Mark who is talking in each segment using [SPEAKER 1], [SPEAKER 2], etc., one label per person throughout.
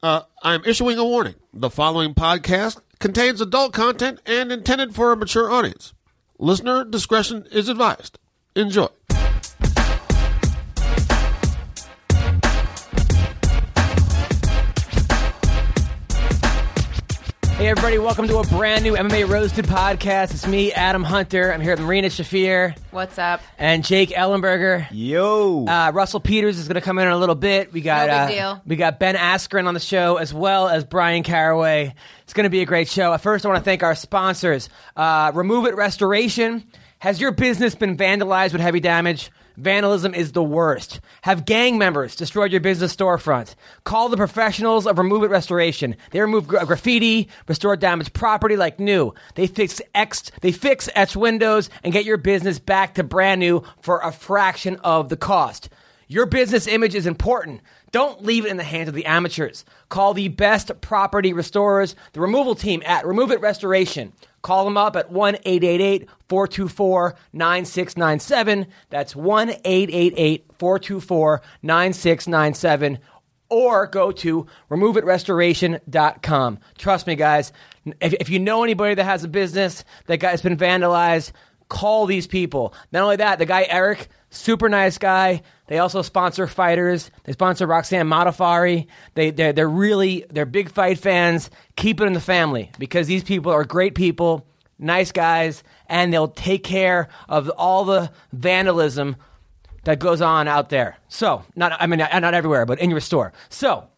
[SPEAKER 1] Uh, I'm issuing a warning. The following podcast contains adult content and intended for a mature audience. Listener discretion is advised. Enjoy.
[SPEAKER 2] Hey, everybody, welcome to a brand new MMA Roasted podcast. It's me, Adam Hunter. I'm here with Marina Shafir
[SPEAKER 3] What's up?
[SPEAKER 2] and Jake Ellenberger.
[SPEAKER 4] Yo.
[SPEAKER 2] Uh, Russell Peters is going to come in in a little bit. We got
[SPEAKER 3] No big
[SPEAKER 2] uh,
[SPEAKER 3] deal.
[SPEAKER 2] we got Ben Askren on the show as well as Brian Caraway. It's going to be a great show. At First, I want to thank our sponsors: uh, Remove It Restoration. Has your business been vandalized with heavy damage? Vandalism is the worst. Have gang members destroyed your business storefront? Call the professionals of Remove It Restoration. They remove gra- graffiti, restore damaged property like new. They fix ex, they fix etched windows, and get your business back to brand new for a fraction of the cost. Your business image is important. Don't leave it in the hands of the amateurs. Call the best property restorers, the removal team at Remove It Restoration. Call them up at 1 888 424 9697. That's 1 888 424 9697. Or go to removeitrestoration.com. Trust me, guys, if, if you know anybody that has a business that got, has been vandalized, call these people. Not only that, the guy Eric, super nice guy. They also sponsor fighters. They sponsor Roxanne Modafari. They they're, they're really they're big fight fans. Keep it in the family because these people are great people, nice guys, and they'll take care of all the vandalism that goes on out there. So not I mean not everywhere, but in your store. So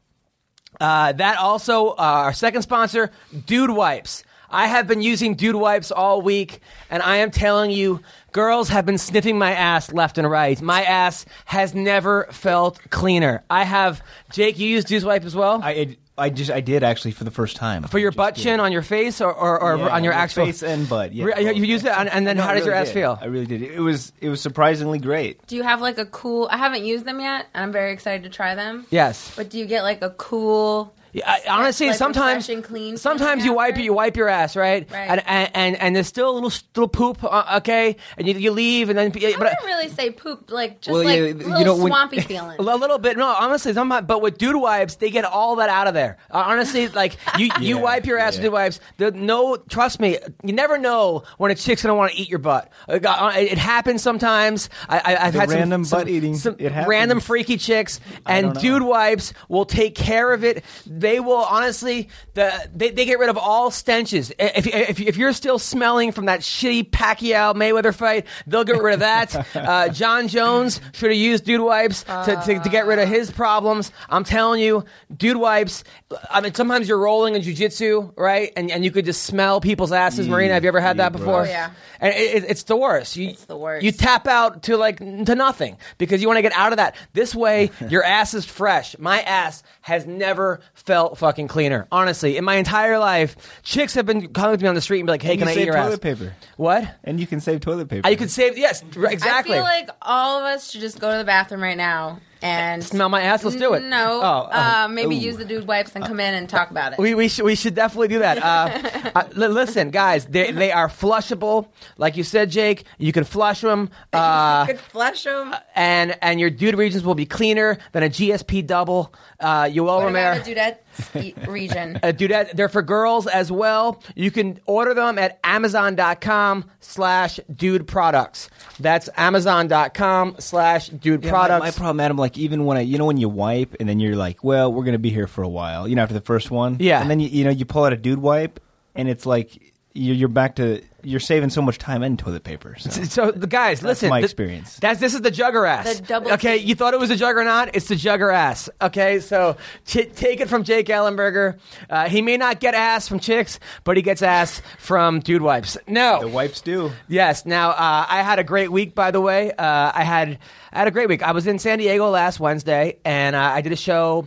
[SPEAKER 2] uh, that also, uh, our second sponsor, Dude Wipes. I have been using Dude Wipes all week, and I am telling you, girls have been sniffing my ass left and right. My ass has never felt cleaner. I have, Jake, you use Dude Wipe as well?
[SPEAKER 4] I it, I just I did actually for the first time
[SPEAKER 2] for your
[SPEAKER 4] Just
[SPEAKER 2] butt
[SPEAKER 4] did.
[SPEAKER 2] chin on your face or, or, or
[SPEAKER 4] Yeah,
[SPEAKER 2] on your actual
[SPEAKER 4] face and butt. Yeah,
[SPEAKER 2] Re- you use it, and, and then
[SPEAKER 4] No,
[SPEAKER 2] how
[SPEAKER 4] I
[SPEAKER 2] does your
[SPEAKER 4] really
[SPEAKER 2] ass
[SPEAKER 4] did.
[SPEAKER 2] feel?
[SPEAKER 4] I really did. It was it was surprisingly great.
[SPEAKER 3] Do you have like a cool? I haven't used them yet, and I'm very excited to try them.
[SPEAKER 2] Yes.
[SPEAKER 3] But do you get like a cool?
[SPEAKER 2] Yeah, I, honestly,
[SPEAKER 3] like
[SPEAKER 2] sometimes
[SPEAKER 3] refreshing, clean
[SPEAKER 2] sometimes
[SPEAKER 3] feeling
[SPEAKER 2] you wipe
[SPEAKER 3] after?
[SPEAKER 2] you wipe your ass right,
[SPEAKER 3] Right.
[SPEAKER 2] And, and and and there's still a little little poop, uh, okay, and you, you leave and then
[SPEAKER 3] I
[SPEAKER 2] but
[SPEAKER 3] wouldn't really say poop, like just
[SPEAKER 4] Well,
[SPEAKER 3] like
[SPEAKER 4] yeah, you
[SPEAKER 3] little
[SPEAKER 4] know, when-
[SPEAKER 3] swampy feeling.
[SPEAKER 2] A little bit, no. Honestly, I'm not, but with dude wipes, they get all that out of there. Uh, honestly, like you, you
[SPEAKER 4] Yeah,
[SPEAKER 2] wipe your ass with
[SPEAKER 4] yeah.
[SPEAKER 2] dude wipes. there- no, trust me, you never know when a chick's gonna want to eat your butt. Uh, go- uh, It, it happens sometimes. I, I, I've
[SPEAKER 4] The
[SPEAKER 2] had some-
[SPEAKER 4] random
[SPEAKER 2] some,
[SPEAKER 4] butt eating,
[SPEAKER 2] some
[SPEAKER 4] it happens.
[SPEAKER 2] random freaky chicks, and
[SPEAKER 4] don't know.
[SPEAKER 2] dude wipes will take care of it. They will honestly, the they, they get rid of all stenches. If, if if you're still smelling from that shitty Pacquiao Mayweather fight, they'll get rid of that. uh, John Jones should have used dude wipes to, to, to get rid of his problems. I'm telling you, dude wipes. I mean, sometimes you're rolling in jujitsu, right? And and you could just smell people's asses. Marina, have you ever had
[SPEAKER 4] Mm. yeah,
[SPEAKER 2] that
[SPEAKER 4] bro.
[SPEAKER 2] before?
[SPEAKER 3] Oh, yeah.
[SPEAKER 2] And it, it- it's the worst. You,
[SPEAKER 3] It's the worst.
[SPEAKER 2] You tap out to like n- to nothing because you want to get out of that. This way, your ass is fresh. My ass has never felt fucking cleaner. Honestly, in my entire life, chicks have been coming to me on the street and be like, "Hey,
[SPEAKER 4] And
[SPEAKER 2] can
[SPEAKER 4] you
[SPEAKER 2] I eat
[SPEAKER 4] save
[SPEAKER 2] your
[SPEAKER 4] toilet
[SPEAKER 2] ass?"
[SPEAKER 4] paper.
[SPEAKER 2] What?
[SPEAKER 4] And you can save toilet paper.
[SPEAKER 2] Uh, You could save. Yes, r- exactly.
[SPEAKER 3] I feel like all of us should just go to the bathroom right now and
[SPEAKER 2] Smell my ass. Let's do it.
[SPEAKER 3] No,
[SPEAKER 2] Oh, oh.
[SPEAKER 3] uh, maybe
[SPEAKER 4] Ooh.
[SPEAKER 3] use the dude wipes and come in and talk about it.
[SPEAKER 2] We, we, should, we should definitely do that. Uh, uh, li- listen, guys, they, they are flushable. Like you said, Jake, you can flush them. Uh,
[SPEAKER 3] could flush them.
[SPEAKER 2] and and your dude regions will be cleaner than a GSP double. Uh, you will
[SPEAKER 3] What about
[SPEAKER 2] remember.
[SPEAKER 3] the dudette e, region?
[SPEAKER 2] Uh, dudette, they're for girls as well. You can order them at amazon.com slash dude products. That's amazon.com slash dude
[SPEAKER 4] Yeah, my-
[SPEAKER 2] products.
[SPEAKER 4] My, problem, Adam, like even when I, you know, when you wipe and then you're like, well, we're gonna be here for a while, you know, after the first one,
[SPEAKER 2] Yeah.
[SPEAKER 4] and then you, you know, you pull out a dude wipe, and it's like you're, you're back to you're saving so much time and toilet paper. So.
[SPEAKER 2] so the guys, listen.
[SPEAKER 4] my
[SPEAKER 2] th-
[SPEAKER 4] experience.
[SPEAKER 2] that's this is the jugger ass.
[SPEAKER 3] The double
[SPEAKER 2] okay,
[SPEAKER 3] T.
[SPEAKER 2] you thought it was a juggernaut. It's the jugger ass. Okay, so t- take it from Jake Ellenberger. Uh, he may not get ass from chicks, but he gets ass from dude wipes. No,
[SPEAKER 4] The wipes do.
[SPEAKER 2] Yes. Now, uh, I had a great week, by the way. Uh, I had I had a great week. I was in San Diego last Wednesday, and uh, I did a show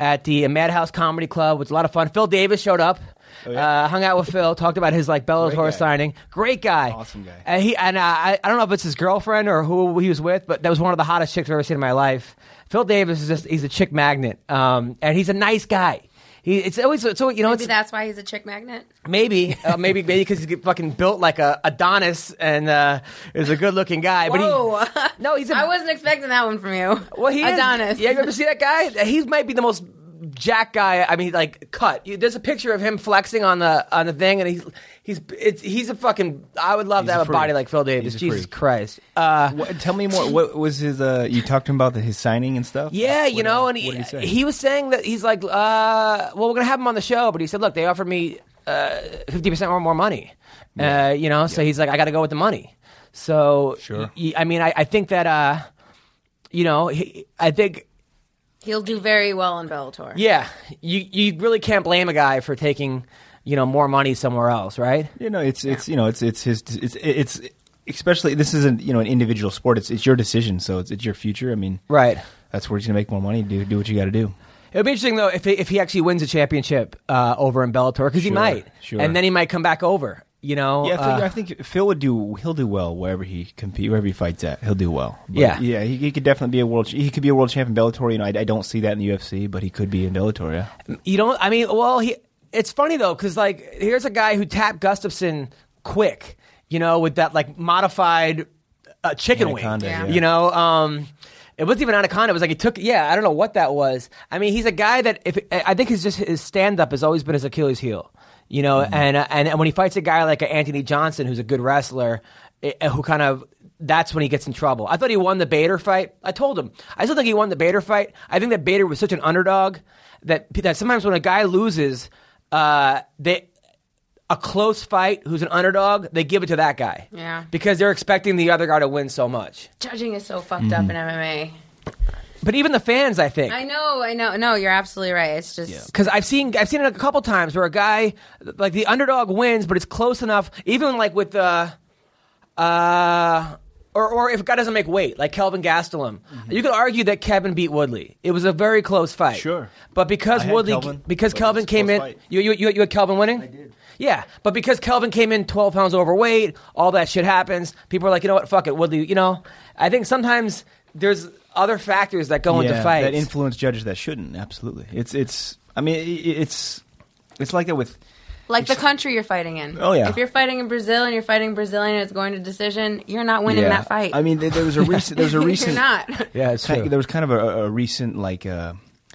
[SPEAKER 2] at the Madhouse Comedy Club, which was a lot of fun. Phil Davis showed up, uh, hung out with Phil, talked about his like Bellator
[SPEAKER 4] Oh, guy.
[SPEAKER 2] signing. Great guy,
[SPEAKER 4] Awesome guy.
[SPEAKER 2] And he and uh, I, I don't know if it's his girlfriend or who he was with, but that was one of the hottest chicks I've ever seen in my life. Phil Davis is just he's a chick magnet, um, and he's a nice guy. He, it's always it's always, you know
[SPEAKER 3] Maybe
[SPEAKER 2] it's,
[SPEAKER 3] that's why he's a chick magnet.
[SPEAKER 2] Maybe, uh, maybe, maybe because he's fucking built like a Adonis and uh, is a good-looking guy.
[SPEAKER 3] Whoa.
[SPEAKER 2] But he, no, he's. A,
[SPEAKER 3] I wasn't expecting that one from you.
[SPEAKER 2] Well, he is-
[SPEAKER 3] Adonis.
[SPEAKER 2] yeah, you ever see that guy? He might be the most jack guy. I mean, like cut. You, there's a picture of him flexing on the on the thing, and he's he's it's, he's a fucking. I would love
[SPEAKER 4] He's
[SPEAKER 2] to
[SPEAKER 4] a
[SPEAKER 2] have a
[SPEAKER 4] freak.
[SPEAKER 2] body like Phil Davis.
[SPEAKER 4] He's a
[SPEAKER 2] Jesus
[SPEAKER 4] freak.
[SPEAKER 2] Christ. Uh,
[SPEAKER 4] What, tell me more. What was his? Uh, you talked to him about the, his signing and stuff.
[SPEAKER 2] Yeah, you
[SPEAKER 4] What,
[SPEAKER 2] know,
[SPEAKER 4] uh,
[SPEAKER 2] and he,
[SPEAKER 4] what did he say?
[SPEAKER 2] he was saying that he's like, uh, well, we're gonna have him on the show, but he said, look, they offered me uh, fifty percent or more money, uh, you know, so he's like, I got to go with the money. So,
[SPEAKER 4] Sure.
[SPEAKER 2] y- I mean, I, I think that, uh, you know, he, I think,
[SPEAKER 3] He'll do very well in Bellator.
[SPEAKER 2] yeah, you you really can't blame a guy for taking, you know, more money somewhere else, right?
[SPEAKER 4] You know, it's it's you know, it's it's his it's it's especially this isn't you know an individual sport. It's it's your decision, so it's it's your future. I mean,
[SPEAKER 2] Right.
[SPEAKER 4] That's where he's gonna make more money. Do do what you got to do.
[SPEAKER 2] It would be interesting though if he, if he actually wins a championship uh, over in Bellator because he
[SPEAKER 4] Sure,
[SPEAKER 2] might,
[SPEAKER 4] sure.
[SPEAKER 2] and then he might come back over. You know,
[SPEAKER 4] Yeah, I
[SPEAKER 2] uh,
[SPEAKER 4] think, I think Phil would do. He'll do well wherever he compete, wherever he fights at. He'll do well. But
[SPEAKER 2] Yeah.
[SPEAKER 4] yeah. He, he could definitely be a world. ch- He could be a world champion in Bellator. You know, I, I don't see that in the UFC, but he could be in Bellator. Yeah.
[SPEAKER 2] You don't. I mean, well, he. It's funny though, because like here's a guy who tapped Gustafson quick, you know, with that like modified uh, chicken
[SPEAKER 4] Anaconda,
[SPEAKER 3] Yeah.
[SPEAKER 2] wing.
[SPEAKER 3] yeah.
[SPEAKER 2] You know, um, it wasn't even anaconda. It was like he took. Yeah, I don't know what that was. I mean, he's a guy that if I think his just his stand up has always been his Achilles heel. You know,
[SPEAKER 3] Mm-hmm.
[SPEAKER 2] and, uh, and and when he fights a guy like Anthony Johnson, who's a good wrestler, eh, who kind of that's when he gets in trouble. I thought he won the Bader fight. I told him. I still think he won the Bader fight. I think that Bader was such an underdog that that sometimes when a guy loses, uh, they a close fight who's an underdog, they give it to that guy.
[SPEAKER 3] Yeah.
[SPEAKER 2] Because they're expecting the other guy to win so much.
[SPEAKER 3] Judging is so fucked
[SPEAKER 2] Mm-hmm.
[SPEAKER 3] up in MMA.
[SPEAKER 2] But even the fans, I think.
[SPEAKER 3] I know, I know. No, you're absolutely right. It's just
[SPEAKER 2] because I've seen I've seen it a couple times where a guy like the underdog wins, but it's close enough. Even like with the, uh, or or if a guy doesn't make weight, like Kelvin Gastelum,
[SPEAKER 4] Mm-hmm.
[SPEAKER 2] you could argue that Kevin beat Woodley. It was a very close fight.
[SPEAKER 4] Sure.
[SPEAKER 2] but because
[SPEAKER 4] I had
[SPEAKER 2] Woodley
[SPEAKER 4] Kelvin,
[SPEAKER 2] because
[SPEAKER 4] but it
[SPEAKER 2] Kelvin
[SPEAKER 4] was a
[SPEAKER 2] came
[SPEAKER 4] close
[SPEAKER 2] in,
[SPEAKER 4] fight.
[SPEAKER 2] you you you you had Kelvin winning. I did. Yeah, but because Kelvin came in 12 pounds overweight, all that shit happens. People are like, you know what, fuck it, Woodley. You know, I think sometimes there's other factors that go into fights.
[SPEAKER 4] that influence judges that shouldn't. Absolutely. It's it's. I mean, i- i- it's it's like that with.
[SPEAKER 3] like the country you're fighting in.
[SPEAKER 4] Oh, yeah.
[SPEAKER 3] If you're fighting in Brazil and you're fighting Brazilian, and it's going to decision. You're not winning
[SPEAKER 4] yeah.
[SPEAKER 3] that fight.
[SPEAKER 4] I mean, there, there was a recent. There was a recent.
[SPEAKER 3] you're not.
[SPEAKER 2] yeah, it's
[SPEAKER 4] kind
[SPEAKER 2] true.
[SPEAKER 4] there was kind of a, a recent like uh,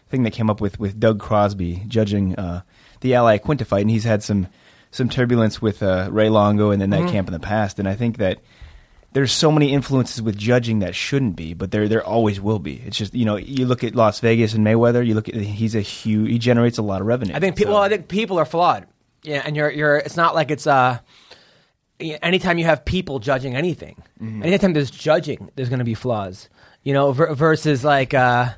[SPEAKER 4] thing that came up with with Doug Crosby judging uh, the Ally Quinta fight, and he's had some some turbulence with uh, Ray Longo and then
[SPEAKER 2] Mm-hmm.
[SPEAKER 4] that camp in the past, and I think that. There's so many influences with judging that shouldn't be, but there there always will be. It's just you know you look at Las Vegas and Mayweather. You look at he's a huge he generates a lot of revenue.
[SPEAKER 2] I think people.
[SPEAKER 4] so-
[SPEAKER 2] Well, I think people are flawed. Yeah, and you're you're. It's not like it's uh. y- Anytime you have people judging anything, anytime there's judging, there's going to be flaws. You know, ver- versus like uh,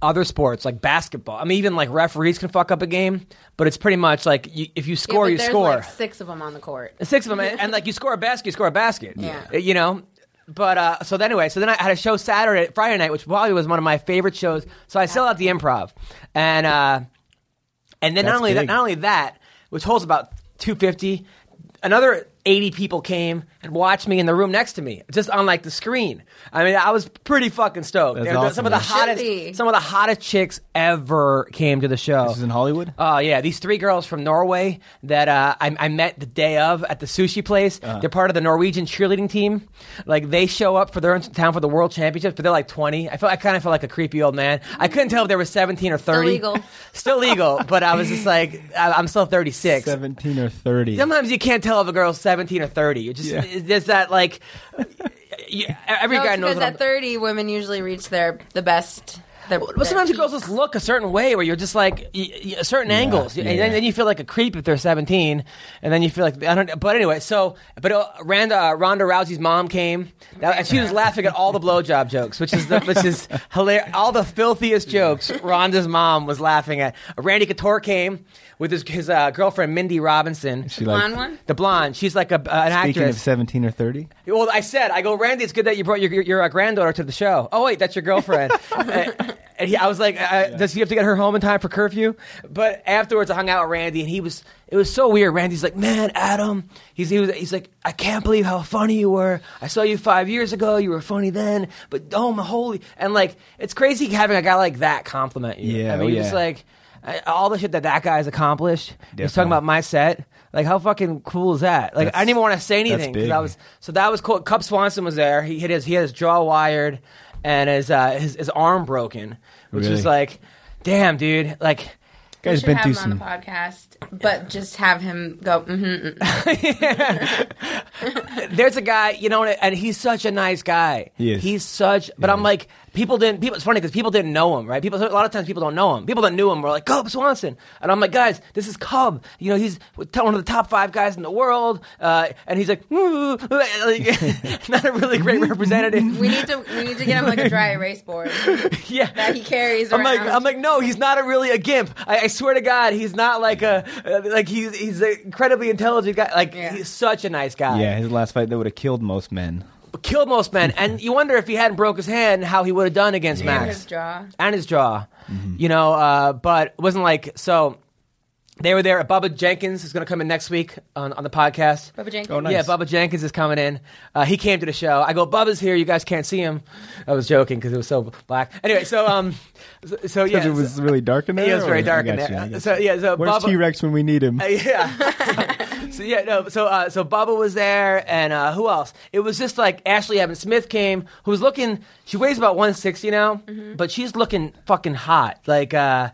[SPEAKER 2] other sports like basketball. I mean, even like referees can fuck up a game, but it's pretty much like you, if you
[SPEAKER 3] Yeah,
[SPEAKER 2] score,
[SPEAKER 3] but
[SPEAKER 2] you
[SPEAKER 3] there's
[SPEAKER 2] score.
[SPEAKER 3] Like six of them on the court.
[SPEAKER 2] Six of them, and, and, like you score a basket, you score a basket.
[SPEAKER 3] Yeah.
[SPEAKER 2] Uh, You know, but uh, so then anyway, so then I had a show Saturday, Friday night, which probably was one of my favorite shows. So I sell out the improv, and uh, and then not
[SPEAKER 4] That's
[SPEAKER 2] only that,
[SPEAKER 4] big.
[SPEAKER 2] not only that, which holds about two fifty, another eighty people came and watched me in the room next to me, just on like the screen. I mean, I was pretty fucking stoked.
[SPEAKER 4] That's
[SPEAKER 2] They were-
[SPEAKER 4] awesome,
[SPEAKER 2] some of the
[SPEAKER 4] man.
[SPEAKER 3] Should
[SPEAKER 2] hottest,
[SPEAKER 3] be.
[SPEAKER 2] some of the hottest chicks ever came to the show.
[SPEAKER 4] this is in Hollywood.
[SPEAKER 2] Oh yeah, these three girls from Norway that uh, I, I met the day of at the sushi place. They're part of the Norwegian cheerleading team. Like they show up for their own town for the world championships, but they're like twenty. I felt I kind of felt like a creepy old man. I couldn't tell if they were seventeen or thirty.
[SPEAKER 3] legal.
[SPEAKER 2] still legal, but I was just like, I, I'm still thirty six.
[SPEAKER 4] Seventeen or thirty.
[SPEAKER 2] Sometimes you can't tell if a girl's seventeen or thirty. It just
[SPEAKER 4] Yeah.
[SPEAKER 2] it's just that like. you- every
[SPEAKER 3] No,
[SPEAKER 2] guy
[SPEAKER 3] it's
[SPEAKER 2] knows
[SPEAKER 3] because
[SPEAKER 2] what I'm-
[SPEAKER 3] at 30, women usually reach their the best. Their,
[SPEAKER 2] Well, sometimes the girls just look a certain way where you're just like y- y- certain angles,
[SPEAKER 4] yeah,
[SPEAKER 2] and then,
[SPEAKER 4] yeah.
[SPEAKER 2] then you feel like a creep if they're 17, and then you feel like I don't. But anyway, so but uh, Randa, uh, Ronda Rousey's mom came, that, and she was laughing at all the blowjob jokes, which is the, which is hilarious. All the filthiest jokes Ronda's mom was laughing at. Randy Couture came with his his uh, girlfriend Mindy Robinson.
[SPEAKER 4] She
[SPEAKER 3] blonde
[SPEAKER 4] like,
[SPEAKER 3] one.
[SPEAKER 2] the blonde, she's like a, uh, an
[SPEAKER 4] Speaking
[SPEAKER 2] actress.
[SPEAKER 4] of seventeen or thirty,
[SPEAKER 2] Well, I said, I go, Randy, it's good that you brought your your, your uh, granddaughter to the show. Oh wait, that's your girlfriend. Uh, and he, I was like, I, "Does he have to get her home in time for curfew?" But afterwards, I hung out with Randy, and he was. It was so weird. Randy's like, "Man, Adam," he's he was, he's like, "I can't believe how funny you were. I saw you five years ago. You were funny then, but oh my holy!" And like, it's crazy having a guy like that compliment you.
[SPEAKER 4] Yeah,
[SPEAKER 2] I mean,
[SPEAKER 4] oh,
[SPEAKER 2] you're just
[SPEAKER 4] yeah.
[SPEAKER 2] like I- all the shit that that guy's accomplished. He's talking
[SPEAKER 4] Definitely.
[SPEAKER 2] about my set. Like, how fucking cool is that? Like, I
[SPEAKER 4] That's-
[SPEAKER 2] didn't even want to say
[SPEAKER 4] that's
[SPEAKER 2] anything because
[SPEAKER 4] big.
[SPEAKER 2] I was so that was cool. Cub Swanson was there. He hit his he had his jaw wired and his uh, his, his arm broken, which
[SPEAKER 4] Really?
[SPEAKER 2] is like, damn, dude. Like,
[SPEAKER 4] Guys,
[SPEAKER 3] should
[SPEAKER 4] been
[SPEAKER 3] have
[SPEAKER 4] through
[SPEAKER 3] him on
[SPEAKER 4] some.
[SPEAKER 3] the podcast, but just have him go. Mm-hmm,
[SPEAKER 2] there's a guy, you know, and he's such a nice guy.
[SPEAKER 4] He is.
[SPEAKER 2] He's such. But I'm like, people didn't. People. It's funny because people didn't know him, right? People. A lot of times, people don't know him. People that knew him were like Cub Swanson, and I'm like, guys, this is Cub. You know, he's one of the top five guys in the world, uh, and he's like, "Ooh," like, not a really great representative.
[SPEAKER 3] We need to we need to get him like a dry erase board
[SPEAKER 2] yeah.
[SPEAKER 3] that he carries
[SPEAKER 2] I'm
[SPEAKER 3] around.
[SPEAKER 2] like, I'm like, no, he's not a really a gimp. I, I swear to God, he's not like a uh, like he's he's an incredibly intelligent guy. Like
[SPEAKER 3] Yeah.
[SPEAKER 2] he's such a nice guy.
[SPEAKER 4] Yeah, his last fight that would have killed most men.
[SPEAKER 2] killed most men. And you wonder if he hadn't broke his hand, how he would have done against Max
[SPEAKER 3] his jaw.
[SPEAKER 2] and his jaw. You know, uh, but it wasn't like so. They were there. Bubba Jenkins is going to come in next week on, on the podcast.
[SPEAKER 3] Bubba Jenkins.
[SPEAKER 4] Oh, nice.
[SPEAKER 2] Yeah, Bubba Jenkins is coming in. Uh, he came to the show. I go, Bubba's here. You guys can't see him. I was joking because it was so black. Anyway, so um, so, so yeah,
[SPEAKER 4] Because it was really dark in there.
[SPEAKER 2] it was very
[SPEAKER 4] or- I
[SPEAKER 2] dark in
[SPEAKER 4] got
[SPEAKER 2] there.
[SPEAKER 4] you, I got
[SPEAKER 2] So,
[SPEAKER 4] you.
[SPEAKER 2] yeah, so
[SPEAKER 4] where's
[SPEAKER 2] Bubba-
[SPEAKER 4] T Rex when we need him?
[SPEAKER 2] Uh, yeah. so yeah, no. So uh, so Bubba was there, and uh, who else? It was just like Ashley Evan Smith came, who was looking. She weighs about one sixty now,
[SPEAKER 3] Mm-hmm.
[SPEAKER 2] but she's looking fucking hot. Like uh,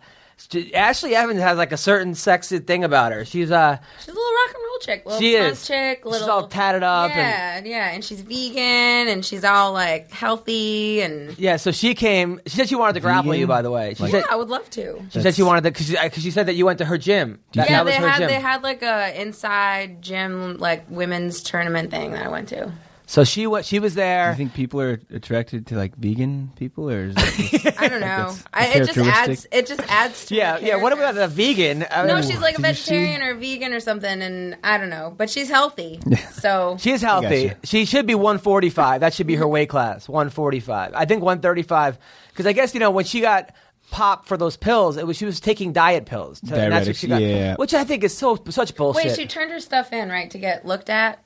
[SPEAKER 2] she- Ashley Evans has like a certain sexy thing about her. She's uh,
[SPEAKER 3] She's a little rock and roll chick. Little
[SPEAKER 2] She
[SPEAKER 3] she
[SPEAKER 2] is.
[SPEAKER 3] chick.
[SPEAKER 2] She's
[SPEAKER 3] Little,
[SPEAKER 2] all tatted up and-
[SPEAKER 3] Yeah, yeah. And she's vegan and she's all like healthy and.
[SPEAKER 2] yeah. So she came. She said she wanted to grapple
[SPEAKER 4] Vegan?
[SPEAKER 2] you. By the way, she
[SPEAKER 4] Like-
[SPEAKER 2] said.
[SPEAKER 3] Yeah, I would love to.
[SPEAKER 2] She said she wanted to because she, uh, 'cause she said that you went to her gym. That,
[SPEAKER 3] Yeah,
[SPEAKER 2] that was
[SPEAKER 3] they
[SPEAKER 2] her
[SPEAKER 3] had
[SPEAKER 2] gym.
[SPEAKER 3] they had like a inside gym like women's tournament thing that I went to.
[SPEAKER 2] so she went. She was
[SPEAKER 4] Do
[SPEAKER 2] there.
[SPEAKER 4] you think people are attracted to like vegan people, or is it
[SPEAKER 3] I don't know.
[SPEAKER 4] that's
[SPEAKER 3] I, it just adds
[SPEAKER 4] characteristic.
[SPEAKER 3] it just adds to
[SPEAKER 2] yeah,
[SPEAKER 3] her
[SPEAKER 2] yeah. What
[SPEAKER 3] character.
[SPEAKER 2] about the vegan? I
[SPEAKER 3] No,
[SPEAKER 2] mean,
[SPEAKER 3] she's like a
[SPEAKER 4] Did you see-
[SPEAKER 3] vegetarian or vegan or something, and I don't know. But she's healthy, so
[SPEAKER 2] She is healthy.
[SPEAKER 4] gotcha.
[SPEAKER 2] She should be 145. That should be her weight class. 145. I think 135. Because I guess you know when she got popped for those pills, it was she was taking diet pills. So- and that's what she got.
[SPEAKER 4] Diuretics, yeah.
[SPEAKER 2] Which I think is so such bullshit.
[SPEAKER 3] wait, she turned her stuff in right to get looked at,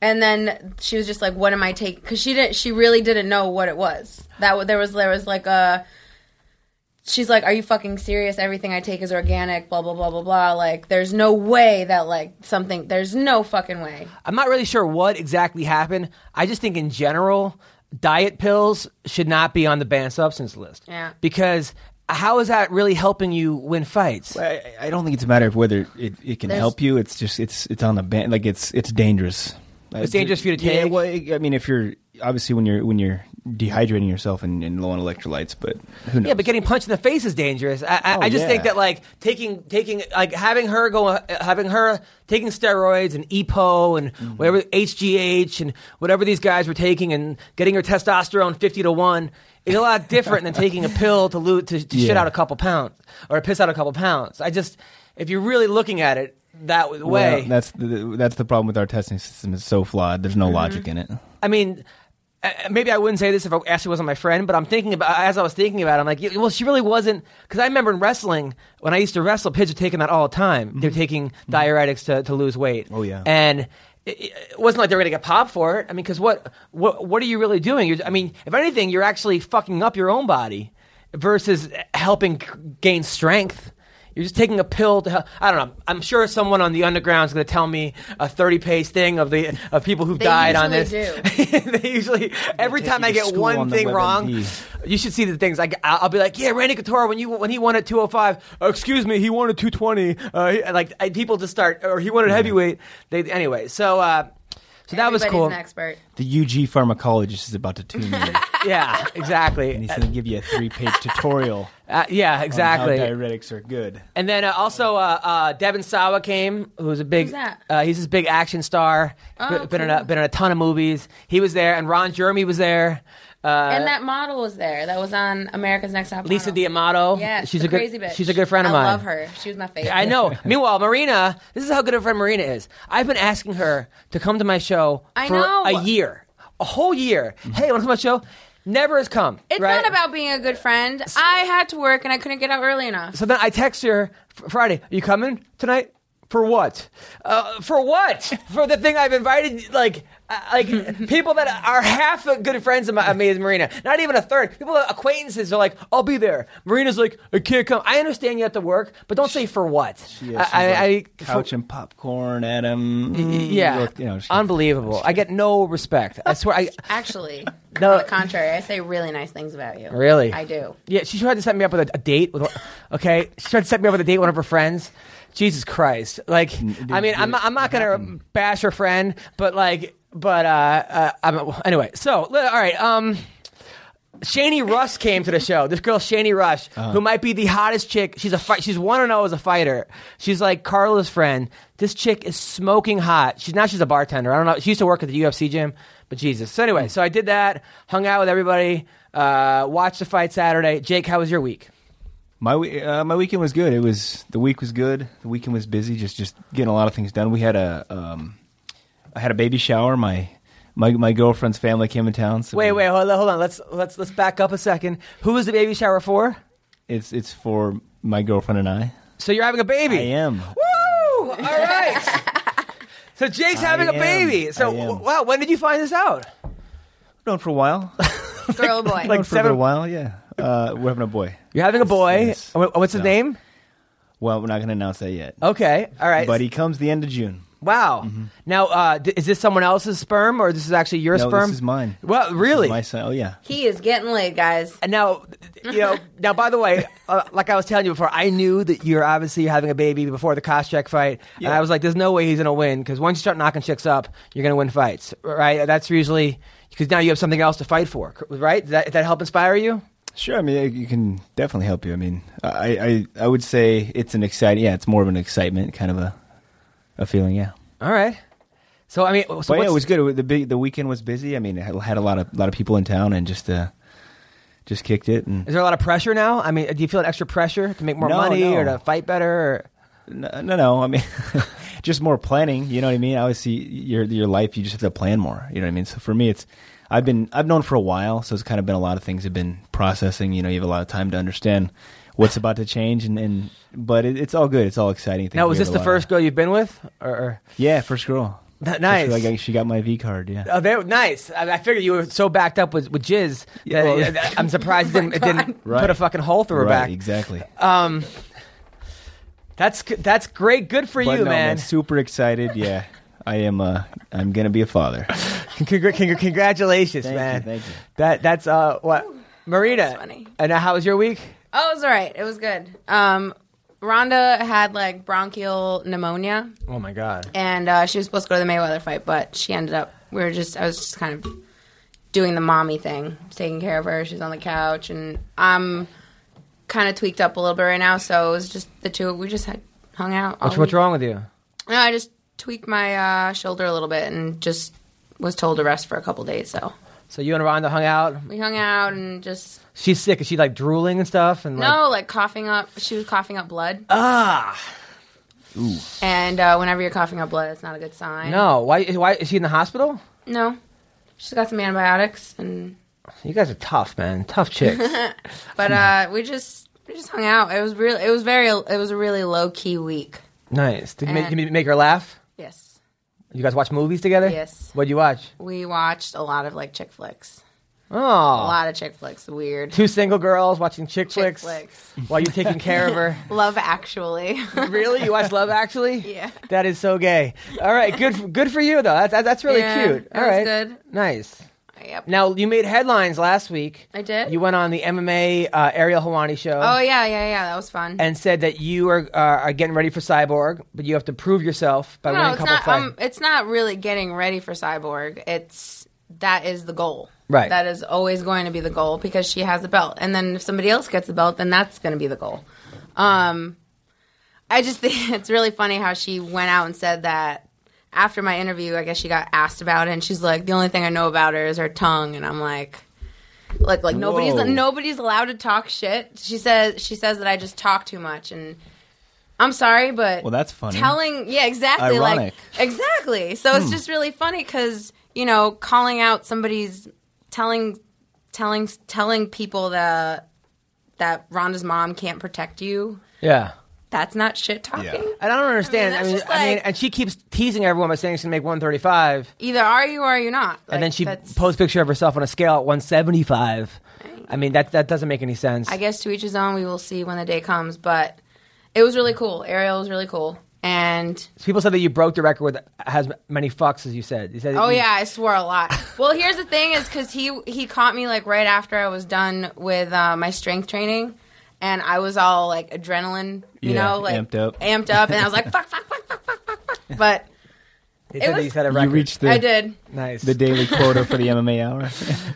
[SPEAKER 3] and then she was just like, "What am I taking?" Because she didn't. She really didn't know what it was. That wa- there was there was like a. She's like, "Are you fucking serious? Everything I take is organic." Blah blah blah blah blah. Like, there's no way that like something. There's no fucking way.
[SPEAKER 2] I'm not really sure what exactly happened. I just think in general, diet pills should not be on the banned substance list.
[SPEAKER 3] Yeah.
[SPEAKER 2] Because how is that really helping you win fights?
[SPEAKER 4] I, I don't think it's a matter of whether it, it can
[SPEAKER 3] There's-
[SPEAKER 4] help you. It's just it's it's on the ban like it's it's dangerous.
[SPEAKER 2] It's dangerous for you to
[SPEAKER 4] Yeah,
[SPEAKER 2] take?
[SPEAKER 4] well, I mean, if you're obviously when you're when you're dehydrating yourself and, and low on electrolytes, but who knows?
[SPEAKER 2] Yeah, but getting punched in the face is dangerous. I, I,
[SPEAKER 4] Oh,
[SPEAKER 2] I just think
[SPEAKER 4] yeah.
[SPEAKER 2] that like taking taking like having her go uh, having her taking steroids and EPO and
[SPEAKER 4] Mm-hmm.
[SPEAKER 2] whatever HGH and whatever these guys were taking and getting her testosterone fifty to one is a lot different than taking a pill to loot to, to shit
[SPEAKER 4] Yeah.
[SPEAKER 2] out a couple pounds or piss out a couple pounds. I just if you're really looking at it that way,
[SPEAKER 4] Well, that's the, that's the problem with our testing system. It's so flawed. There's no
[SPEAKER 2] Mm-hmm.
[SPEAKER 4] logic in it.
[SPEAKER 2] I mean, uh, maybe I wouldn't say this if Ashley wasn't my friend, but I'm thinking about as I was thinking about, it, I'm like, yeah, well, she really wasn't because I remember in wrestling when I used to wrestle, kids were taking that all the time. They're taking diuretics to, to lose weight.
[SPEAKER 4] Mm-hmm. Oh, yeah.
[SPEAKER 2] and. It it wasn't like they were going to get popped for it. I mean, because what, what what are you really doing? You're, I mean, if anything, you're actually fucking up your own body versus helping c- gain strength. You're just taking a pill to help. I don't know. I'm sure someone on the underground is going to tell me a 30 page thing of the of people who've
[SPEAKER 3] They
[SPEAKER 2] died on this.
[SPEAKER 3] usually do.
[SPEAKER 2] they usually every
[SPEAKER 4] take
[SPEAKER 2] time
[SPEAKER 4] you
[SPEAKER 2] I
[SPEAKER 4] to
[SPEAKER 2] get
[SPEAKER 4] school
[SPEAKER 2] one
[SPEAKER 4] on the
[SPEAKER 2] thing
[SPEAKER 4] WebMD.
[SPEAKER 2] wrong, you should see the things. Like I- I'll be like, "Yeah, Randy Couture when you when he won at 205, oh, excuse me, he won at 220." Uh, he- like I, people just start, or he won at heavyweight. They anyway. So uh, so that was
[SPEAKER 3] Everybody's
[SPEAKER 2] cool.
[SPEAKER 3] An expert.
[SPEAKER 4] The UG pharmacologist is about to tune in, and
[SPEAKER 2] Yeah, exactly.
[SPEAKER 4] he's going to give you a three page tutorial
[SPEAKER 2] Uh, yeah, exactly.
[SPEAKER 4] on how diuretics are good.
[SPEAKER 2] And then uh, also uh, uh, Devin Sawa came, who's a big.
[SPEAKER 3] Who's that?
[SPEAKER 2] Uh, he's this big action star.
[SPEAKER 3] Oh,
[SPEAKER 2] been in a,
[SPEAKER 3] cool.
[SPEAKER 2] been in a ton of movies. He was there, and Ron Jeremy was there. Uh,
[SPEAKER 3] and that model was there. That was on America's Next Top
[SPEAKER 2] Lisa
[SPEAKER 3] Model.
[SPEAKER 2] D'Amato.
[SPEAKER 3] Yes,
[SPEAKER 2] she's
[SPEAKER 3] the
[SPEAKER 2] a good,
[SPEAKER 3] crazy bitch.
[SPEAKER 2] She's a good friend of mine.
[SPEAKER 3] I love her. She was my favorite.
[SPEAKER 2] I know. Meanwhile, Marina, this is how good of a friend Marina is. I've been asking her to come to my show
[SPEAKER 3] I
[SPEAKER 2] for
[SPEAKER 3] know.
[SPEAKER 2] a year, a whole year. Hey, want to come to my show? Never has come.
[SPEAKER 3] It's
[SPEAKER 2] right?
[SPEAKER 3] not about being a good friend. I had to work and I couldn't get out early enough.
[SPEAKER 2] So then I text her Fr- Friday. You coming tonight? For what? Uh, for what? For the thing I've invited, like, uh, like people that are half a good friends of, my, of me is Marina. Not even a third. People acquaintances are like, I'll be there. Marina's like, I can't come. I understand you have to work, but don't say for what.
[SPEAKER 4] Yeah, she's
[SPEAKER 2] I, I,
[SPEAKER 4] like,
[SPEAKER 2] I-
[SPEAKER 4] couch and popcorn at him.
[SPEAKER 2] yeah,
[SPEAKER 4] Look, you know, she-
[SPEAKER 2] unbelievable. I get no respect. I swear. I
[SPEAKER 3] Actually,
[SPEAKER 2] No.
[SPEAKER 3] on the contrary, I say really nice things about you.
[SPEAKER 2] Really?
[SPEAKER 3] I do.
[SPEAKER 2] Yeah, she tried to set me up with a, a date. With okay, she tried to set me up with a date with one of her friends. Jesus Christ! Like, I mean, I'm, not- I'm not gonna bash her friend, but like, but uh, uh I'm, anyway. So, li- all right. Um, Shani Rush came to the show. This girl, Shani Rush,
[SPEAKER 4] Uh-huh.
[SPEAKER 2] who might be the hottest chick. She's a fight. She's one and zero as a fighter. She's like Carla's friend. This chick is smoking hot. She's now she's a bartender. I don't know. She used to work at the UFC gym, but Jesus. So anyway, so I did that. Hung out with everybody. Uh, watched the fight Saturday. Jake, how was your week?
[SPEAKER 4] My we- uh, my weekend was good. It was the week was good. The weekend was busy. Just just getting a lot of things done. We had a um, I had a baby shower. My my my girlfriend's family came in town. So
[SPEAKER 2] Wait,
[SPEAKER 4] we-
[SPEAKER 2] wait, hold on, hold on. Let's let's let's back up a second. Who was the baby shower for?
[SPEAKER 4] It's it's for my girlfriend and I.
[SPEAKER 2] So you're having a baby.
[SPEAKER 4] I am.
[SPEAKER 2] Woo! All right. so Jake's having a
[SPEAKER 4] am.
[SPEAKER 2] baby. So
[SPEAKER 4] I am.
[SPEAKER 2] w- wow, when did you find this out?
[SPEAKER 4] Known for a while.
[SPEAKER 3] Girl, boy.
[SPEAKER 4] Known for a
[SPEAKER 2] seven-
[SPEAKER 4] little while. Yeah. Uh, we're having a boy.
[SPEAKER 2] You're having a boy.
[SPEAKER 4] yes.
[SPEAKER 2] Wh- What's his
[SPEAKER 4] No.
[SPEAKER 2] name?
[SPEAKER 4] Well, we're not going to announce that yet.
[SPEAKER 2] Okay. All Oh, right.
[SPEAKER 4] But he comes the end of June.
[SPEAKER 2] Wow. Now, uh, d- is this someone else's sperm or this is actually your
[SPEAKER 4] Mm-hmm. no,
[SPEAKER 2] sperm?
[SPEAKER 4] this is mine.
[SPEAKER 2] Well, really?
[SPEAKER 4] My son. Oh yeah.
[SPEAKER 3] he is getting laid, guys.
[SPEAKER 2] And now, you know, now, by the way, uh, like I was telling you before, I knew that you're obviously having a baby before the Koscheck fight. And
[SPEAKER 4] Yeah.
[SPEAKER 2] I was like, there's no way he's going to win because once you start knocking chicks up, you're going to win fights, right? That's usually because now you have something else to fight for, c- right? Did that, did that help inspire you?
[SPEAKER 4] Sure, I mean it- you can definitely help you. I mean, I I, I would say it's an exciting. Yeah, it's more of an excitement kind of a a feeling. Yeah,
[SPEAKER 2] All right. So, I mean, so
[SPEAKER 4] but yeah, it
[SPEAKER 2] what's-
[SPEAKER 4] was good. It was- the big, the weekend was busy. I mean, it had, had a lot of lot of people in town and just uh just kicked it. And
[SPEAKER 2] is there a lot of pressure now? I mean, do you feel an extra pressure to make more
[SPEAKER 4] No,
[SPEAKER 2] money
[SPEAKER 4] no.
[SPEAKER 2] or to fight better? Or,
[SPEAKER 4] no, no, no I mean, just more planning. You know what I mean? Obviously, your your life, you just have to plan more. You know what I mean? So for me, it's I've been I've known for a while, so it's kind of been a lot of things have been processing. You know, you have a lot of time to understand what's about to change, and, and but it, it's all good. It's all exciting. things.
[SPEAKER 2] now, was
[SPEAKER 4] We have
[SPEAKER 2] this
[SPEAKER 4] a
[SPEAKER 2] the
[SPEAKER 4] lot of-
[SPEAKER 2] first girl you've been with? Or, or
[SPEAKER 4] Yeah, first girl.
[SPEAKER 2] That-
[SPEAKER 4] First
[SPEAKER 2] nice.
[SPEAKER 4] girl, I got- she got my V card. Yeah.
[SPEAKER 2] Oh, they were nice. I, I figured you were so backed up with, with jizz that
[SPEAKER 4] well-
[SPEAKER 2] that- I'm surprised it didn't, it didn't
[SPEAKER 4] Right.
[SPEAKER 2] put a fucking hole through her
[SPEAKER 4] right.
[SPEAKER 2] back. Um,
[SPEAKER 4] Exactly.
[SPEAKER 2] That's g- that's great. Good for
[SPEAKER 4] But
[SPEAKER 2] you,
[SPEAKER 4] no,
[SPEAKER 2] man.
[SPEAKER 4] Super excited. Yeah. I am. Uh, I'm gonna be a father.
[SPEAKER 2] Congr- congr- congratulations,
[SPEAKER 4] Thank you,
[SPEAKER 2] man.
[SPEAKER 4] thank you.
[SPEAKER 2] That that's uh what Marina.
[SPEAKER 3] That's funny.
[SPEAKER 2] And uh, how was your week?
[SPEAKER 3] Oh, it was all right. It was good. Um, Rhonda had like bronchial pneumonia,
[SPEAKER 2] Oh my god.
[SPEAKER 3] and uh, she was supposed to go to the Mayweather fight, but she ended up. We were just. I was just kind of doing the mommy thing, taking care of her. She's on the couch, and I'm kind of tweaked up a little bit right now. So it was just the two. We just had hung out. all
[SPEAKER 2] What's, what's
[SPEAKER 3] week.
[SPEAKER 2] wrong with you?
[SPEAKER 3] No, I just tweaked my uh, shoulder a little bit, and just was told to rest for a couple days. So
[SPEAKER 2] So you and Rhonda hung out.
[SPEAKER 3] we hung out and just
[SPEAKER 2] She's sick. Is she like drooling and stuff? And like,
[SPEAKER 3] no, like coughing up. She was coughing up blood.
[SPEAKER 2] ah
[SPEAKER 3] And uh, whenever you're coughing up blood, that's not a good sign.
[SPEAKER 2] no. Why? is- Why is she in the hospital?
[SPEAKER 3] No. She's got some antibiotics and
[SPEAKER 2] You guys are tough, man. Tough chicks. Hmm.
[SPEAKER 3] but uh we just we just hung out. It was really it was very it was a really low key week.
[SPEAKER 2] nice. Did you, make,
[SPEAKER 3] And-
[SPEAKER 2] did you make her laugh?
[SPEAKER 3] Yes.
[SPEAKER 2] You guys watch movies together?
[SPEAKER 3] Yes.
[SPEAKER 2] What'd you watch?
[SPEAKER 3] We watched a lot of like chick flicks. A
[SPEAKER 2] Oh,
[SPEAKER 3] lot of chick flicks. Weird.
[SPEAKER 2] two single girls watching chick,
[SPEAKER 3] Chick
[SPEAKER 2] flicks
[SPEAKER 3] flicks.
[SPEAKER 2] while you're taking care of her.
[SPEAKER 3] Love actually.
[SPEAKER 2] really, you watch Love Actually?
[SPEAKER 3] Yeah.
[SPEAKER 2] That is so gay. All right, good, for, good for you though. That's that- that's really
[SPEAKER 3] Yeah,
[SPEAKER 2] cute.
[SPEAKER 3] it
[SPEAKER 2] All
[SPEAKER 3] was
[SPEAKER 2] right,
[SPEAKER 3] good.
[SPEAKER 2] nice.
[SPEAKER 3] yep.
[SPEAKER 2] Now you made headlines last week.
[SPEAKER 3] I did.
[SPEAKER 2] You went on the MMA uh, Ariel Hawani show
[SPEAKER 3] oh yeah, yeah, yeah. That was fun.
[SPEAKER 2] and said that you are are are getting ready for Cyborg, but you have to prove yourself by winning
[SPEAKER 3] no,
[SPEAKER 2] a
[SPEAKER 3] it's
[SPEAKER 2] couple
[SPEAKER 3] not
[SPEAKER 2] fights.
[SPEAKER 3] um it's not really getting ready for Cyborg. It's that is the goal.
[SPEAKER 2] Right.
[SPEAKER 3] That is always going to be the goal because she has a belt. And then if somebody else gets the belt, then that's going to be the goal. Um I just think it's really funny how she went out and said that after my interview, I guess she got asked about it and she's like, "The only thing I know about her is her tongue." And I'm like, like like nobody's
[SPEAKER 4] Whoa.
[SPEAKER 3] nobody's allowed to talk shit. She says she says that I just talk too much and I'm sorry, but
[SPEAKER 4] Well, that's funny.
[SPEAKER 3] Telling, yeah, exactly,
[SPEAKER 4] Ironic.
[SPEAKER 3] like
[SPEAKER 2] Hmm.
[SPEAKER 3] exactly. So it's just really funny because you know, calling out somebody's telling telling telling people that that Rhonda's mom can't protect you.
[SPEAKER 2] Yeah.
[SPEAKER 3] That's not shit talking.
[SPEAKER 2] And I don't understand. I
[SPEAKER 3] that's
[SPEAKER 2] mean, I mean,
[SPEAKER 3] just like-
[SPEAKER 2] and she keeps teasing everyone by saying she's gonna make 135,
[SPEAKER 3] Either are you or are you not. Like,
[SPEAKER 2] and then she
[SPEAKER 3] that's-
[SPEAKER 2] posts a picture of herself on a scale at 175. I mean, that that doesn't make any sense.
[SPEAKER 3] I guess to each his own. We will see when the day comes. But it was really cool. Ariel was really cool. And
[SPEAKER 2] People said that you broke the record with as many fucks as you said. You said
[SPEAKER 3] oh
[SPEAKER 2] you-
[SPEAKER 3] yeah, I swore a lot. well, here's the thing: is because he he caught me like right after I was done with uh, my strength training, and I was all like adrenaline, you
[SPEAKER 4] Yeah,
[SPEAKER 3] know, like
[SPEAKER 4] amped up.
[SPEAKER 3] amped up, and I was like fuck, fuck, fuck, fuck, fuck, fuck, fuck. But
[SPEAKER 2] They said
[SPEAKER 3] it
[SPEAKER 2] that
[SPEAKER 3] was-
[SPEAKER 2] you set a record.
[SPEAKER 4] You reached the
[SPEAKER 3] I did.
[SPEAKER 2] nice.
[SPEAKER 4] the daily quota for the MMA hour.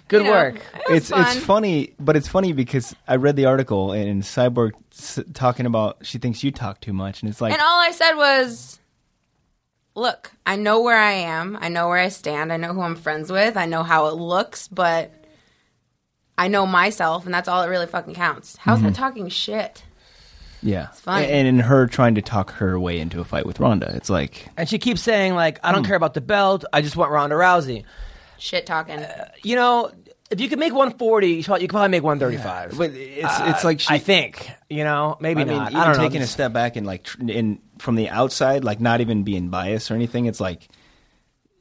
[SPEAKER 2] Good
[SPEAKER 3] you know,
[SPEAKER 2] work.
[SPEAKER 3] It was
[SPEAKER 4] it's
[SPEAKER 3] fun.
[SPEAKER 4] it's funny, but it's funny because I read the article and, and Cyborg s- talking about she thinks you talk too much, and it's like
[SPEAKER 3] And all I said was, look, I know where I am. I know where I stand. I know who I'm friends with. I know how it looks, but I know myself, and that's all that really fucking counts. How's
[SPEAKER 4] Mm-hmm.
[SPEAKER 3] that talking shit?
[SPEAKER 4] yeah,
[SPEAKER 3] fine.
[SPEAKER 4] and in her trying to talk her way into a fight with Ronda, it's like
[SPEAKER 2] And she keeps saying like, I don't
[SPEAKER 4] Hmm.
[SPEAKER 2] care about the belt. I just want Ronda Rousey.
[SPEAKER 3] Shit talking.
[SPEAKER 2] You know, if you could make 140, you should- you could probably make 135.
[SPEAKER 4] but it's it's like she.
[SPEAKER 2] I think. You know, maybe
[SPEAKER 4] I mean,
[SPEAKER 2] not.
[SPEAKER 4] even
[SPEAKER 2] I don't know.
[SPEAKER 4] taking a step back and like tr- in from the outside, like not even being biased or anything. It's like,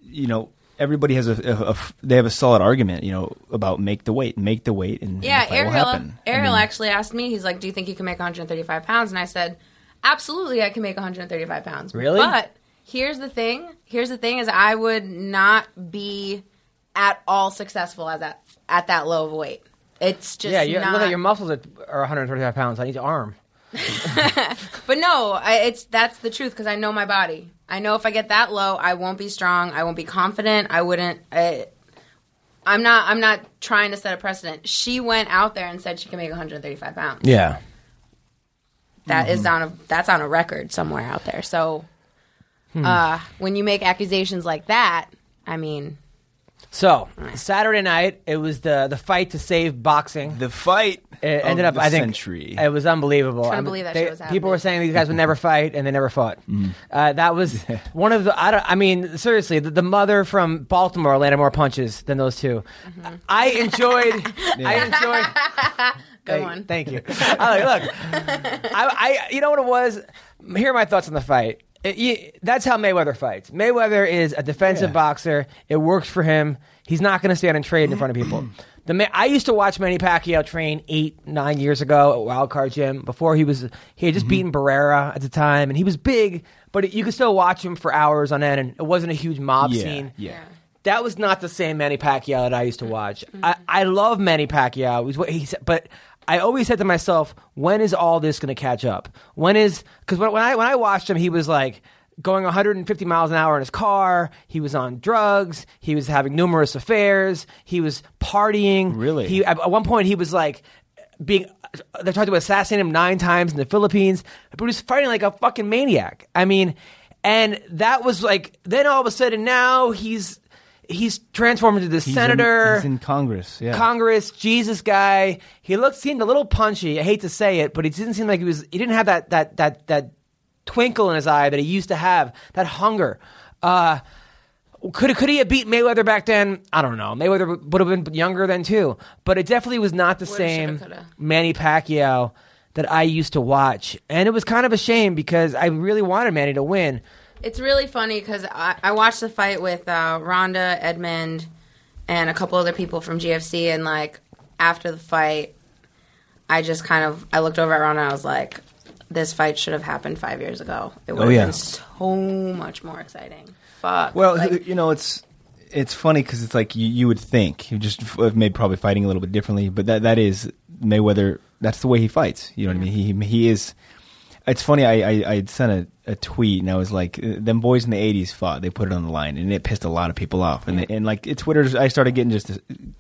[SPEAKER 4] you know, everybody has a, a- a f- they have a solid argument, you know, about make the weight, make the weight, and and
[SPEAKER 3] yeah,
[SPEAKER 4] the fight will
[SPEAKER 3] Ariel.
[SPEAKER 4] happen. I
[SPEAKER 3] Ariel
[SPEAKER 4] mean,
[SPEAKER 3] actually asked me. He's like, "Do you think you can make 135 pounds?" And I said, "Absolutely, I can make 135 pounds."
[SPEAKER 2] Really?
[SPEAKER 3] But here's the thing. Here's the thing: is I would not be at all successful at that at that low of a weight. It's just
[SPEAKER 2] yeah, you
[SPEAKER 3] not,
[SPEAKER 2] look at your muscles are, are 135 pounds. I need your arm.
[SPEAKER 3] But no, I, it's that's the truth because I know my body. I know if I get that low, I won't be strong. I won't be confident. I wouldn't. I, I'm not. I'm not trying to set a precedent. She went out there and said she can make 135 pounds.
[SPEAKER 2] Yeah.
[SPEAKER 3] That is
[SPEAKER 4] Mm-hmm.
[SPEAKER 3] on a that's on a record somewhere out there. So,
[SPEAKER 4] Hmm.
[SPEAKER 3] uh, when you make accusations like that, I mean,
[SPEAKER 2] So Saturday night, it was the the fight to save boxing.
[SPEAKER 4] the fight
[SPEAKER 2] it
[SPEAKER 4] of
[SPEAKER 2] ended up,
[SPEAKER 4] the
[SPEAKER 2] I think,
[SPEAKER 4] century.
[SPEAKER 2] it was unbelievable.
[SPEAKER 3] Couldn't
[SPEAKER 2] I mean,
[SPEAKER 3] believe that
[SPEAKER 2] they-
[SPEAKER 3] shit was
[SPEAKER 2] People
[SPEAKER 3] happening.
[SPEAKER 2] were saying these guys would never fight, and they never fought.
[SPEAKER 4] Mm.
[SPEAKER 2] Uh, that was one of the. I, don't, I mean, seriously, the, the mother from Baltimore landed more punches than those 2
[SPEAKER 3] Mm-hmm.
[SPEAKER 2] I enjoyed. I enjoyed.
[SPEAKER 3] go
[SPEAKER 2] Thank-
[SPEAKER 3] on.
[SPEAKER 2] Thank you. I, like, look, I, I, you know what it was. Here are my thoughts on the fight. It- you- that's how Mayweather fights. Mayweather is a defensive
[SPEAKER 4] Yeah.
[SPEAKER 2] boxer. It works for him. He's not going to stand and trade in front of people. The Ma- I used to watch Manny Pacquiao train eight, nine years ago at Wild Card Gym. Before he was, he
[SPEAKER 4] Mm-hmm.
[SPEAKER 2] had just beaten Barrera at the time, and he was big, but you could still watch him for hours on end. And it wasn't a huge mob
[SPEAKER 4] Yeah,
[SPEAKER 2] scene.
[SPEAKER 4] yeah.
[SPEAKER 2] That was not the same Manny Pacquiao that I used to watch. I, I love Manny Pacquiao. He's what he said, but I always said to myself, when is all this going to catch up? When is because when, when I when I watched him, he was like going 150 miles an hour in his car. He was on drugs. He was having numerous affairs. He was partying.
[SPEAKER 4] Really?
[SPEAKER 2] He at at one point he was like being they tried to assassinate him nine times in the Philippines, but he was fighting like a fucking maniac. I mean, and that was like then all of a sudden now he's he's transformed into this
[SPEAKER 4] He's in-
[SPEAKER 2] senator.
[SPEAKER 4] he's in Congress, yeah.
[SPEAKER 2] Congress, Jesus guy. He looked seemed a little punchy. I hate to say it, but he didn't seem like he was. He didn't have that that that that twinkle in his eye that he used to have. That hunger. Uh, could could he have beat Mayweather back then? I don't know. Mayweather would have been younger then too, but it definitely was not the
[SPEAKER 3] Woulda,
[SPEAKER 2] same
[SPEAKER 3] shoulda, coulda.
[SPEAKER 2] Manny Pacquiao that I used to watch, and it was kind of a shame because I really wanted Manny to win.
[SPEAKER 3] It's really funny because I, I watched the fight with uh, Rhonda Edmond and a couple other people from GFC, and like after the fight, I just kind of I looked over at Rhonda. and I was like, "This fight should have happened five years ago. It would have
[SPEAKER 4] Oh, yeah.
[SPEAKER 3] been so much more exciting." Fuck.
[SPEAKER 4] Well,
[SPEAKER 3] Like,
[SPEAKER 4] you know, it's it's funny because it's like you, you would think you just f- uh, maybe probably fighting a little bit differently, but that that is Mayweather. That's the way he fights. You know what I mean? He he is. It's funny. I I, I had sent a, a tweet and I was like, uh, "Them boys in the '80s fought. They put it on the line, and it pissed a lot of people off. And and like it, Twitter's, I started getting just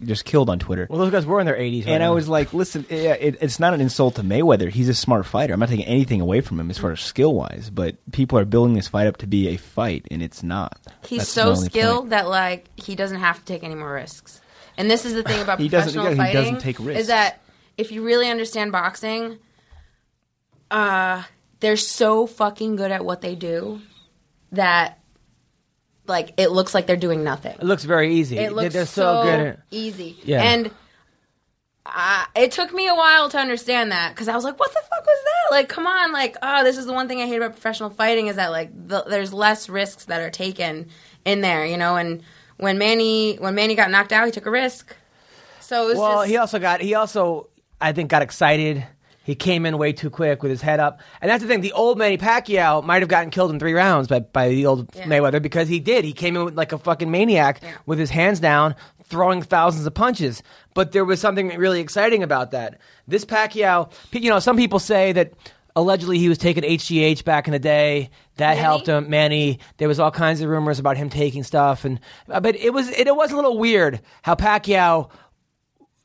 [SPEAKER 4] just killed on Twitter.
[SPEAKER 2] Well, those guys were in their eighties,
[SPEAKER 4] And I was like, listen, yeah, it, it's not an insult to Mayweather. He's a smart fighter. I'm not taking anything away from him as far as skill wise, but people are building this fight up to be a fight, and it's not.
[SPEAKER 3] he's
[SPEAKER 4] That's
[SPEAKER 3] so
[SPEAKER 4] my only
[SPEAKER 3] skilled
[SPEAKER 4] point.
[SPEAKER 3] that like he doesn't have to take any more risks. And this is the thing about
[SPEAKER 4] He doesn't-
[SPEAKER 3] professional
[SPEAKER 4] yeah, he
[SPEAKER 3] fighting
[SPEAKER 4] doesn't take risks.
[SPEAKER 3] is that if you really understand boxing, uh, they're so fucking good at what they do that like it looks like they're doing nothing.
[SPEAKER 2] it looks very easy.
[SPEAKER 3] It looks
[SPEAKER 2] They're so, good. at-
[SPEAKER 3] easy.
[SPEAKER 2] Yeah.
[SPEAKER 3] And I, it took me a while to understand that because I was like, "What the fuck was that?" Like, come on, like, oh, this is the one thing I hate about professional fighting is that like the, there's less risks that are taken in there, you know. And when Manny when Manny got knocked out, he took a risk. So it was
[SPEAKER 2] Well,
[SPEAKER 3] just,
[SPEAKER 2] he also got he also I think got excited. He came in way too quick with his head up, and that's the thing. The old Manny Pacquiao might have gotten killed in three rounds by by the old
[SPEAKER 3] Yeah.
[SPEAKER 2] Mayweather because he did. He came in with, like a fucking maniac with his hands down, throwing thousands of punches. But there was something really exciting about that. This Pacquiao, pe- you know, some people say that allegedly he was taking HGH back in the day. That
[SPEAKER 3] Manny?
[SPEAKER 2] helped him. Manny. There was all kinds of rumors about him taking stuff, and uh, but it was it, it was a little weird how Pacquiao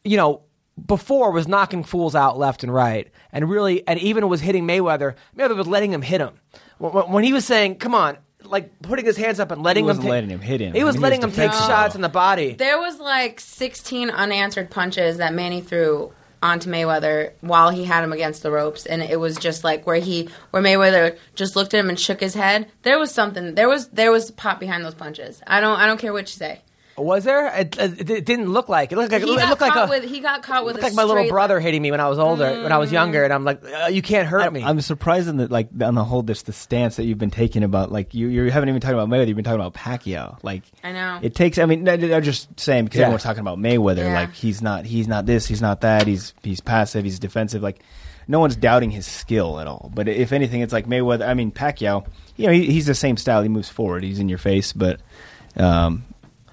[SPEAKER 2] you know, before was knocking fools out left and right, and really, and even was hitting Mayweather. Mayweather was letting him hit him when, when- when he was saying, "Come on." Like putting his hands up and letting him,
[SPEAKER 4] wasn't
[SPEAKER 2] ta-
[SPEAKER 4] letting him hit him.
[SPEAKER 2] He was
[SPEAKER 4] He was
[SPEAKER 2] letting him take
[SPEAKER 4] defensive.
[SPEAKER 2] shots in the body.
[SPEAKER 3] there was like 16 unanswered punches that Manny threw onto Mayweather while he had him against the ropes and it was just like where he where Mayweather just looked at him and shook his head there was something there was there was pop behind those punches I don't I don't care what you say
[SPEAKER 2] Was there? It, it, it didn't look like it. Looked like
[SPEAKER 3] he
[SPEAKER 2] it
[SPEAKER 3] got
[SPEAKER 2] looked like
[SPEAKER 3] caught
[SPEAKER 2] a.
[SPEAKER 3] with he got caught with
[SPEAKER 2] looked
[SPEAKER 3] a
[SPEAKER 2] like my little
[SPEAKER 3] straight- Mm.
[SPEAKER 2] brother hitting me when I was older, when I was younger, and I'm like, uh, you can't hurt me.
[SPEAKER 4] I'm surprised in that, like, on the whole, this the stance that you've been taking about, like, you you haven't even talked about Mayweather. You've been talking about Pacquiao. Like,
[SPEAKER 3] I know.
[SPEAKER 4] it takes. I mean, no, no, I'm just saying because
[SPEAKER 2] Yeah.
[SPEAKER 4] everyone's talking about Mayweather.
[SPEAKER 3] Yeah.
[SPEAKER 4] Like, he's not he's not this. He's not that. He's he's passive. He's defensive. Like, no one's doubting his skill at all. But if anything, it's like Mayweather. I mean, Pacquiao. You know, he, he's the same style. He moves forward. He's in your face. But, um,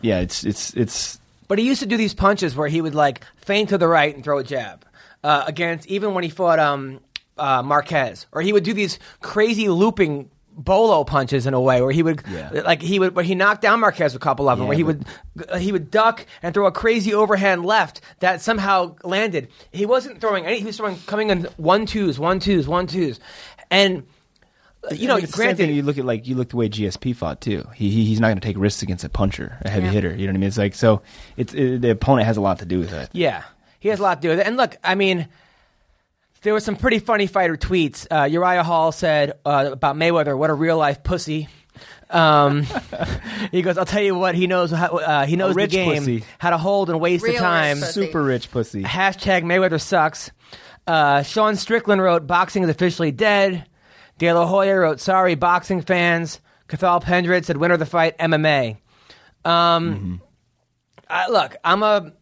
[SPEAKER 4] yeah, it's it's it's
[SPEAKER 2] But he used to do these punches where he would like feint to the right and throw a jab uh, against even when he fought um, uh, Marquez, or he would do these crazy looping bolo punches in a way where he would
[SPEAKER 4] Yeah.
[SPEAKER 2] like he would where he knocked down Marquez a couple of them
[SPEAKER 4] Yeah,
[SPEAKER 2] where he
[SPEAKER 4] but-
[SPEAKER 2] would uh, he would duck and throw a crazy overhand left that somehow landed. He wasn't throwing any. He was throwing coming in one twos, one twos, one twos, and uh, you know,
[SPEAKER 4] I mean, it's the same
[SPEAKER 2] granted,
[SPEAKER 4] thing, you look at like you look the way GSP fought too. He, he he's not going to take risks against a puncher, a heavy hitter. You know what I mean? It's like so. It's it, the opponent has a lot to do with that.
[SPEAKER 2] Yeah, he has a lot to do with it. And look, I mean, there were some pretty funny fighter tweets. Uh, Uriah Hall said uh, about Mayweather, "What a real life pussy." Um, he goes, "I'll tell you what, he knows how, uh, he knows the
[SPEAKER 4] rich
[SPEAKER 2] game,
[SPEAKER 4] pussy.
[SPEAKER 2] how to hold and waste
[SPEAKER 3] Real
[SPEAKER 2] the
[SPEAKER 3] rich
[SPEAKER 2] time."
[SPEAKER 3] pussy.
[SPEAKER 4] Super rich pussy.
[SPEAKER 2] Hashtag Mayweather sucks. Uh, Sean Strickland wrote, "Boxing is officially dead." De La Hoya wrote, "Sorry, boxing fans." Cathal Pendred said, "Winner of the fight, MMA." Um,
[SPEAKER 4] Mm-hmm.
[SPEAKER 2] I, look, I'm a,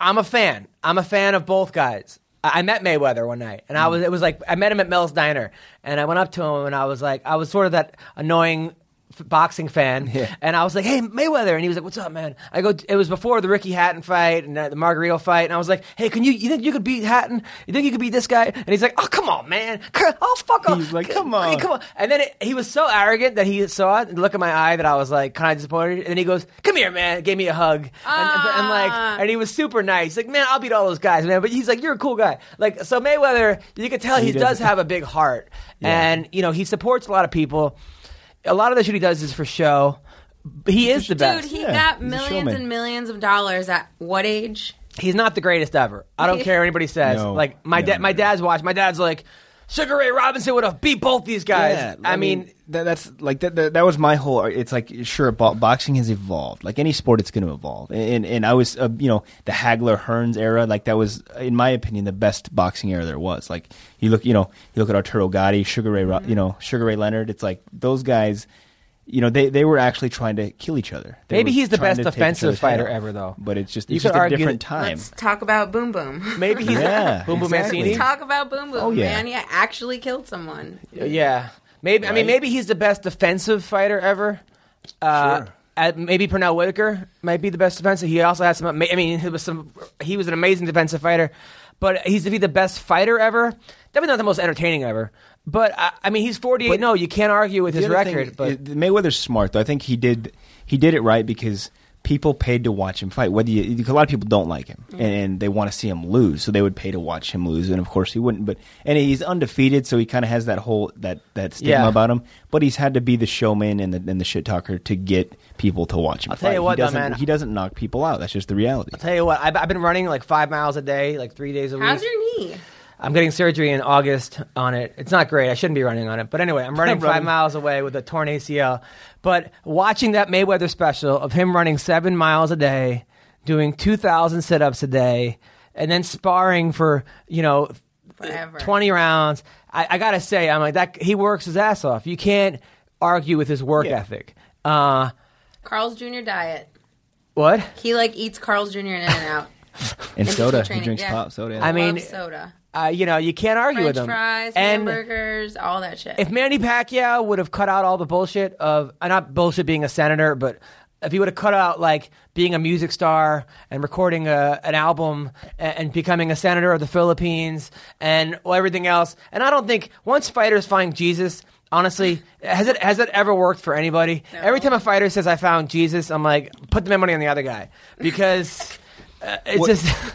[SPEAKER 2] I'm a fan. I'm a fan of both guys. I, I met Mayweather one night, and I was it was like I met him at Mel's Diner, and I went up to him, and I was like, I was sort of that annoying f- boxing fan, and I was like, Hey Mayweather, and he was like, What's up, man? I go, it was before the Ricky Hatton fight and uh, the Margarito fight, and I was like, Hey, can you you think you could beat Hatton? You think you could beat this guy? And he's like, Oh, come on, man. Oh, fuck off.
[SPEAKER 4] He's like,
[SPEAKER 2] C-
[SPEAKER 4] "Come on."
[SPEAKER 2] come on. And then it, he was so arrogant that he saw it and look at my eye that I was like kind of disappointed. And then he goes, "Come here, man." Gave me a hug. And, and, and
[SPEAKER 3] Ah.
[SPEAKER 2] like, and he was super nice. He's like, "Man, I'll beat all those guys, man." But he's like, "You're a cool guy." Like, so Mayweather, you can tell he, does
[SPEAKER 4] doesn't-
[SPEAKER 2] have a big heart, and you know he supports a lot of people. A lot of the shit he does is for show. He is the best.
[SPEAKER 3] dude he
[SPEAKER 4] Yeah,
[SPEAKER 3] got
[SPEAKER 4] he's a
[SPEAKER 3] millions
[SPEAKER 4] showman.
[SPEAKER 3] and millions of dollars at what age
[SPEAKER 2] he's not the greatest ever. I don't care what anybody says.
[SPEAKER 4] No.
[SPEAKER 2] like my
[SPEAKER 4] No,
[SPEAKER 2] dad,
[SPEAKER 4] no,
[SPEAKER 2] my
[SPEAKER 4] no.
[SPEAKER 2] dad's watch. My dad's like, Sugar Ray Robinson would have beat both these guys. I, mean
[SPEAKER 4] that, that's like that, that. That was my whole. It's like sure, bo- boxing has evolved. Like any sport, it's going to evolve. And and I was, uh, you know, the Hagler Hearns era. Like that was, in my opinion, the best boxing era there was. Like you look, you know, you look at Arturo Gotti, Sugar Ray,
[SPEAKER 2] Mm-hmm.
[SPEAKER 4] Ro- you know, Sugar Ray Leonard. It's like those guys. You know, they, they were actually trying to kill each other. They
[SPEAKER 2] Maybe
[SPEAKER 4] were
[SPEAKER 2] he's the
[SPEAKER 4] trying
[SPEAKER 2] best
[SPEAKER 4] to take each
[SPEAKER 2] defensive
[SPEAKER 4] other's
[SPEAKER 2] fighter
[SPEAKER 4] head off.
[SPEAKER 2] ever, though.
[SPEAKER 4] But it's just
[SPEAKER 2] You
[SPEAKER 4] it's
[SPEAKER 2] could
[SPEAKER 4] just a
[SPEAKER 2] argue
[SPEAKER 4] different
[SPEAKER 2] that-
[SPEAKER 4] time.
[SPEAKER 3] let's talk about Boom Boom
[SPEAKER 2] maybe he's
[SPEAKER 4] Yeah,
[SPEAKER 2] Boom Boom
[SPEAKER 4] exactly.
[SPEAKER 2] Mancini.
[SPEAKER 3] talk about Boom Boom
[SPEAKER 4] Oh, yeah.
[SPEAKER 3] man he actually killed someone
[SPEAKER 2] Yeah, maybe. I mean,
[SPEAKER 4] Right?
[SPEAKER 2] maybe he's the best defensive fighter ever. Uh, at- maybe Pernell Whitaker might be the best defensive. He also has some. ama- I mean, he was some. He was an amazing defensive fighter, but he's to be the best fighter ever. Definitely not the most entertaining ever. But I, I mean, he's forty eight.
[SPEAKER 4] But-
[SPEAKER 2] No, you can't argue with his
[SPEAKER 4] The other
[SPEAKER 2] record.
[SPEAKER 4] thing-
[SPEAKER 2] but
[SPEAKER 4] uh, Mayweather's smart though. I think he did he did it right because people paid to watch him fight. Whether you, because a lot of people don't like him and, and they want to see him lose, so they would pay to watch him lose. And of course he wouldn't. But and he's undefeated, so he kind of has that whole that that stigma
[SPEAKER 2] Yeah.
[SPEAKER 4] about him. But he's had to be the showman and the and the shit talker to get people to watch him.
[SPEAKER 2] I'll tell
[SPEAKER 4] fight.
[SPEAKER 2] you what,
[SPEAKER 4] he
[SPEAKER 2] though,
[SPEAKER 4] doesn't,
[SPEAKER 2] man.
[SPEAKER 4] he doesn't knock people out. That's just the reality.
[SPEAKER 2] tell you what, I've, I've been running like five miles a day, like three days a week.
[SPEAKER 3] how's your knee
[SPEAKER 2] I'm getting surgery in August on it. It's not great. I shouldn't be running on it. But anyway, I'm running, five
[SPEAKER 4] running.
[SPEAKER 2] miles away with a torn ACL. But watching that Mayweather special of him running seven miles a day, doing 2,000 sit ups a day, and then sparring for you know
[SPEAKER 3] Forever.
[SPEAKER 2] twenty rounds. I, I gotta say, I'm like that. He works his ass off. You can't argue with his work
[SPEAKER 4] Yeah.
[SPEAKER 2] ethic. Uh,
[SPEAKER 3] Carl's Jr. diet.
[SPEAKER 2] what?
[SPEAKER 3] He like eats Carl's Jr. and In and Out.
[SPEAKER 4] And soda. He
[SPEAKER 3] training,
[SPEAKER 4] drinks
[SPEAKER 3] yeah.
[SPEAKER 4] pop soda.
[SPEAKER 2] I mean,
[SPEAKER 3] Love soda,
[SPEAKER 2] Uh, you know, you can't argue
[SPEAKER 3] French
[SPEAKER 2] with him.
[SPEAKER 3] fries,
[SPEAKER 2] and
[SPEAKER 3] hamburgers, all that shit.
[SPEAKER 2] if Manny Pacquiao would have cut out all the bullshit of uh, not bullshit being a senator, but if he would have cut out like being a music star and recording a, an album and, and becoming a senator of the Philippines and everything else, and I don't think once fighters find Jesus, honestly, has it has it ever worked for anybody? Every time a fighter says I found Jesus, I'm like put the money on the other guy because uh, it's
[SPEAKER 4] What-
[SPEAKER 2] just.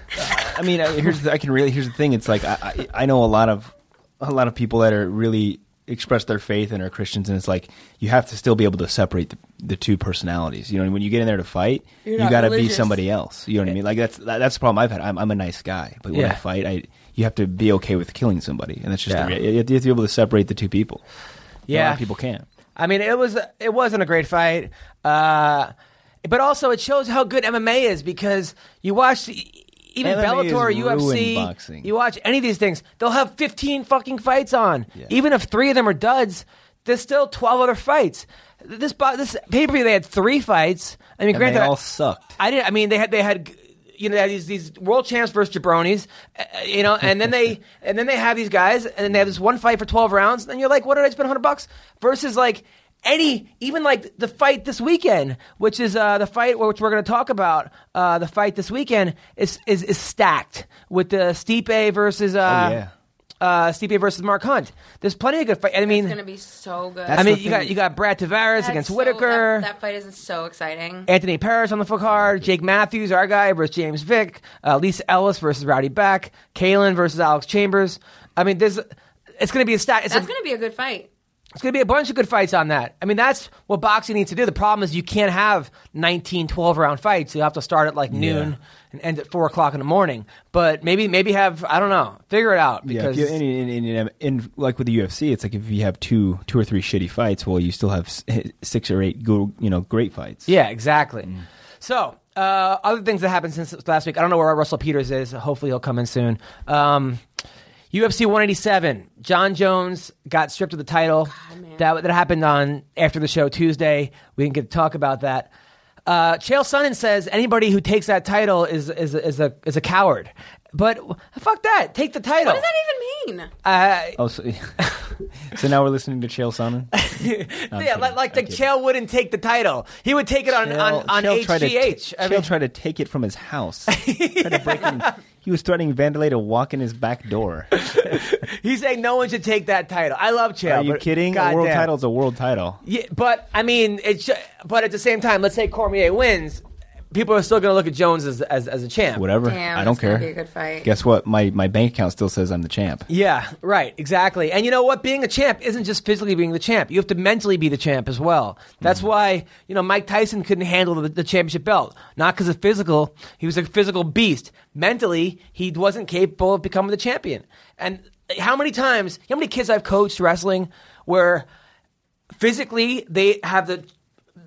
[SPEAKER 4] I mean, I, here's the, I can really here's the thing. It's like I, I I know a lot of a lot of people that are really express their faith and are Christians, and it's like you have to still be able to separate the, the two personalities. You know, when you get in there to fight,
[SPEAKER 3] You're
[SPEAKER 4] you
[SPEAKER 3] not
[SPEAKER 4] got to be
[SPEAKER 3] religious.
[SPEAKER 4] somebody else. You know what I mean? Like that's that, that's the problem I've had. I'm, I'm a nice guy, but when
[SPEAKER 2] Yeah.
[SPEAKER 4] I fight, I you have to be okay with killing somebody, and that's just
[SPEAKER 2] Yeah.
[SPEAKER 4] the, rea- you have to be able to separate the two people. a lot
[SPEAKER 2] Yeah.
[SPEAKER 4] of people can't.
[SPEAKER 2] I mean, it was it wasn't a great fight, uh, but also it shows how good MMA is because you watch even
[SPEAKER 4] MMA is
[SPEAKER 2] Bellator,
[SPEAKER 4] ruined
[SPEAKER 2] UFC,
[SPEAKER 4] boxing.
[SPEAKER 2] you watch any of these things, they'll have fifteen fucking fights on. Even if three of them are duds, there's still twelve other fights. This bo- this pay per view, they had three fights. I mean,
[SPEAKER 4] And
[SPEAKER 2] granted,
[SPEAKER 4] they all
[SPEAKER 2] I-
[SPEAKER 4] sucked.
[SPEAKER 2] I didn't. I mean, they had they had you know they had these these world champs versus jabronis, uh, you know, and then they and then they have these guys, and then they have this one fight for twelve rounds, and you're like, what did I spend hundred bucks versus like any even like the fight this weekend, which is uh, the fight which we're going to talk about. Uh, the fight this weekend is is, is stacked with the Stipe versus uh,
[SPEAKER 4] Oh, yeah.
[SPEAKER 2] uh, Stipe versus Mark Hunt. There's plenty of good fight. I mean,
[SPEAKER 3] it's gonna be so good.
[SPEAKER 2] I mean,
[SPEAKER 4] the
[SPEAKER 2] you got
[SPEAKER 4] thing.
[SPEAKER 2] you got Brad Tavares
[SPEAKER 3] That's
[SPEAKER 2] against
[SPEAKER 3] so-
[SPEAKER 2] Whitaker.
[SPEAKER 3] That, that fight is so exciting.
[SPEAKER 2] Anthony Parrish on the full card, Jake Matthews, our guy, versus James Vick, uh, Lisa Ellis versus Rowdy Back, Kalen versus Alex Chambers. I mean, there's it's going to be a stat. It's, a-
[SPEAKER 3] That's gonna be a good fight.
[SPEAKER 2] it's going to be a bunch of good fights on that. I mean, that's what boxing needs to do. The problem is you can't have 19, 12 round fights. You have to start at like noon and end at four o'clock in the morning. But maybe, maybe have I don't know, figure it out
[SPEAKER 4] Yeah, if
[SPEAKER 2] because
[SPEAKER 4] you, and, and, and, and, and like with the UFC, it's like if you have two, two or three shitty fights, well, you still have s- six or eight, go, you know, great fights.
[SPEAKER 2] Yeah, exactly.
[SPEAKER 4] Mm.
[SPEAKER 2] So, uh, other things that happened since last week. I don't know where Russell Peters is. Hopefully, he'll come in soon. Um, UFC 187. John Jones got stripped of the title. that that happened on after the show Tuesday. We didn't get to talk about that. Uh, Chael Sonnen says anybody who takes that title is is is a is a coward. But fuck that. Take the title.
[SPEAKER 3] What does that even mean?
[SPEAKER 4] Oh, so, so now we're listening to Chael Sonnen.
[SPEAKER 2] yeah, like, like the Chael wouldn't take the title. He would take it on on, on
[SPEAKER 4] Chael tried to
[SPEAKER 2] HGH.
[SPEAKER 4] ta-
[SPEAKER 2] I
[SPEAKER 4] Chael
[SPEAKER 2] mean-
[SPEAKER 4] tried to take it from his house. Tried to break in- He was threatening Vandalay to walk in his back door.
[SPEAKER 2] He's saying no one should take that title. I love Chael.
[SPEAKER 4] Are you
[SPEAKER 2] but
[SPEAKER 4] kidding? a
[SPEAKER 2] goddamn.
[SPEAKER 4] world title's a world title.
[SPEAKER 2] Yeah, but I mean, it. Sh- but at the same time, let's say Cormier wins, people are still going to look at Jones as as, as a champ.
[SPEAKER 4] Whatever.
[SPEAKER 3] Damn,
[SPEAKER 4] I don't
[SPEAKER 3] it's gonna
[SPEAKER 4] care.
[SPEAKER 3] be a good fight.
[SPEAKER 4] Guess what? My my bank account still says I'm the champ.
[SPEAKER 2] Yeah, right, exactly. And you know what? Being a champ isn't just physically being the champ. You have to mentally be the champ as well. That's why, you know, Mike Tyson couldn't handle the, the championship belt. Not because of physical, he was a physical beast. Mentally, he wasn't capable of becoming the champion. And how many times, how many kids I've coached wrestling where physically they have the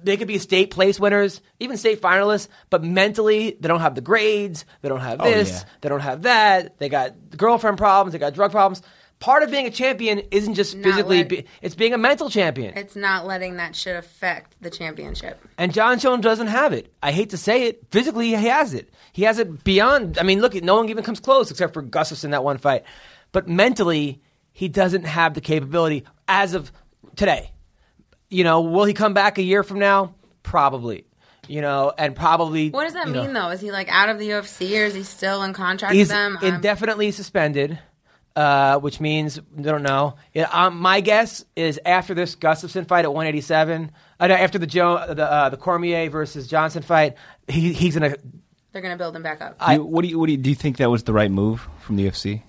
[SPEAKER 2] they could be state place winners, even state finalists, but mentally they don't have the grades, they don't have this,
[SPEAKER 4] yeah.
[SPEAKER 2] they don't have that, they got girlfriend problems, they got drug problems. Part of being a champion isn't just
[SPEAKER 3] Not
[SPEAKER 2] physically,
[SPEAKER 3] let-
[SPEAKER 2] be, it's being a mental champion.
[SPEAKER 3] It's not letting that shit affect the championship.
[SPEAKER 2] And John Jones doesn't have it. I hate to say it. Physically, he has it. He has it beyond. I mean, look, no one even comes close except for Gustafson that one fight. But mentally, he doesn't have the capability as of today. You know, will he come back a year from now? Probably. You know, and probably.
[SPEAKER 3] What does that
[SPEAKER 2] you know,
[SPEAKER 3] mean though? Is he like out of the UFC or is he still in contract
[SPEAKER 2] He's
[SPEAKER 3] with them? um, I'm-
[SPEAKER 2] indefinitely suspended, uh, which means I don't know. Yeah, um, my guess is after this Gustafson fight at 187, uh, no, after the Joe, the uh, the Cormier versus Johnson fight, he, he's gonna.
[SPEAKER 3] they're gonna build him back up.
[SPEAKER 4] Do you- what do you what do you, do you think that was the right move from the UFC?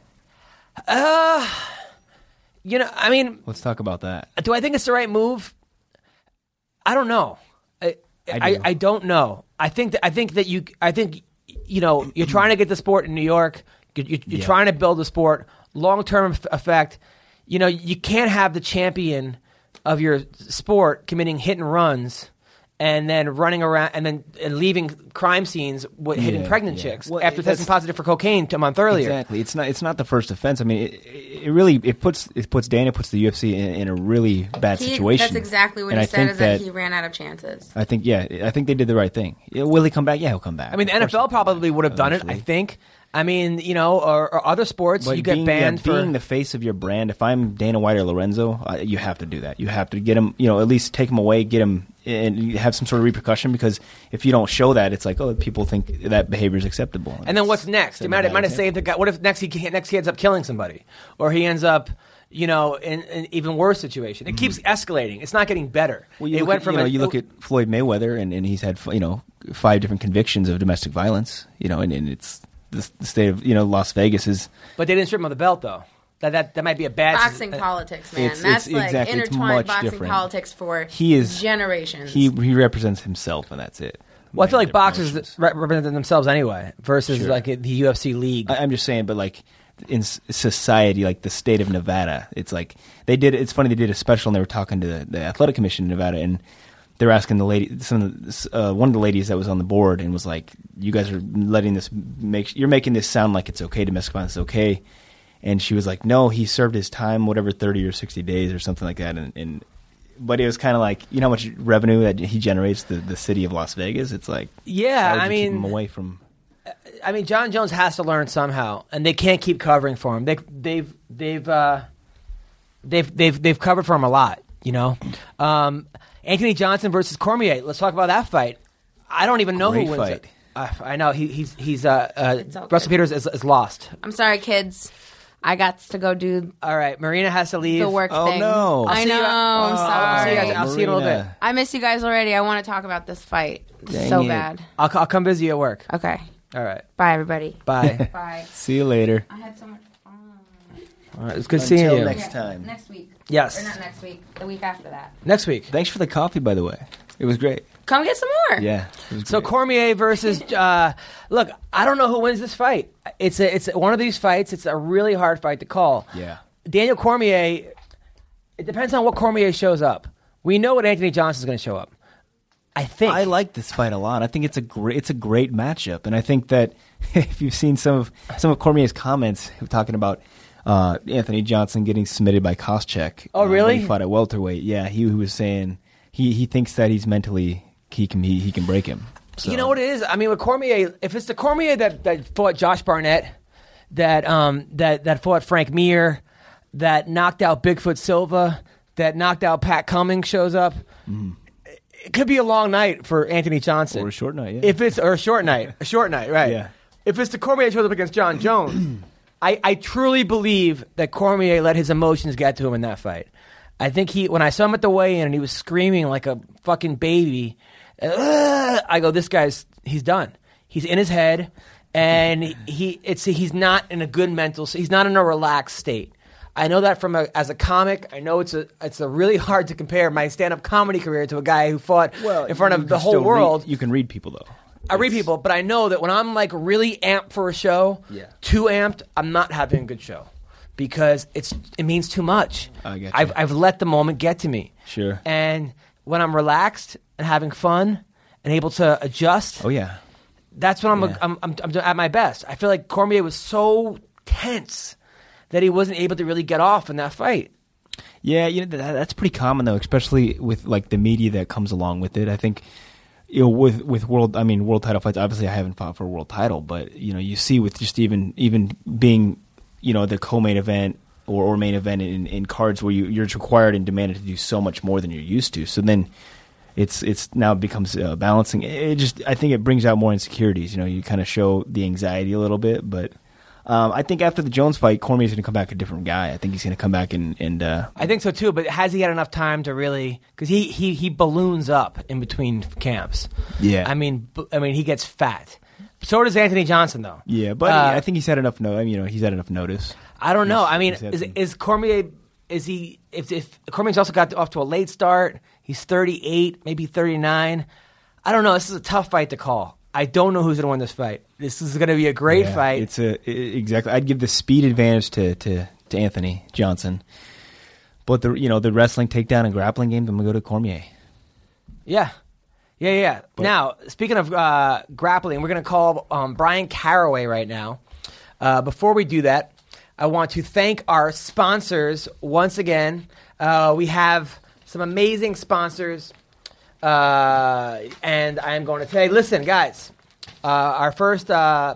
[SPEAKER 2] You know, I mean,
[SPEAKER 4] Let's talk about that.
[SPEAKER 2] do I think it's the right move? I don't know. I I,
[SPEAKER 4] I
[SPEAKER 2] do.
[SPEAKER 4] do.
[SPEAKER 2] I, don't know. I think that, I think that you I think you know you're trying to get the sport in New York. You're, you're, you're
[SPEAKER 4] Yeah.
[SPEAKER 2] trying to build a sport long term effect. You know you can't have the champion of your sport committing hit and runs and then running around and then and leaving crime scenes with hitting
[SPEAKER 4] Yeah,
[SPEAKER 2] pregnant
[SPEAKER 4] yeah.
[SPEAKER 2] chicks
[SPEAKER 4] Well,
[SPEAKER 2] after
[SPEAKER 4] it- that's-
[SPEAKER 2] testing positive for cocaine a month earlier.
[SPEAKER 4] Exactly. It's not. It's not the first offense. I mean, it, it it really it puts it puts Dan it puts the UFC in, in a really bad
[SPEAKER 3] He,
[SPEAKER 4] situation.
[SPEAKER 3] that's exactly what
[SPEAKER 4] And
[SPEAKER 3] he
[SPEAKER 4] I
[SPEAKER 3] said.
[SPEAKER 4] think
[SPEAKER 3] Is that, he ran out of chances.
[SPEAKER 4] I think yeah. I think they did the right thing. Yeah, Will he come back? Yeah, he'll come back.
[SPEAKER 2] I mean, the NFL probably would have done it. I
[SPEAKER 4] Eventually.
[SPEAKER 2] think. I mean, you know, or, or other sports,
[SPEAKER 4] But
[SPEAKER 2] you get
[SPEAKER 4] being, yeah,
[SPEAKER 2] banned for
[SPEAKER 4] being the face of your brand. If I'm Dana White or Lorenzo, uh, you have to do that. You have to get him. You know, at least take him away, get him, and you have some sort of repercussion. Because if you don't show that, it's like oh, people think that behavior is acceptable.
[SPEAKER 2] And then what's
[SPEAKER 4] it's-
[SPEAKER 2] next?
[SPEAKER 4] it's a
[SPEAKER 2] It might, it
[SPEAKER 4] bad
[SPEAKER 2] might have
[SPEAKER 4] example.
[SPEAKER 2] saved the guy. What if next he can't- next he ends up killing somebody, or he ends up, you know, in an even worse situation? It keeps escalating. It's not getting better.
[SPEAKER 4] Mm. Well, you
[SPEAKER 2] it
[SPEAKER 4] look
[SPEAKER 2] went
[SPEAKER 4] at,
[SPEAKER 2] from
[SPEAKER 4] you know
[SPEAKER 2] a-
[SPEAKER 4] you look
[SPEAKER 2] it-
[SPEAKER 4] at Floyd Mayweather and, and he's had you know five different convictions of domestic violence you know and, and it's the, the state of you know Las Vegas is
[SPEAKER 2] but they didn't strip him of the belt though. That that, that might be a bad
[SPEAKER 3] Boxing
[SPEAKER 2] uh,
[SPEAKER 3] politics, man.
[SPEAKER 4] it's-
[SPEAKER 3] that's
[SPEAKER 4] it's
[SPEAKER 3] like
[SPEAKER 4] exactly- it's
[SPEAKER 3] intertwined
[SPEAKER 4] much
[SPEAKER 3] boxing
[SPEAKER 4] different.
[SPEAKER 3] politics for
[SPEAKER 4] he is
[SPEAKER 3] generations.
[SPEAKER 4] he he represents himself and that's it.
[SPEAKER 2] Well, I feel like
[SPEAKER 4] Their
[SPEAKER 2] boxers
[SPEAKER 4] emotions.
[SPEAKER 2] re- represent themselves anyway versus like the UFC league.
[SPEAKER 4] I, I'm just saying, but like in s- society, like the state of Nevada, it's like they did. It's funny they did a special and they were talking to the, the athletic commission in Nevada, and they're asking the lady, some of the, s- uh, one of the ladies that was on the board, and was like, "You guys are letting this make. You're making this sound like it's okay. Domestic violence is okay." And she was like, "No, he served his time, whatever, thirty or sixty days or something like that." And, and but it was kind of like you know how much revenue that he generates the, the city of Las Vegas. It's like
[SPEAKER 2] Yeah,
[SPEAKER 4] why would
[SPEAKER 2] I
[SPEAKER 4] you keep
[SPEAKER 2] mean-
[SPEAKER 4] him away from
[SPEAKER 2] I mean, John Jones has to learn somehow, and they can't keep covering for him. They, they've they've uh, they've they've they've covered for him a lot, you know. Um, Anthony Johnson versus Cormier. Let's talk about that fight. I don't even know
[SPEAKER 4] Great
[SPEAKER 2] who wins
[SPEAKER 4] fight.
[SPEAKER 2] it. Uh, I know he, he's he's uh, uh,
[SPEAKER 3] all good.
[SPEAKER 2] Russell Peters is, is lost.
[SPEAKER 3] I'm sorry, kids. I got to go do
[SPEAKER 2] All right, Marina has to leave.
[SPEAKER 3] the work
[SPEAKER 4] Oh,
[SPEAKER 3] thing.
[SPEAKER 4] no. I'll
[SPEAKER 3] I
[SPEAKER 4] see
[SPEAKER 3] know.
[SPEAKER 2] you-
[SPEAKER 3] I'm
[SPEAKER 2] I'll see
[SPEAKER 3] sorry.
[SPEAKER 2] you guys. I'll see you in a little bit.
[SPEAKER 4] Marina.
[SPEAKER 3] I miss you guys already. I want to talk about this fight
[SPEAKER 4] Dang
[SPEAKER 3] so
[SPEAKER 4] it.
[SPEAKER 3] bad.
[SPEAKER 2] I'll, I'll come visit you at work.
[SPEAKER 3] Okay.
[SPEAKER 2] All right,
[SPEAKER 3] Bye, everybody.
[SPEAKER 2] bye.
[SPEAKER 3] Bye.
[SPEAKER 4] See you later.
[SPEAKER 3] I had so much fun.
[SPEAKER 2] All right, it's good seeing you.
[SPEAKER 4] next time.
[SPEAKER 3] Next week.
[SPEAKER 2] Yes.
[SPEAKER 3] Or not next week. The week after that.
[SPEAKER 2] Next week.
[SPEAKER 4] Thanks for the coffee, by the way. It was great.
[SPEAKER 3] Come get some more.
[SPEAKER 4] Yeah. It was
[SPEAKER 2] So
[SPEAKER 4] great.
[SPEAKER 2] Cormier versus uh, look, I don't know who wins this fight. It's a, it's one of these fights. It's a really hard fight to call.
[SPEAKER 4] Yeah.
[SPEAKER 2] Daniel Cormier. It depends on what Cormier shows up. We know what Anthony Johnson's going to show up. I think.
[SPEAKER 4] I like this fight a lot. I think it's a great it's a great matchup, and I think that if you've seen some of some of Cormier's comments talking about uh, Anthony Johnson getting submitted by Koscheck.
[SPEAKER 2] Oh,
[SPEAKER 4] uh, when
[SPEAKER 2] really?
[SPEAKER 4] he fought at welterweight. Yeah, he, he was saying he, he thinks that he's mentally he can he, he can break him. So-
[SPEAKER 2] You know what it is? I mean, with Cormier, if it's the Cormier that, that fought Josh Barnett, that um that that fought Frank Mir, that knocked out Bigfoot Silva, that knocked out Pat Cummings shows up. It could be a long night for Anthony Johnson,
[SPEAKER 4] Mm. Or a short night, yeah.
[SPEAKER 2] If it's or a short night, a short night, right?
[SPEAKER 4] Yeah.
[SPEAKER 2] If it's the Cormier that shows up against John Jones, I, I truly believe that Cormier let his emotions get to him in that fight. I think he when I saw him at the weigh-in and he was screaming like a fucking baby. "Ugh," I go, this guy's he's done. He's in his head, and he it's he's not in a good mental. He's not in a relaxed state. I know that from a, as a comic. I know it's a it's a really hard to compare my stand up comedy career to a guy who fought in front of
[SPEAKER 4] You
[SPEAKER 2] the
[SPEAKER 4] can still
[SPEAKER 2] whole
[SPEAKER 4] read-
[SPEAKER 2] world.
[SPEAKER 4] you can read people though.
[SPEAKER 2] I read people, but I know that when I'm like really amped for a show,
[SPEAKER 4] Yeah.
[SPEAKER 2] too amped, I'm not having a good show because it's it means too much.
[SPEAKER 4] I get
[SPEAKER 2] I've
[SPEAKER 4] you.
[SPEAKER 2] I've let the moment get to me.
[SPEAKER 4] Sure.
[SPEAKER 2] And when I'm relaxed and having fun and able to adjust,
[SPEAKER 4] Oh yeah.
[SPEAKER 2] that's when I'm,
[SPEAKER 4] Yeah.
[SPEAKER 2] I'm, I'm, I'm at my best. I feel like Cormier was so tense that he wasn't able to really get off in that fight.
[SPEAKER 4] Yeah, you know th- that, that's pretty common though, especially with like the media that comes along with it. I think you know with with world, I mean world title fights. Obviously, I haven't fought for a world title, but you know you see with just even even being you know the co-main event or, or main event in, in cards where you, you're just required and demanded to do so much more than you're used to. So then it's it's now becomes uh, balancing. It, it just I think it brings out more insecurities. You know, you kind of show the anxiety a little bit, but. Um, I think after the Jones fight, Cormier's going to come back a different guy. I think he's going to come back and and uh,
[SPEAKER 2] I think so too, but has he had enough time to really? Because he, he he balloons up in between camps.
[SPEAKER 4] Yeah.
[SPEAKER 2] I mean, b- I mean, he gets fat. So does Anthony Johnson, though.
[SPEAKER 4] Yeah, but
[SPEAKER 2] Uh,
[SPEAKER 4] I think he's had enough. No, I mean, you know, he's had enough notice.
[SPEAKER 2] I don't know.
[SPEAKER 4] He's-
[SPEAKER 2] I mean,
[SPEAKER 4] he's had
[SPEAKER 2] is,
[SPEAKER 4] some-
[SPEAKER 2] is Cormier? Is he? If, if Cormier's also got off to a late start, he's thirty eight, maybe thirty nine. I don't know. This is a tough fight to call. I don't know who's going to win this fight. This is going to be a great
[SPEAKER 4] Yeah,
[SPEAKER 2] fight.
[SPEAKER 4] It's a i- exactly. I'd give the speed advantage to to, to Anthony Johnson, but the you know the wrestling takedown and grappling game. I'm gonna go to Cormier.
[SPEAKER 2] yeah, Yeah, yeah. now, speaking of uh, grappling, we're going to call um, Brian Caraway right now. Uh, before we do that, I want to thank our sponsors once again. Uh, we have some amazing sponsors, uh, and I am going to tell you listen, guys, uh, our first, uh,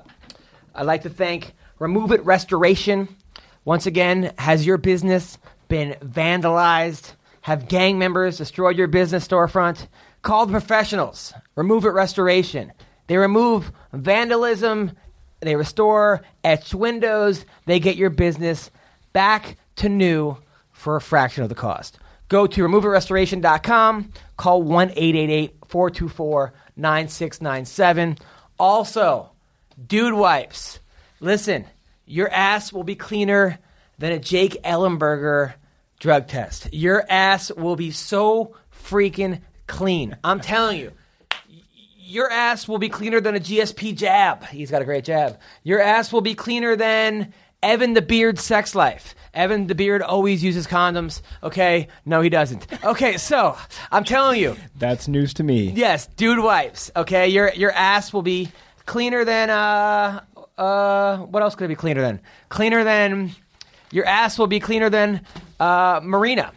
[SPEAKER 2] I'd like to thank Remove It Restoration. Once again, has your business been vandalized? Have gang members destroyed your business storefront? Call the professionals. Remove It Restoration. They remove vandalism, they restore etched windows, they get your business back to new for a fraction of the cost. Go to removeitrestoration.com, call 1 424 9697. Also, dude wipes. Listen, your ass will be cleaner than a Jake Ellenberger drug test. Your ass will be so freaking clean. I'm telling you. Y- Your ass will be cleaner than a GSP jab. He's got a great jab. Your ass will be cleaner than Evan the Beard's sex life. Evan the Beard always uses condoms. Okay? No, he doesn't. Okay, so I'm telling you,
[SPEAKER 4] That's news to me.
[SPEAKER 2] Yes, dude wipes. Okay, your your ass will be cleaner than uh uh what else could it be cleaner than? Cleaner than your ass will be cleaner than uh Marina.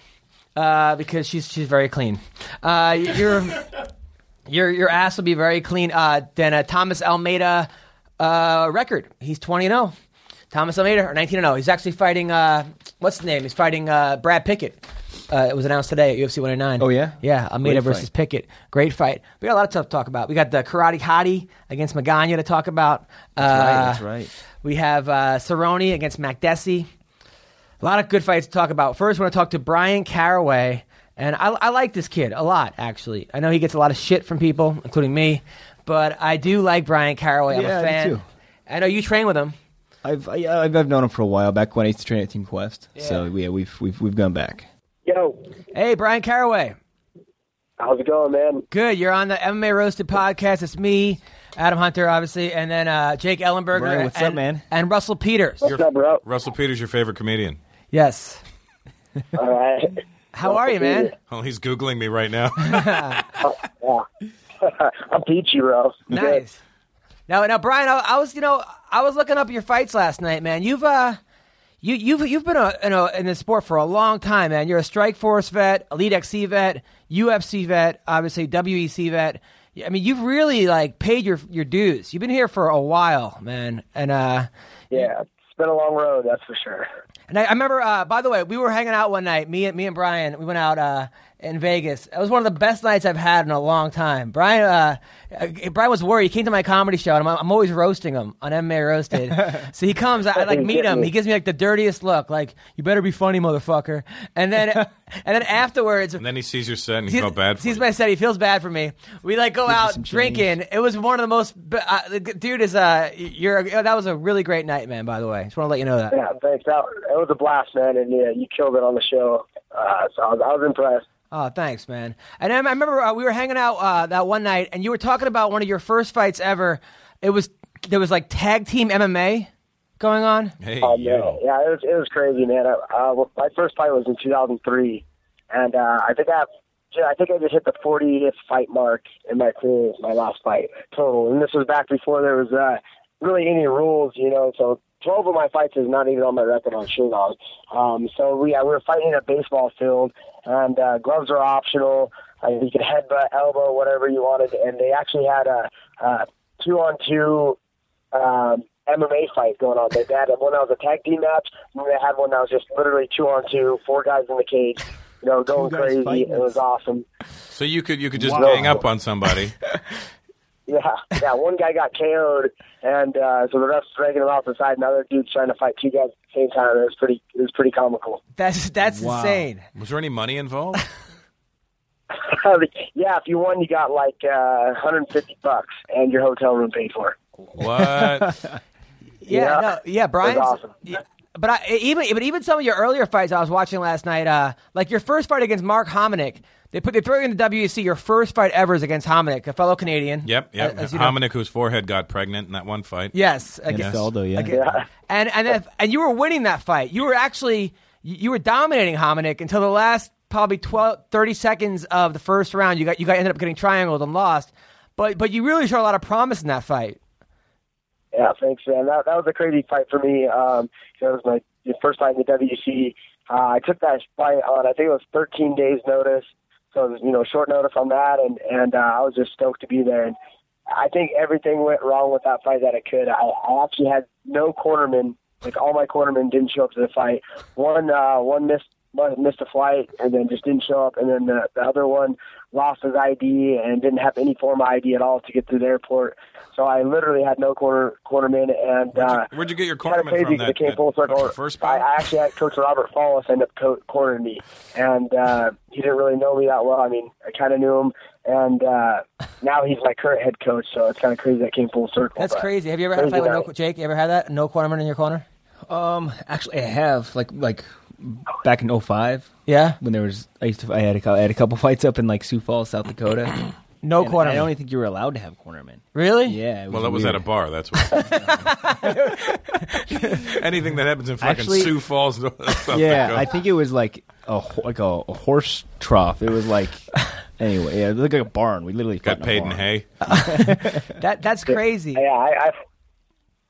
[SPEAKER 2] Uh because she's she's very clean. Uh your your your ass will be very clean uh than a Thomas Almeida uh record. He's 20 and 0. Thomas Almeida or 19 and 0. He's actually fighting uh what's his name? He's fighting uh Brad Pickett. Uh, it was announced today at UFC 109.
[SPEAKER 4] Oh, yeah?
[SPEAKER 2] yeah. Almeida
[SPEAKER 4] Great fight.
[SPEAKER 2] versus Pickett. Great fight. We got a lot of stuff to talk about. We got the Karate Hottie against Magana to talk about.
[SPEAKER 4] That's right, that's right.
[SPEAKER 2] We have uh, Cerrone against Mac Desi. A lot of good fights to talk about. First, I want to talk to Brian Caraway. And I, I like this kid a lot, actually. I know he gets a lot of shit from people, including me, but I do like Brian Caraway. I'm
[SPEAKER 4] Yeah,
[SPEAKER 2] a
[SPEAKER 4] I do
[SPEAKER 2] fan.
[SPEAKER 4] too.
[SPEAKER 2] I know you train with him.
[SPEAKER 4] I've I, I've I've known him for a while. Back when I used to train at Team Quest, so
[SPEAKER 2] Yeah.
[SPEAKER 4] yeah, we've we've we've gone back.
[SPEAKER 5] Yo,
[SPEAKER 2] Hey, Brian Caraway.
[SPEAKER 5] how's it going, man?
[SPEAKER 2] Good. You're on the MMA Roasted podcast. It's me, Adam Hunter, obviously, and then uh, Jake Ellenberger.
[SPEAKER 4] Brian, what's up,
[SPEAKER 2] and-
[SPEAKER 4] man?
[SPEAKER 2] And Russell Peters.
[SPEAKER 5] What's up, bro?
[SPEAKER 6] Russell Peters, your favorite comedian.
[SPEAKER 2] Yes.
[SPEAKER 5] All right.
[SPEAKER 2] How are you, man?
[SPEAKER 6] Oh, he's googling me right now.
[SPEAKER 5] I'm peachy, bro.
[SPEAKER 2] Nice. Now, now, Brian, I, I was, you know, I was looking up your fights last night, man. You've, uh, you, you've, you've been a, in, a, in this sport for a long time, man. You're a Strike Force vet, Elite XC vet, UFC vet, obviously WEC vet. I mean, you've really like paid your your dues. You've been here for a while, man. And uh,
[SPEAKER 5] Yeah, it's been a long road, that's for sure.
[SPEAKER 2] And I, I remember, uh, by the way, we were hanging out one night. Me and me and Brian, we went out uh, in Vegas. It was one of the best nights I've had in a long time. Brian, uh, uh, Brian was worried. He came to my comedy show, and I'm, I'm always roasting him on MMA Roasted. so he comes, I, I like meet him. He gives me like the dirtiest look, like "You better be funny, motherfucker." And then, and then afterwards,
[SPEAKER 6] and then he sees your set and he
[SPEAKER 2] He's
[SPEAKER 6] felt bad for
[SPEAKER 2] sees
[SPEAKER 6] you.
[SPEAKER 2] my set. He feels bad for me. We like go
[SPEAKER 4] you
[SPEAKER 2] out
[SPEAKER 4] some
[SPEAKER 2] drinking. It was one of the most. Uh, the dude is uh, you're that was a really great night, man. By the way, just want to let you know that.
[SPEAKER 5] Yeah, thanks. That, it was a blast, man, and yeah, you killed it on the show. Uh, so I was, I was impressed.
[SPEAKER 2] Oh, thanks, man. And I I remember uh, we were hanging out uh, that one night, and you were talking about one of your first fights ever. It was there was like tag team MMA going on.
[SPEAKER 6] hey,
[SPEAKER 5] Oh,
[SPEAKER 6] you.
[SPEAKER 5] man. Yeah, it was, it was crazy, man. I, uh, well, my first fight was in 2003, and uh, I think I, yeah, I think I just hit the 40th fight mark in my career, my last fight total. And this was back before there was uh, really any rules, you know. So 12 of my fights is not even on my record on Shulog. Um, so we uh, we were fighting in a baseball field, and uh, gloves are optional. Uh, you could headbutt, elbow, whatever you wanted, and they actually had a, a two-on-two um, MMA fight going on. They had one that was a tag team match, and they had one that was just literally two on two, four guys in the cage, you know, going
[SPEAKER 4] guys
[SPEAKER 5] crazy.
[SPEAKER 4] fighting.
[SPEAKER 5] It was awesome.
[SPEAKER 6] So you could you could just
[SPEAKER 4] Wow.
[SPEAKER 6] gang up on somebody.
[SPEAKER 5] Yeah, yeah. One guy got KO'd, and uh, so the ref's dragging him off the side. Another dude's trying to fight two guys at the same time. It was pretty, it was pretty comical.
[SPEAKER 2] That's that's
[SPEAKER 4] Wow.
[SPEAKER 2] insane.
[SPEAKER 6] Was there any money involved?
[SPEAKER 5] yeah, if you won, you got like uh, 150 bucks and your hotel room paid for.
[SPEAKER 6] What?
[SPEAKER 2] Yeah,
[SPEAKER 5] Yeah.
[SPEAKER 2] no, yeah, Brian's
[SPEAKER 5] awesome.
[SPEAKER 2] yeah, but I, e, even but even some of your earlier fights I was watching last night, uh, like your first fight against Mark Hominick, they put they throw you in the WEC. Your first fight ever is against Hominick, a fellow Canadian.
[SPEAKER 6] Yep, yep.
[SPEAKER 2] As you know.
[SPEAKER 6] Hominick, whose forehead got pregnant in that one fight.
[SPEAKER 2] Yes, I guess.
[SPEAKER 4] Yes. Saldo, yeah.
[SPEAKER 2] Okay. And and if, and you were winning that fight. You were actually you you were dominating Hominick until the last probably 12, 30 seconds of the first round, you got you got ended up getting triangled and lost. But but you really showed a lot of promise in that fight.
[SPEAKER 5] Yeah, thanks, man. That that was a crazy fight for me. Um, 'cause it was my the first time in the WC. Uh, I took that fight on. I think it was 13 days notice, so it was, you know short notice on that, and and uh, I was just stoked to be there. And I think everything went wrong with that fight that it could. I, I actually had no cornermen. Like all my cornermen didn't show up to the fight. One uh, one missed one missed a flight and then just didn't show up, and then the, the other one lost his ID and didn't have any form of ID at all to get through the airport. So I literally had no corner cornerman, and
[SPEAKER 6] Where'd you,
[SPEAKER 5] uh,
[SPEAKER 6] where'd you get your
[SPEAKER 5] kind of
[SPEAKER 6] cornerman
[SPEAKER 5] crazy
[SPEAKER 6] from?
[SPEAKER 5] because
[SPEAKER 6] That,
[SPEAKER 5] it came
[SPEAKER 6] that
[SPEAKER 5] full circle.
[SPEAKER 6] fucking
[SPEAKER 5] I,
[SPEAKER 6] first spot.
[SPEAKER 5] I actually had Coach Robert Fallis end up co- cornering me, and uh, he didn't really know me that well. I mean, I kind of knew him, and uh, now he's my current head coach. So it's kind of crazy that came full circle.
[SPEAKER 2] That's
[SPEAKER 5] but
[SPEAKER 2] crazy. Have you ever had a fight with
[SPEAKER 5] guy.
[SPEAKER 2] no Jake? You ever had that no cornerman in your corner?
[SPEAKER 4] Um, actually, I have like like back in 05
[SPEAKER 2] Yeah,
[SPEAKER 4] when there was I used to I had a cou- I had a couple fights up in like Sioux Falls, South Dakota.
[SPEAKER 2] no
[SPEAKER 4] And
[SPEAKER 2] cornerman.
[SPEAKER 4] I don't even think you were allowed to have cornermen.
[SPEAKER 2] really?
[SPEAKER 4] Yeah. It
[SPEAKER 6] well, that was
[SPEAKER 4] weird.
[SPEAKER 6] at a bar. That's what. Anything that happens in fucking
[SPEAKER 4] Actually-
[SPEAKER 6] Sioux Falls, North South
[SPEAKER 4] Yeah,
[SPEAKER 6] Dakota.
[SPEAKER 4] I think it was like a ho- like a, a horse trough. It was like anyway, yeah, it looked like a barn. We literally fought
[SPEAKER 6] got paid in
[SPEAKER 4] a barn.
[SPEAKER 6] hay.
[SPEAKER 2] That that's crazy.
[SPEAKER 5] Yeah, I, I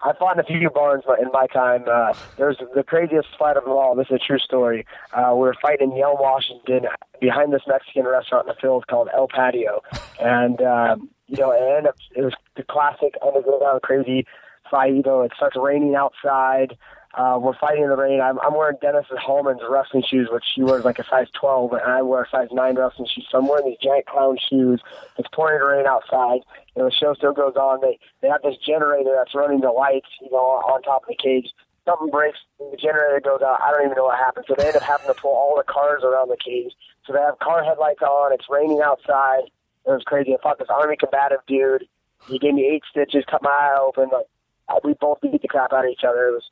[SPEAKER 5] I fought in a few barns but in my time. Uh, there was the craziest fight of them all. This is a true story. Uh, we were fighting in Yale, Washington, behind this Mexican restaurant in the field called El Patio, and um, you know, it ended up it was the classic underground crazy fight. You know, it starts raining outside. Uh, we're fighting in the rain. I'm, I'm wearing Dennis Hallman's wrestling shoes, which she wears like a size 12, and I wear a size 9 wrestling shoes. So I'm wearing these giant clown shoes. It's pouring rain outside. You know, the show still goes on. They they have this generator that's running the lights, you know, on top of the cage. Something breaks, the generator goes out. I don't even know what happened. So they end up having to pull all the cars around the cage. So they have car headlights on. It's raining outside. It was crazy. I fought this army combative dude. He gave me eight stitches, cut my eye open. Like I- we both beat the crap out of each other. It was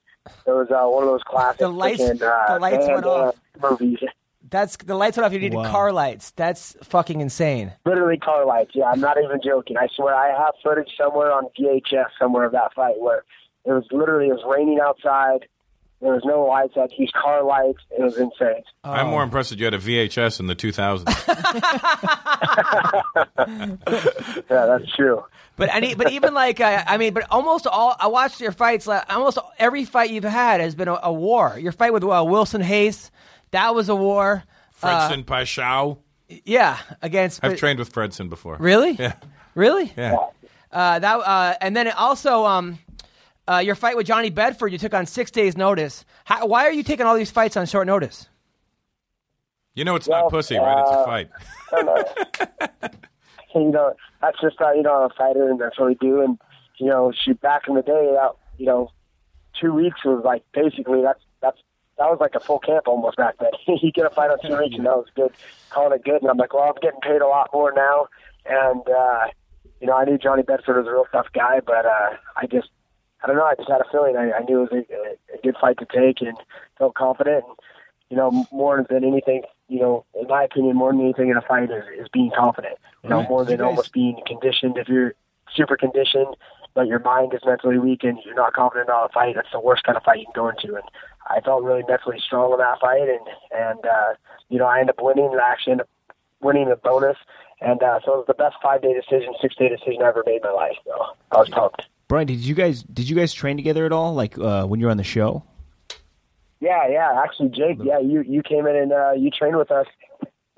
[SPEAKER 5] it was uh, one of those classic
[SPEAKER 2] The lights-
[SPEAKER 5] freaking, uh,
[SPEAKER 2] the lights went
[SPEAKER 5] Van Damme
[SPEAKER 2] off.
[SPEAKER 5] movies.
[SPEAKER 2] That's the lights went off. You needed
[SPEAKER 4] Wow.
[SPEAKER 2] car lights. That's fucking insane.
[SPEAKER 5] Literally car lights. Yeah, I'm not even joking. I swear I have footage somewhere on VHS somewhere of that fight where it was literally it was raining outside. There was no lights. I had these car lights. It was insane.
[SPEAKER 2] Oh.
[SPEAKER 6] I'm more impressed that you had a VHS in the 2000s.
[SPEAKER 5] Yeah, that's true.
[SPEAKER 2] But any, but even like uh, I mean, but almost all I watched your fights. Like, almost every fight you've had has been a, a war. Your fight with uh, Wilson Hayes, that was a war. Uh,
[SPEAKER 6] Fredson Paschal.
[SPEAKER 2] yeah, against
[SPEAKER 6] I've trained with Fredson before.
[SPEAKER 2] really,
[SPEAKER 6] Yeah.
[SPEAKER 2] really.
[SPEAKER 6] Yeah.
[SPEAKER 2] Uh, that uh, and then also um, uh, your fight with Johnny Bedford, you took on six days' notice. How, why are you taking all these fights on short notice?
[SPEAKER 6] You know it's
[SPEAKER 5] Well,
[SPEAKER 6] not pussy, right? It's a
[SPEAKER 5] uh,
[SPEAKER 6] fight.
[SPEAKER 5] And, you know, that's just how you know I'm a fighter, and that's what we do. And you know, she back in the day, that you know, two weeks was like basically that's that's that was like a full camp almost back then. you get a fight on two weeks, and that was good, calling it good. And I'm like, well, I'm getting paid a lot more now, and uh, you know, I knew Johnny Bedford was a real tough guy, but uh, I just I don't know, I just had a feeling I, I knew it was a, a good fight to take, and felt confident. And, you know, more than anything, you know, in my opinion, more than anything in a fight is, is being confident. You know,
[SPEAKER 4] Right.
[SPEAKER 5] more
[SPEAKER 4] You
[SPEAKER 5] than
[SPEAKER 4] guys-
[SPEAKER 5] almost being conditioned. If you're super conditioned, but your mind is mentally weakened, you're not confident on a fight. That's the worst kind of fight you can go into. And I felt really mentally strong in that fight, and and uh, you know, I ended up winning, and I actually ended up winning the bonus. And uh, so it was the best five day decision, six day decision I ever made in my life. So I was pumped.
[SPEAKER 4] Brian, did you guys did you guys train together at all? Like uh, when you were on the show?
[SPEAKER 5] Yeah, yeah. Actually, Jake,
[SPEAKER 4] Mm-hmm.
[SPEAKER 5] yeah, you you came in and uh, you trained with us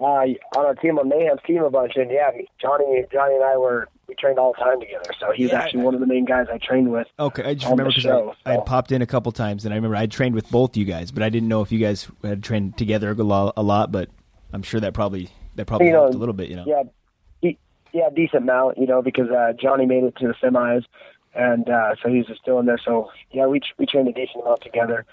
[SPEAKER 5] uh, on our team on Mayhem's team a bunch, and yeah, Johnny, Johnny and I were we trained all the time together. So he's
[SPEAKER 4] Yeah.
[SPEAKER 5] actually one of the main guys I trained with.
[SPEAKER 4] Okay, I just
[SPEAKER 5] on the
[SPEAKER 4] remember because
[SPEAKER 5] show,
[SPEAKER 4] I, I
[SPEAKER 5] so.
[SPEAKER 4] had popped in a couple times, and I remember I trained with both you guys, but I didn't know if you guys had trained together a lot. A lot but I'm sure that probably that probably
[SPEAKER 5] You know,
[SPEAKER 4] helped a little bit. You know,
[SPEAKER 5] Yeah, he, yeah, decent amount, you know, because uh, Johnny made it to the semis, and uh, so he's just still in there. So yeah, we we trained a decent amount together.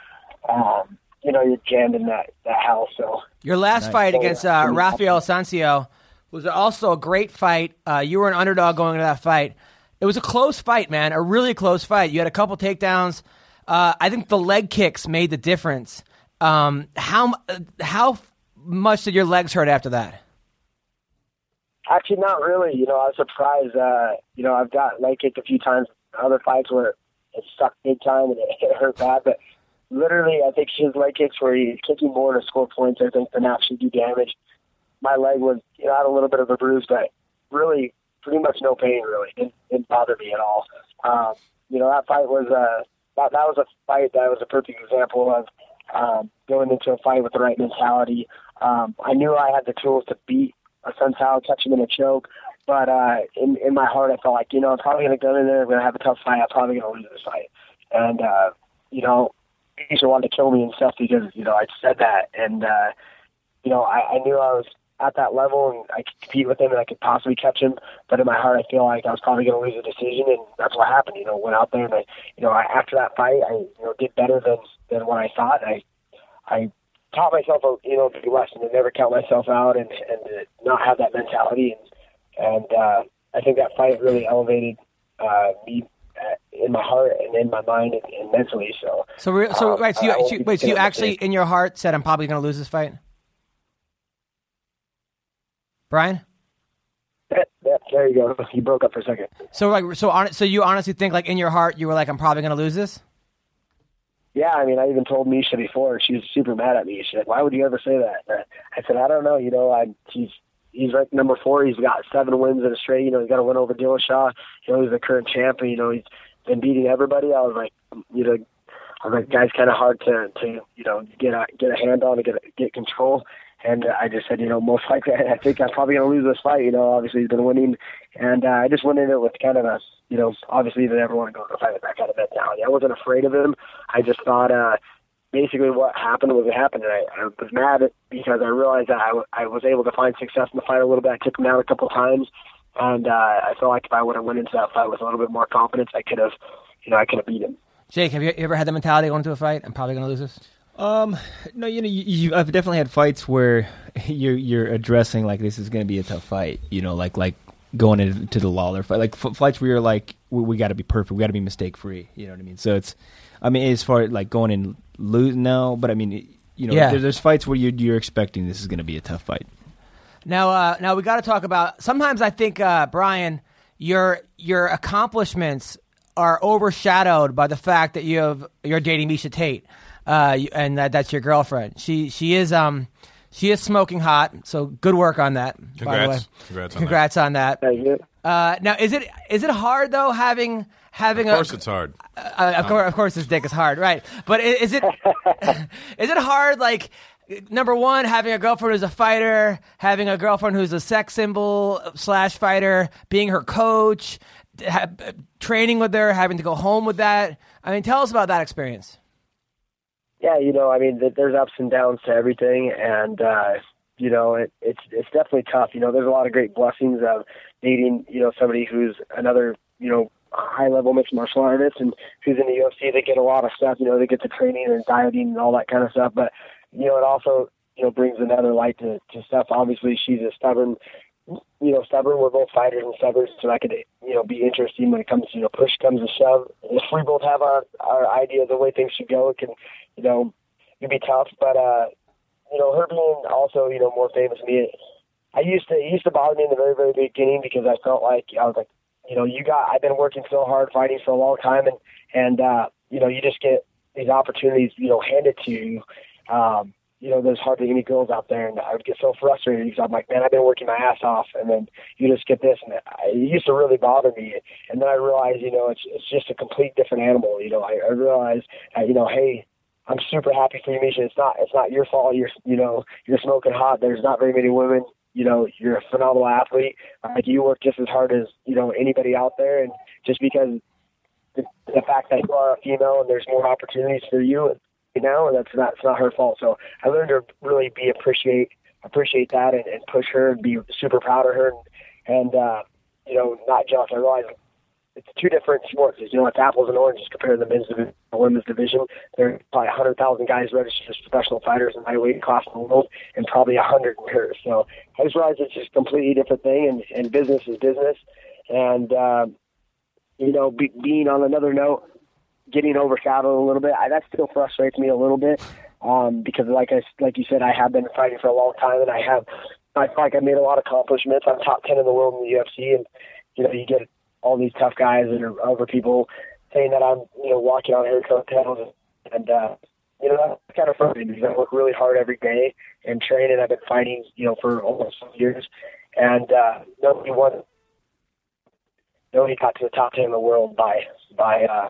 [SPEAKER 5] Um, you know, you're jammed in that that house, so
[SPEAKER 2] Your last fight against uh,
[SPEAKER 5] Oh, Yeah.
[SPEAKER 2] Rafael Sancio was also a great fight. Uh, you were an underdog going into that fight. It was a close fight, man. A really close fight. You had a couple takedowns. Uh, I think the leg kicks made the difference. Um, how uh, how f- much did your legs hurt after that?
[SPEAKER 5] Actually, not really. You know, I was surprised. Uh, you know, I've got leg kicked a few times, other fights where it sucked big time and it, it hurt bad. But literally, I think his leg kicks where he's kicking more to score points, I think, than actually do damage. My leg was, you know, I had a little bit of a bruise, but really, pretty much no pain, really. Didn't, didn't bother me at all. Um, you know, that fight was, uh, that, that was a fight that was a perfect example of um, going into a fight with the right mentality. Um, I knew I had the tools to beat a Sun Tao, catch him in a choke. But uh, in, in my heart, I felt like, you know, I'm probably going to go in there. I'm going to have a tough fight. I'm probably going to lose this fight. And, uh, you know, Asia wanted to kill me and stuff because, you know, I said that. And, uh, you know, I, I knew I was at that level and I could compete with him and I could possibly catch him. But in my heart, I feel like I was probably going to lose a decision. And that's what happened. You know, went out there and I, you know, I, after that fight, I, you know, did better than, than what I thought. I, I taught myself a you know big lesson to never count myself out and and to not have that mentality and and uh, I think that fight really elevated uh, me uh, in my heart and in my mind and, and mentally. So
[SPEAKER 2] So, re- so
[SPEAKER 5] um,
[SPEAKER 2] wait, so
[SPEAKER 5] I- I
[SPEAKER 2] you,
[SPEAKER 5] won't
[SPEAKER 2] so,
[SPEAKER 5] be
[SPEAKER 2] wait, so you
[SPEAKER 5] taking that
[SPEAKER 2] actually
[SPEAKER 5] mistake.
[SPEAKER 2] in your heart said, "I'm probably going to lose this fight," Brian.
[SPEAKER 5] Yeah, there you go. You broke up for a second.
[SPEAKER 2] So like, so hon- so you honestly think like in your heart you were like, "I'm probably going to lose this."
[SPEAKER 5] Yeah, I mean, I even told Misha before. She was super mad at me. She's like, "Why would you ever say that?" And I- I said, "I don't know. You know, I he's he's ranked number four. He's got seven wins in a straight. You know, he's got a win over Dillashaw. You know, he's the current champion. You know, he's been beating everybody." I was like, you know, I was like, "Guy's kind of hard to to you know get a get a hand on and get a, get control." And I just said, you know, most likely, I think I'm probably going to lose this fight. You know, obviously he's been winning, and uh, I just went in it with kind of a, you know, obviously you never want to go into a fight with that kind of mentality. I wasn't afraid of him. I just thought, uh, basically, what happened was it happened, and I, I was mad at, because I realized that I, w- I was able to find success in the fight a little bit. I took him out a couple times, and uh, I felt like if I would have went into that fight with a little bit more confidence, I could have, you know, I could have beat him.
[SPEAKER 2] Jake, have you ever had the mentality going into a fight? I'm probably going to lose this.
[SPEAKER 4] Um, no, you know, you, you, I've definitely had fights where you're you're addressing like this is going to be a tough fight. You know, like like going into the Lawler fight, like f- fights where you're like, we, we got to be perfect, we got to be mistake free. You know what I mean? So it's, I mean, as far as like going in lose, no, but I mean, it- you know,
[SPEAKER 2] Yeah.
[SPEAKER 4] there, there's fights where you're, you're expecting this is going to be a tough fight.
[SPEAKER 2] Now, uh, now we got to talk about. Sometimes I think uh, Brian, your your accomplishments are overshadowed by the fact that you have you're dating Misha Tate, uh, you- and that, that's your girlfriend. She she is um she is smoking hot. So good work on that. By the way.
[SPEAKER 6] Congrats. Congrats on that.
[SPEAKER 2] Congrats on that.
[SPEAKER 5] Thank you.
[SPEAKER 2] Uh, now is it is it hard though having having
[SPEAKER 6] Of course,
[SPEAKER 2] a
[SPEAKER 6] it's hard.
[SPEAKER 2] uh, of course, of course, his dick is hard, right? But i- is it is it hard? Like number one, having a girlfriend who's a fighter, having a girlfriend who's a sex symbol slash fighter, being her coach, d- ha- b- training with her, having to go home with that. I mean, tell us about that experience.
[SPEAKER 5] yeah, you know, I mean, th- there's ups and downs to everything, and uh, you know, it, it's it's definitely tough. You know, there's a lot of great blessings of dating, you know, somebody who's another, you know, high level mixed martial artist and who's in the UFC. They get a lot of stuff. You know, they get the training and dieting and all that kind of stuff. But you know, it also you know brings another light to, to stuff. Obviously, she's a stubborn you know, stubborn. We're both fighters and stubborn, so that could, you know, be interesting when it comes to, you know, push comes to shove. If we both have our, our idea of the way things should go, it can, you know, it can be tough. But, uh, you know, her being also, you know, more famous than me, I used to, it used to bother me in the very, very beginning because I felt like, I was like, you know, you got, I've been working so hard fighting for a long time and, and, uh, you know, you just get these opportunities, you know, handed to you. Um, you know, there's hardly any girls out there, and I would get so frustrated because I'm like, man, I've been working my ass off, and then you just get this, and I, it used to really bother me. And then I realized, you know, it's it's just a complete different animal. You know, I, I realized, uh, you know, hey, I'm super happy for you, Misha. It's not it's not your fault. You're you know you're smoking hot. There's not very many women. You know, you're a phenomenal athlete. Like you work just as hard as you know anybody out there, and just because the, the fact that you are a female and there's more opportunities for you, you know, and that's not it's not her fault. So I learned to really be appreciate appreciate that and, and push her and be super proud of her and, and uh, you know, not jealous. I realized it's two different sports. You know, it's apples and oranges compared to the men's division, the women's division. There are probably 100,000 guys registered as professional fighters in my weight class in the world, and probably 100 in hers. So I just realized it's just a completely different thing, and, and business is business. And, um, you know, be, being on another note, getting overshadowed a little bit, I, that still frustrates me a little bit um, because, like I s like you said, I have been fighting for a long time, and I have, I feel like I made a lot of accomplishments. I'm top ten in the world in the UFC, and you know, you get all these tough guys and other people saying that I'm, you know, walking on air coattails, and uh, you know, that's kind of frustrating because I work really hard every day and train, and I've been fighting, you know, for almost years, and uh, nobody won. Nobody got to the top ten in the world by by uh,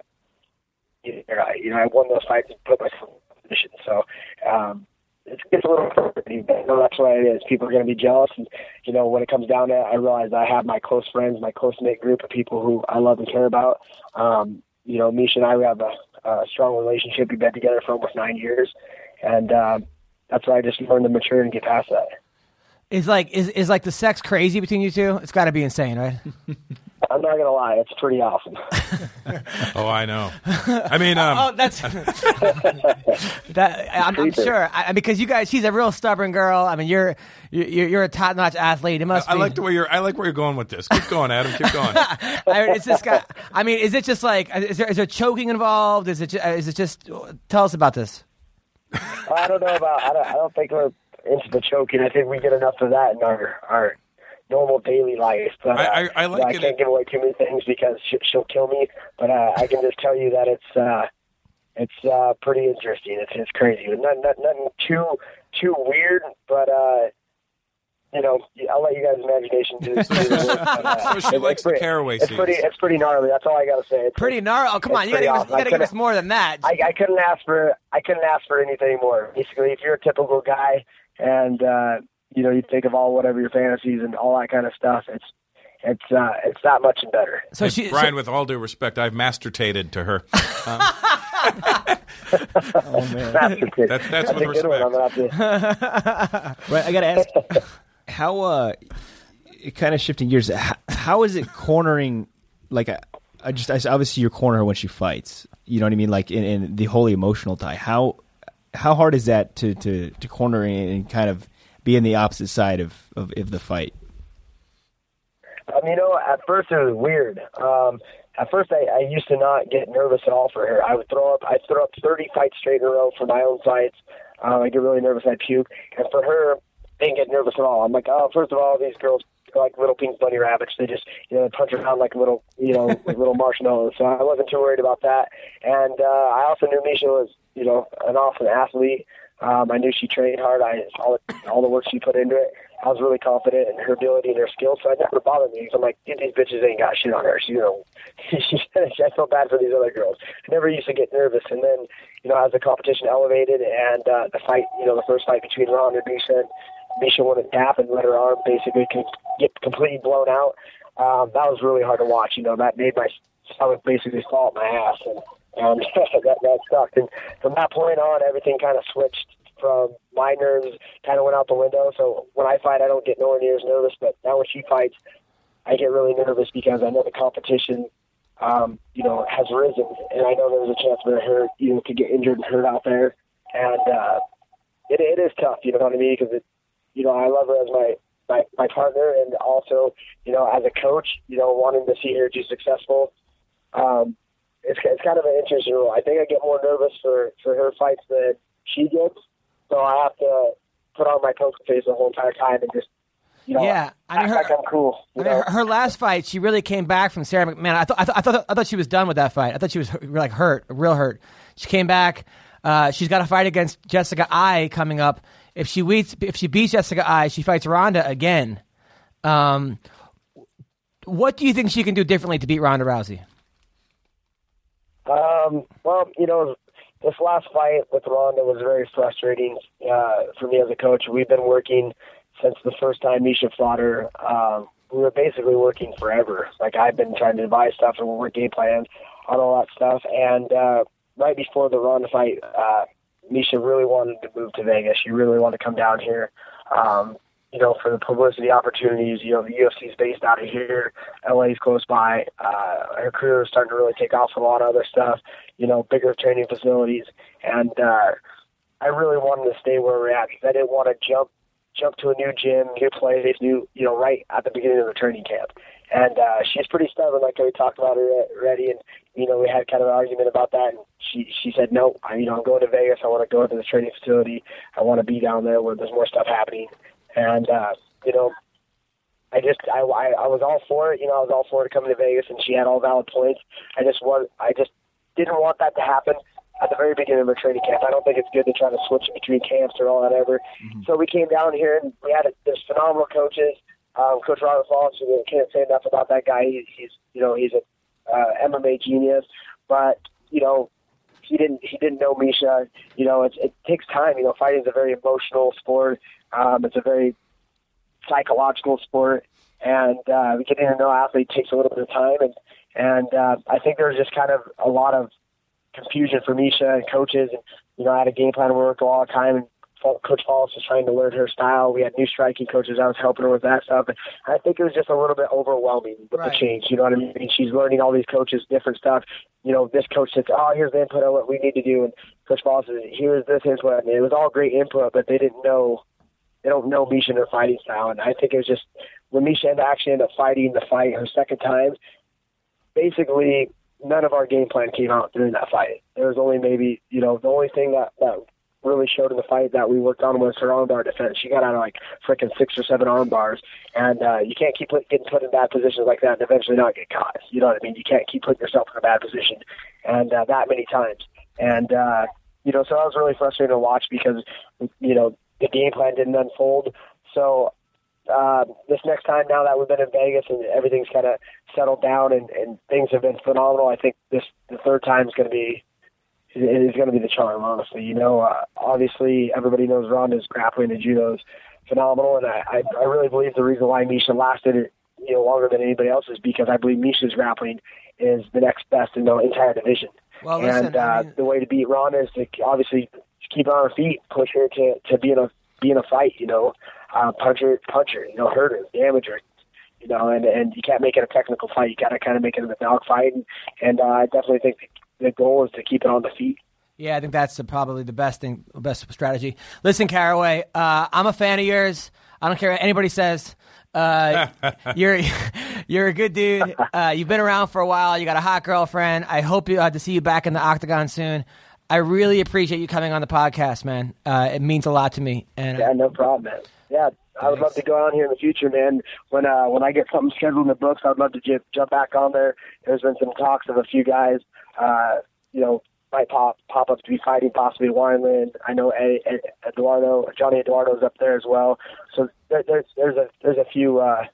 [SPEAKER 5] you know, I, you know, I won those fights and put myself in a position. So um, it's, it's a little frustrating, but I know that's what it is. People are going to be jealous, and you know, when it comes down to it, I realize I have my close friends, my close knit group of people who I love and care about. Um, you know, Misha and I we have a, a strong relationship. We've been together for almost nine years, and um, that's why I just learned to mature and get past that.
[SPEAKER 2] Is like is, is like the sex crazy between you two? It's got to be insane, right?
[SPEAKER 5] I'm not gonna lie, it's pretty awesome.
[SPEAKER 6] Oh, I know. I mean, um,
[SPEAKER 2] Oh, that's that. I'm, I'm
[SPEAKER 5] Creeper.
[SPEAKER 2] sure I, because you guys, she's a real stubborn girl. I mean, you're you're, you're a top notch athlete. It must.
[SPEAKER 6] I
[SPEAKER 2] be,
[SPEAKER 6] like the way you're. I like where you're going with this. Keep going, Adam. Keep going.
[SPEAKER 2] I, it's this guy. I mean, is it just like is there is there choking involved? Is it ju- is it just? Tell us about this.
[SPEAKER 5] I don't know about. I don't, I don't think we're into the choking. I think we get enough of that in our our normal daily life. But uh,
[SPEAKER 6] I- I- I like
[SPEAKER 5] I
[SPEAKER 6] it-
[SPEAKER 5] can't give away too many things because she, she'll kill me. But uh, I can just tell you that it's uh, it's uh, pretty interesting. It's it's crazy. Not, not, nothing too too weird, but. Uh, you know, I'll let you guys' imagination do this.
[SPEAKER 6] So she likes the caraway
[SPEAKER 5] uh, It's pretty,
[SPEAKER 6] seeds.
[SPEAKER 5] it's pretty gnarly. That's all I gotta say. It's
[SPEAKER 2] Pretty gnarly. Oh, come
[SPEAKER 5] It's
[SPEAKER 2] on, you gotta
[SPEAKER 5] pretty
[SPEAKER 2] give us,
[SPEAKER 5] awesome.
[SPEAKER 2] you gotta
[SPEAKER 5] I
[SPEAKER 2] give us
[SPEAKER 5] couldn't-
[SPEAKER 2] more than that.
[SPEAKER 5] I, I couldn't ask for I couldn't ask for anything more. Basically, if you're a typical guy and uh, you know you think of all whatever your fantasies and all that kind of stuff, it's it's uh, it's that much and better.
[SPEAKER 2] so she,
[SPEAKER 6] Brian,
[SPEAKER 2] so,
[SPEAKER 6] with all due respect, I've mastertated to her.
[SPEAKER 4] Oh man.
[SPEAKER 5] That's, the kid.
[SPEAKER 6] that's
[SPEAKER 5] that's a
[SPEAKER 6] with
[SPEAKER 5] good one. I'm gonna have to,
[SPEAKER 4] Right, I gotta ask how uh kind of shifting gears how, how is it cornering like I, I just I, obviously you corner her when she fights you know what I mean like in, in the wholly emotional tie how how hard is that to to, to corner and, and kind of be in the opposite side of of, of the fight
[SPEAKER 5] um, you know, at first it was weird. Um, at first, I, I used to not get nervous at all for her. I would throw up. I throw up 30 fights straight in a row for my own fights. Um, I get really nervous. I puke. And for her, I didn't get nervous at all. I'm like, oh, first of all, these girls are like little pink bunny rabbits. They just, you know, they punch around like little, you know, like little marshmallows. So I wasn't too worried about that. And uh, I also knew Misha was, you know, an awesome athlete. Um, I knew she trained hard. I all the, all the work she put into it. I was really confident in her ability and her skill, so it never bothered me. 'cause I'm like, dude, these bitches ain't got shit on her. She, you know, she, I felt bad for these other girls. I never used to get nervous. And then, you know, as the competition elevated and uh, the fight, you know, the first fight between Ron and Misha, Misha won a tap and let her arm basically con- get completely blown out. Um, that was really hard to watch. You know, that made my stomach basically fall out my ass, and um, that that sucked. And from that point on, everything kind of switched. From my nerves, kind of went out the window. So when I fight, I don't get nowhere near as nervous. But now when she fights, I get really nervous because I know the competition, um, you know, has risen, and I know there's a chance that her, you know, could get injured and hurt out there, and uh, it, it is tough. You know what I mean? Because it, you know, I love her as my, my my partner, and also, you know, as a coach, you know, wanting to see her be successful. Um, it's it's kind of an interesting role. I think I get more nervous for for her fights than she gets, so I have to put on my poker face the whole entire time and just, you know,
[SPEAKER 2] Yeah, I mean,
[SPEAKER 5] act
[SPEAKER 2] her-
[SPEAKER 5] like I'm cool.
[SPEAKER 2] I
[SPEAKER 5] You
[SPEAKER 2] mean,
[SPEAKER 5] know?
[SPEAKER 2] her, her last fight, she really came back from Sarah McMahon. I thought I, thought I thought I thought she was done with that fight. I thought she was hu- like hurt, real hurt. She came back. Uh, she's got a fight against Jessica I coming up. If she beats if she beats Jessica I, she fights Ronda again. Um, what do you think she can do differently to beat Ronda Rousey?
[SPEAKER 5] Um, well, you know, this last fight with Ronda was very frustrating uh, for me as a coach. We've been working since the first time Misha fought her. Um, we were basically working forever. Like I've been trying to devise stuff and work game plans on all that stuff. And uh, right before the Ronda fight, uh, Misha really wanted to move to Vegas. She really wanted to come down here. Um, you know, for the publicity opportunities, you know, the UFC's based out of here. LA's close by. Uh, her career is starting to really take off with a lot of other stuff, you know, bigger training facilities. And uh, I really wanted to stay where we're at because I didn't want to jump jump to a new gym, new place, new, you know, right at the beginning of the training camp. And uh, she's pretty stubborn, like we talked about her already. And, you know, we had kind of an argument about that. And she, she said, no, I, you know, I'm going to Vegas. I want to go to the training facility. I want to be down there where there's more stuff happening. And, uh, you know, I just I, I I was all for it, you know. I was all for it coming to Vegas, and she had all valid points. I just want I just didn't want that to happen. at the very beginning of our training camp. I don't think it's good to try to switch between camps or all that ever. So we came down here and we had a, there's phenomenal coaches. Um, Coach Robert Fox, we can't say enough about that guy. He's, he's you know he's a uh, MMA genius, but you know he didn't he didn't know Misha. You know it, it takes time. You know fighting is a very emotional sport. Um, it's a very psychological sport, and uh, getting to know an athlete takes a little bit of time. And and uh, I think there was just kind of a lot of confusion for Misha and coaches. And you know, I had a game plan we worked a lot of time, and Fo- Coach Wallace was trying to learn her style. We had new striking coaches. I was helping her with that stuff. And I think it was just a little bit overwhelming with
[SPEAKER 2] Right.
[SPEAKER 5] the change. You know what I mean? She's learning all these coaches, different stuff. You know, this coach says, "Oh, here's the input on what we need to do," and Coach Wallace says, "Here's this input." And it was all great input, but they didn't know they don't know Misha and her fighting style. And I think it was just when Misha and actually ended up fighting the fight her second time, basically none of our game plan came out during that fight. There was only maybe, you know, the only thing that, that really showed in the fight that we worked on was her armbar defense. She got out of like freaking six or seven arm bars. And uh, you can't keep put, getting put in bad positions like that and eventually not get caught. You know what I mean? You can't keep putting yourself in a bad position and uh, that many times. And, uh, you know, so that was really frustrating to watch because, you know, the game plan didn't unfold. So um, this next time now that we've been in Vegas and everything's kind of settled down and, and things have been phenomenal, I think this the third time is going to be is going to be the charm. Honestly, you know, uh, obviously everybody knows Ronda's grappling and judo's phenomenal, and I, I I really believe the reason why Misha lasted you know longer than anybody else is because I believe Misha's grappling is the next best in the entire division.
[SPEAKER 2] Well,
[SPEAKER 5] and
[SPEAKER 2] listen,
[SPEAKER 5] uh,
[SPEAKER 2] I mean-
[SPEAKER 5] the way to beat Ronda is to obviously keep her on her feet, push her to to be in a be in a fight. You know, uh, punch her, punch her. You know, hurt her, damage her. You know, and and you can't make it a technical fight. You got to kind of make it a dog fight. And, and uh, I definitely think the goal is to keep it on the feet.
[SPEAKER 2] Yeah, I think that's the, probably the best thing, best strategy. Listen, Caraway, uh, I'm a fan of yours. I don't care what anybody says. Uh, you're you're a good dude. Uh, you've been around for a while. You got a hot girlfriend. I hope you uh, to see you back in the octagon soon. I really appreciate you coming on the podcast, man. Uh, it means a lot to me. And uh,
[SPEAKER 5] Yeah, no problem, man. Yeah, I would love to go on here in the future, man. When uh, when I get something scheduled in the books, I'd love to j- jump back on there. There's been some talks of a few guys, uh, you know, might pop pop up to be fighting possibly Wineland. I know a, a, Eduardo, Johnny Eduardo's up there as well. So there, there's there's a there's a few uh,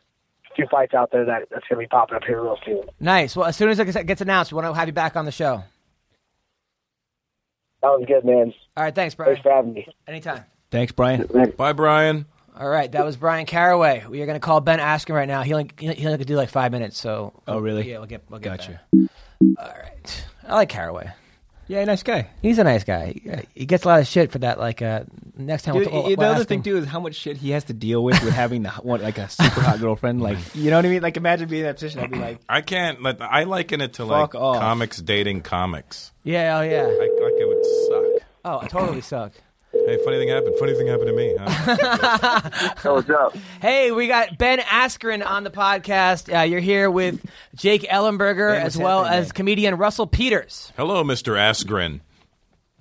[SPEAKER 5] few fights out there that that's gonna be popping up here real soon.
[SPEAKER 2] nice. Well, as soon as it gets- gets announced, we want to have you back on the show.
[SPEAKER 5] That was good, man.
[SPEAKER 2] All right, thanks, Brian.
[SPEAKER 5] Thanks for having me.
[SPEAKER 2] Anytime.
[SPEAKER 4] Thanks, Brian.
[SPEAKER 6] Bye, Brian.
[SPEAKER 2] All right, that was Brian Caraway. We are going to call Ben Askin right now. He only he only could do like five minutes, so
[SPEAKER 4] Oh, really?
[SPEAKER 2] yeah, we'll get we'll get
[SPEAKER 4] Gotcha.
[SPEAKER 2] back. All right, I like Caraway.
[SPEAKER 4] Yeah, nice guy.
[SPEAKER 2] He's a nice guy. He, uh, he gets a lot of shit for that. Like uh, next time,
[SPEAKER 4] Dude,
[SPEAKER 2] we'll, we'll,
[SPEAKER 4] the
[SPEAKER 2] we'll
[SPEAKER 4] other
[SPEAKER 2] ask
[SPEAKER 4] thing
[SPEAKER 2] him.
[SPEAKER 4] too is how much shit he has to deal with with having the hot- one like a super hot girlfriend. Like, you know what I mean? Like, imagine being in that position. I'd be like,
[SPEAKER 6] I can't let. I liken it to
[SPEAKER 4] Fuck
[SPEAKER 6] like
[SPEAKER 4] off.
[SPEAKER 6] comics dating comics.
[SPEAKER 2] Yeah, oh yeah.
[SPEAKER 6] Like, like it would suck.
[SPEAKER 2] Oh, it totally sucked.
[SPEAKER 6] Hey, funny thing happened. Funny thing happened to me. huh?
[SPEAKER 5] So what's up?
[SPEAKER 2] Hey, we got Ben Askren on the podcast. Uh, you're here with Jake Ellenberger
[SPEAKER 4] Ben,
[SPEAKER 2] as
[SPEAKER 4] what's
[SPEAKER 2] well
[SPEAKER 4] happening,
[SPEAKER 2] as
[SPEAKER 4] man?
[SPEAKER 2] comedian Russell Peters.
[SPEAKER 6] Hello, Mr. Askren.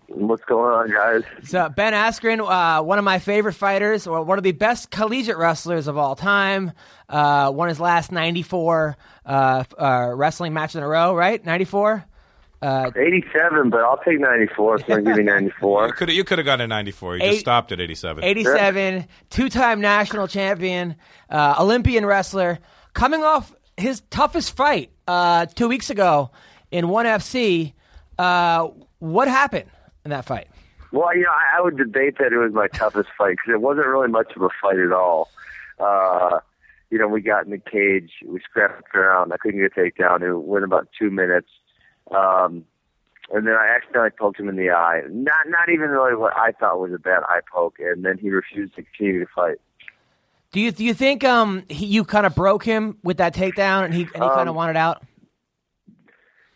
[SPEAKER 7] What's going on, guys?
[SPEAKER 2] So Ben Askren, uh, one of my favorite fighters, or one of the best collegiate wrestlers of all time, uh, won his last 94 uh, uh, wrestling match in a row. Right, 94.
[SPEAKER 7] 87, but I'll take 94. So I'm going to give you 94.
[SPEAKER 6] Could you could have gone to 94. You
[SPEAKER 2] Eight-
[SPEAKER 6] just stopped at 87.
[SPEAKER 2] 87, two time national champion, uh, Olympian wrestler, coming off his toughest fight uh, two weeks ago in 1FC. Uh, what happened in that fight?
[SPEAKER 7] Well, you know, I, I would debate that it was my toughest fight because it wasn't really much of a fight at all. Uh, you know, we got in the cage, we scrapped around. I couldn't get a takedown. It went about two minutes, um, and then I accidentally poked him in the eye. Not, not even really what I thought was a bad eye poke, and then he refused to continue to fight.
[SPEAKER 2] Do you, do you think um, he, you kind of broke him with that takedown and he, and he kind
[SPEAKER 7] Um,
[SPEAKER 2] of wanted out?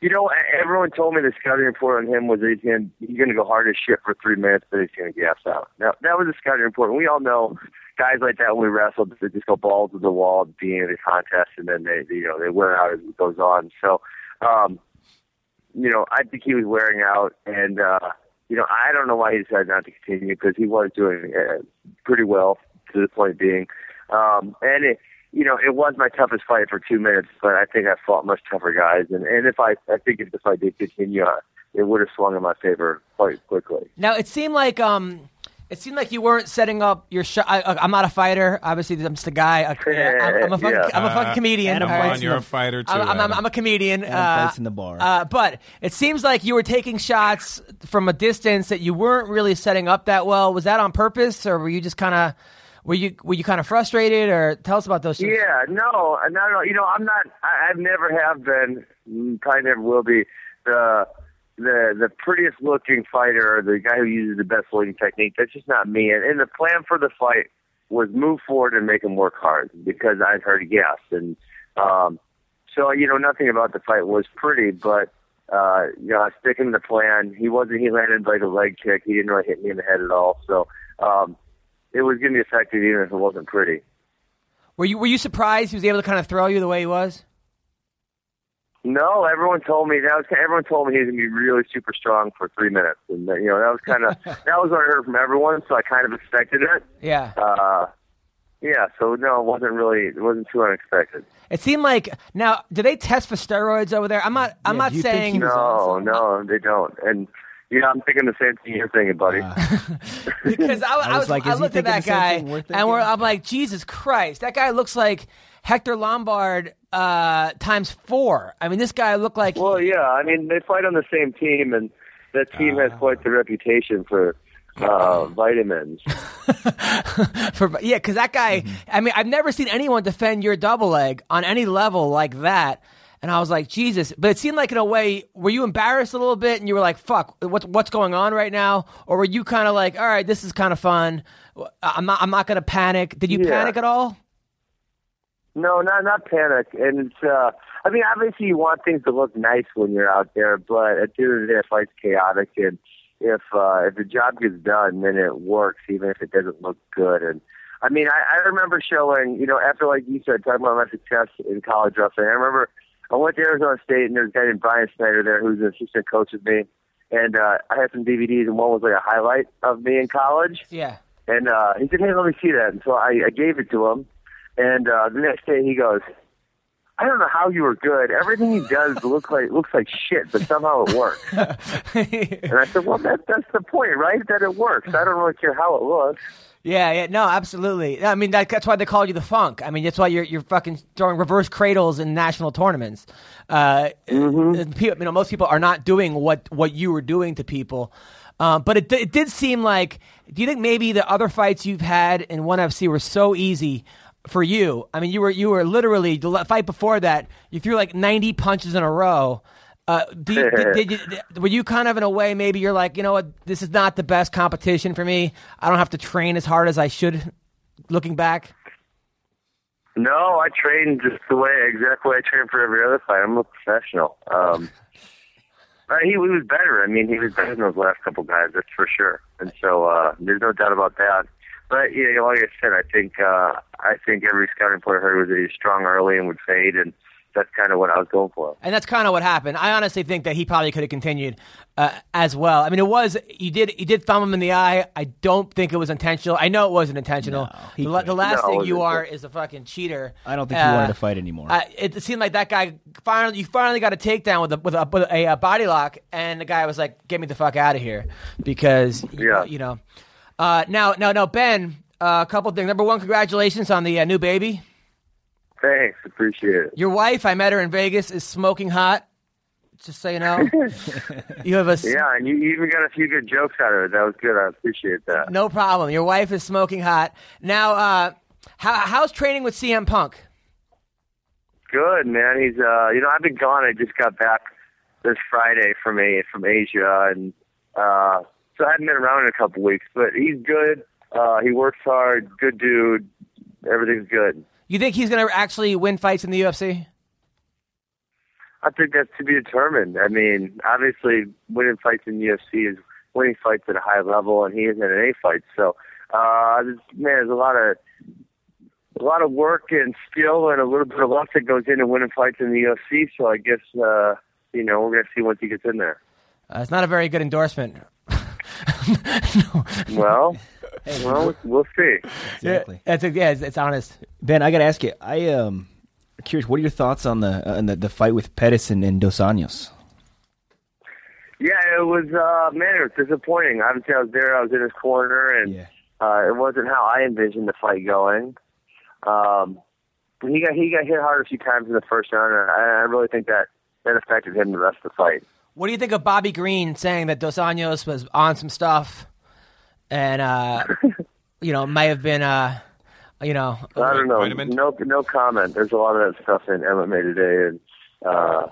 [SPEAKER 7] You know, e- everyone told me the scouting report on him was that he's going he's going to go hard as shit for three minutes, but he's going to gas out. Now that was the scouting report. And we all know guys like that when we wrestle, they just go balls to the wall at the beginning of the contest, and then they you know they wear out as it goes on. So, um, you know, I think he was wearing out, and uh, you know, I don't know why he decided not to continue because he was doing uh, pretty well to the point being, um, and it, you know, it was my toughest fight for two minutes, but I think I fought much tougher guys, and and if I I think if the fight did continue, I, it would have swung in my favor quite quickly.
[SPEAKER 2] Now it seemed like um, it seemed like you weren't setting up your shot. I, I- I'm not a fighter. Obviously, I'm just a guy. I, am a fucking,
[SPEAKER 7] Yeah.
[SPEAKER 2] I'm a fucking
[SPEAKER 6] Uh,
[SPEAKER 2] comedian.
[SPEAKER 4] Adam
[SPEAKER 2] all right?
[SPEAKER 4] Bites
[SPEAKER 6] on, you're
[SPEAKER 4] in
[SPEAKER 6] a
[SPEAKER 4] the-
[SPEAKER 6] fighter too.
[SPEAKER 2] I'm, I'm,
[SPEAKER 6] Adam.
[SPEAKER 2] I'm a comedian.
[SPEAKER 4] Adam
[SPEAKER 2] uh,
[SPEAKER 4] bites in the bar.
[SPEAKER 2] Uh, but it seems like you were taking shots from a distance that you weren't really setting up that well. Was that on purpose, or were you just kind of were you were you kind of frustrated? Or tell us about those. Shots.
[SPEAKER 7] Yeah, no, not at all. You know, I'm not. I, I've never have been. mm, Probably never will be. The the the prettiest looking fighter, the guy who uses the best looking technique. That's just not me. And, and the plan for the fight was move forward and make him work hard because I'd heard yes, and um, so you know nothing about the fight was pretty, but. Uh, you know, I was sticking to the plan. He wasn't. He landed like a leg kick. He didn't really hit me in the head at all. So um, it was going to be effective, even if it wasn't pretty.
[SPEAKER 2] Were you were you surprised he was able to kind of throw you the way he was?
[SPEAKER 7] No, everyone told me that was. Everyone told me he was gonna be really super strong for three minutes, and that, you know that was kind of that was what I heard from everyone. So I kind of expected it.
[SPEAKER 2] Yeah.
[SPEAKER 7] Uh, yeah, so no, it wasn't really. It wasn't too unexpected.
[SPEAKER 2] It seemed like now. Do they test for steroids over there? I'm not. I'm
[SPEAKER 4] Yeah,
[SPEAKER 2] not
[SPEAKER 4] do you think
[SPEAKER 2] saying.
[SPEAKER 4] he was
[SPEAKER 7] No, no, they don't. And you know, I'm thinking the same thing you're thinking, buddy.
[SPEAKER 4] Uh.
[SPEAKER 2] because I, I
[SPEAKER 4] was
[SPEAKER 2] was
[SPEAKER 4] like,
[SPEAKER 2] I
[SPEAKER 4] is he
[SPEAKER 2] looked at
[SPEAKER 4] thinking
[SPEAKER 2] that
[SPEAKER 4] the same
[SPEAKER 2] guy
[SPEAKER 4] thing we're
[SPEAKER 2] and we're,
[SPEAKER 4] thinking?
[SPEAKER 2] I'm like, Jesus Christ, that guy looks like Hector Lombard uh, times four. I mean, this guy looked like
[SPEAKER 7] Well, yeah, I mean they fight on the same team, and that team
[SPEAKER 4] Uh.
[SPEAKER 7] has quite the reputation for uh, vitamins.
[SPEAKER 2] for yeah, because that guy. I mean, I've never seen anyone defend your double leg on any level like that. And I was like, Jesus! But it seemed like in a way, were you embarrassed a little bit, and you were like, "Fuck, what's what's going on right now?" Or were you kind of like, "All right, this is kind of fun. I'm not I'm not gonna panic." Did you
[SPEAKER 7] Yeah.
[SPEAKER 2] panic at all?
[SPEAKER 7] No, not not panic. And it's, uh, I mean, obviously you want things to look nice when you're out there, but at the end of the day, a fight's chaotic, and if uh, if the job gets done, then it works, even if it doesn't look good. And I mean, I, I remember showing, you know, after like you said, talking about my success in college wrestling. I remember I went to Arizona State, and there was a guy named Brian Snyder there who's an assistant coach with me, and uh, I had some DVDs, and one was like a highlight of me in college.
[SPEAKER 2] Yeah.
[SPEAKER 7] And uh, he said, "Hey, let me see that." And so I, I gave it to him. And uh, the next day, he goes, "I don't know how you were good. Everything he does looks like looks like shit, but somehow it works." and I said, "Well, that, that's the point, right? That it works. I don't really care how it looks."
[SPEAKER 2] Yeah, yeah, no, absolutely. I mean, that, that's why they called you the Funk. I mean, that's why you're you're fucking throwing reverse cradles in national tournaments. Uh, people, you know, most people are not doing what what you were doing to people. Um, but it, di- it did seem like. Do you think maybe the other fights you've had in ONE FC were so easy for you? I mean, you were you were literally the le- fight before that. You threw like ninety punches in a row. Uh, do you, did, did you, did- were you kind of in a way maybe you're like you know what this is not the best competition for me i don't have to train as hard as i should looking back
[SPEAKER 7] No, I train just the way exactly way I train for every other fight. I'm a professional. Um, but he, he was better. I mean, he was better than those last couple guys, that's for sure. And so uh, there's no doubt about that. But you know, like I said, I think uh, I think every scouting player heard was that he was strong early and would fade, and that's kind of what I was going for.
[SPEAKER 2] and that's kind of what happened i honestly think that he probably could have continued uh, as well i mean it was you did you did thumb him in the eye i don't think it was intentional i know it wasn't intentional
[SPEAKER 4] he
[SPEAKER 2] the, la-
[SPEAKER 4] couldn't.
[SPEAKER 2] the last
[SPEAKER 7] No, it
[SPEAKER 2] thing
[SPEAKER 7] was
[SPEAKER 2] you are
[SPEAKER 7] intentional.
[SPEAKER 2] is a fucking cheater
[SPEAKER 4] I don't think he wanted to fight anymore.
[SPEAKER 2] Uh, it seemed like that guy finally you finally got a takedown with a with a, with a, uh body lock, and the guy was like, "Get me the fuck out of here," because you,
[SPEAKER 7] Yeah.
[SPEAKER 2] you know. Uh, now, no, no, Ben. Uh, a couple things. Number one, congratulations on the uh, new baby.
[SPEAKER 7] Thanks, appreciate it.
[SPEAKER 2] Your wife, I met her in Vegas, is smoking hot. Just so you know, you have a s-
[SPEAKER 7] Yeah, and you even got a few good jokes out of it. That was good. I appreciate that.
[SPEAKER 2] no problem. Your wife is smoking hot now. Uh, how, how's training with CM Punk?
[SPEAKER 7] Good man. He's uh you know, I've been gone, I just got back this Friday from a from Asia and uh so I haven't been around in a couple weeks, but he's good. Uh he works hard, good dude, everything's good.
[SPEAKER 2] You think he's gonna actually win fights in the UFC?
[SPEAKER 7] I think that's to be determined. I mean, obviously winning fights in UFC is winning fights at a high level and he isn't in any fights. So uh this, man, there's a lot of a lot of work and skill and a little bit of luck that goes into winning fights in the UFC. So I guess uh, you know we're gonna see once he gets in there.
[SPEAKER 2] Uh, it's not a very good endorsement. no.
[SPEAKER 7] Well, well, we'll see.
[SPEAKER 4] exactly.
[SPEAKER 2] That's a, yeah, it's, it's honest.
[SPEAKER 4] Ben, I got to ask you. I um uh, curious. What are your thoughts on the on the, the fight with Pettis and, and Dos Anjos?
[SPEAKER 7] Yeah, it was uh man, it was disappointing. Obviously I was there, I was in his corner and
[SPEAKER 4] Yeah.
[SPEAKER 7] uh it wasn't how I envisioned the fight going. Um but he got he got hit hard a few times in the first round and I, I really think that that affected him the rest of the fight.
[SPEAKER 2] What do you think of Bobby Green saying that Dos Anjos was on some stuff, and uh, you know might have been, uh, you know,
[SPEAKER 7] I don't know.
[SPEAKER 6] Vitamin?
[SPEAKER 7] No, no comment. There's a lot of that stuff in MMA today, and uh,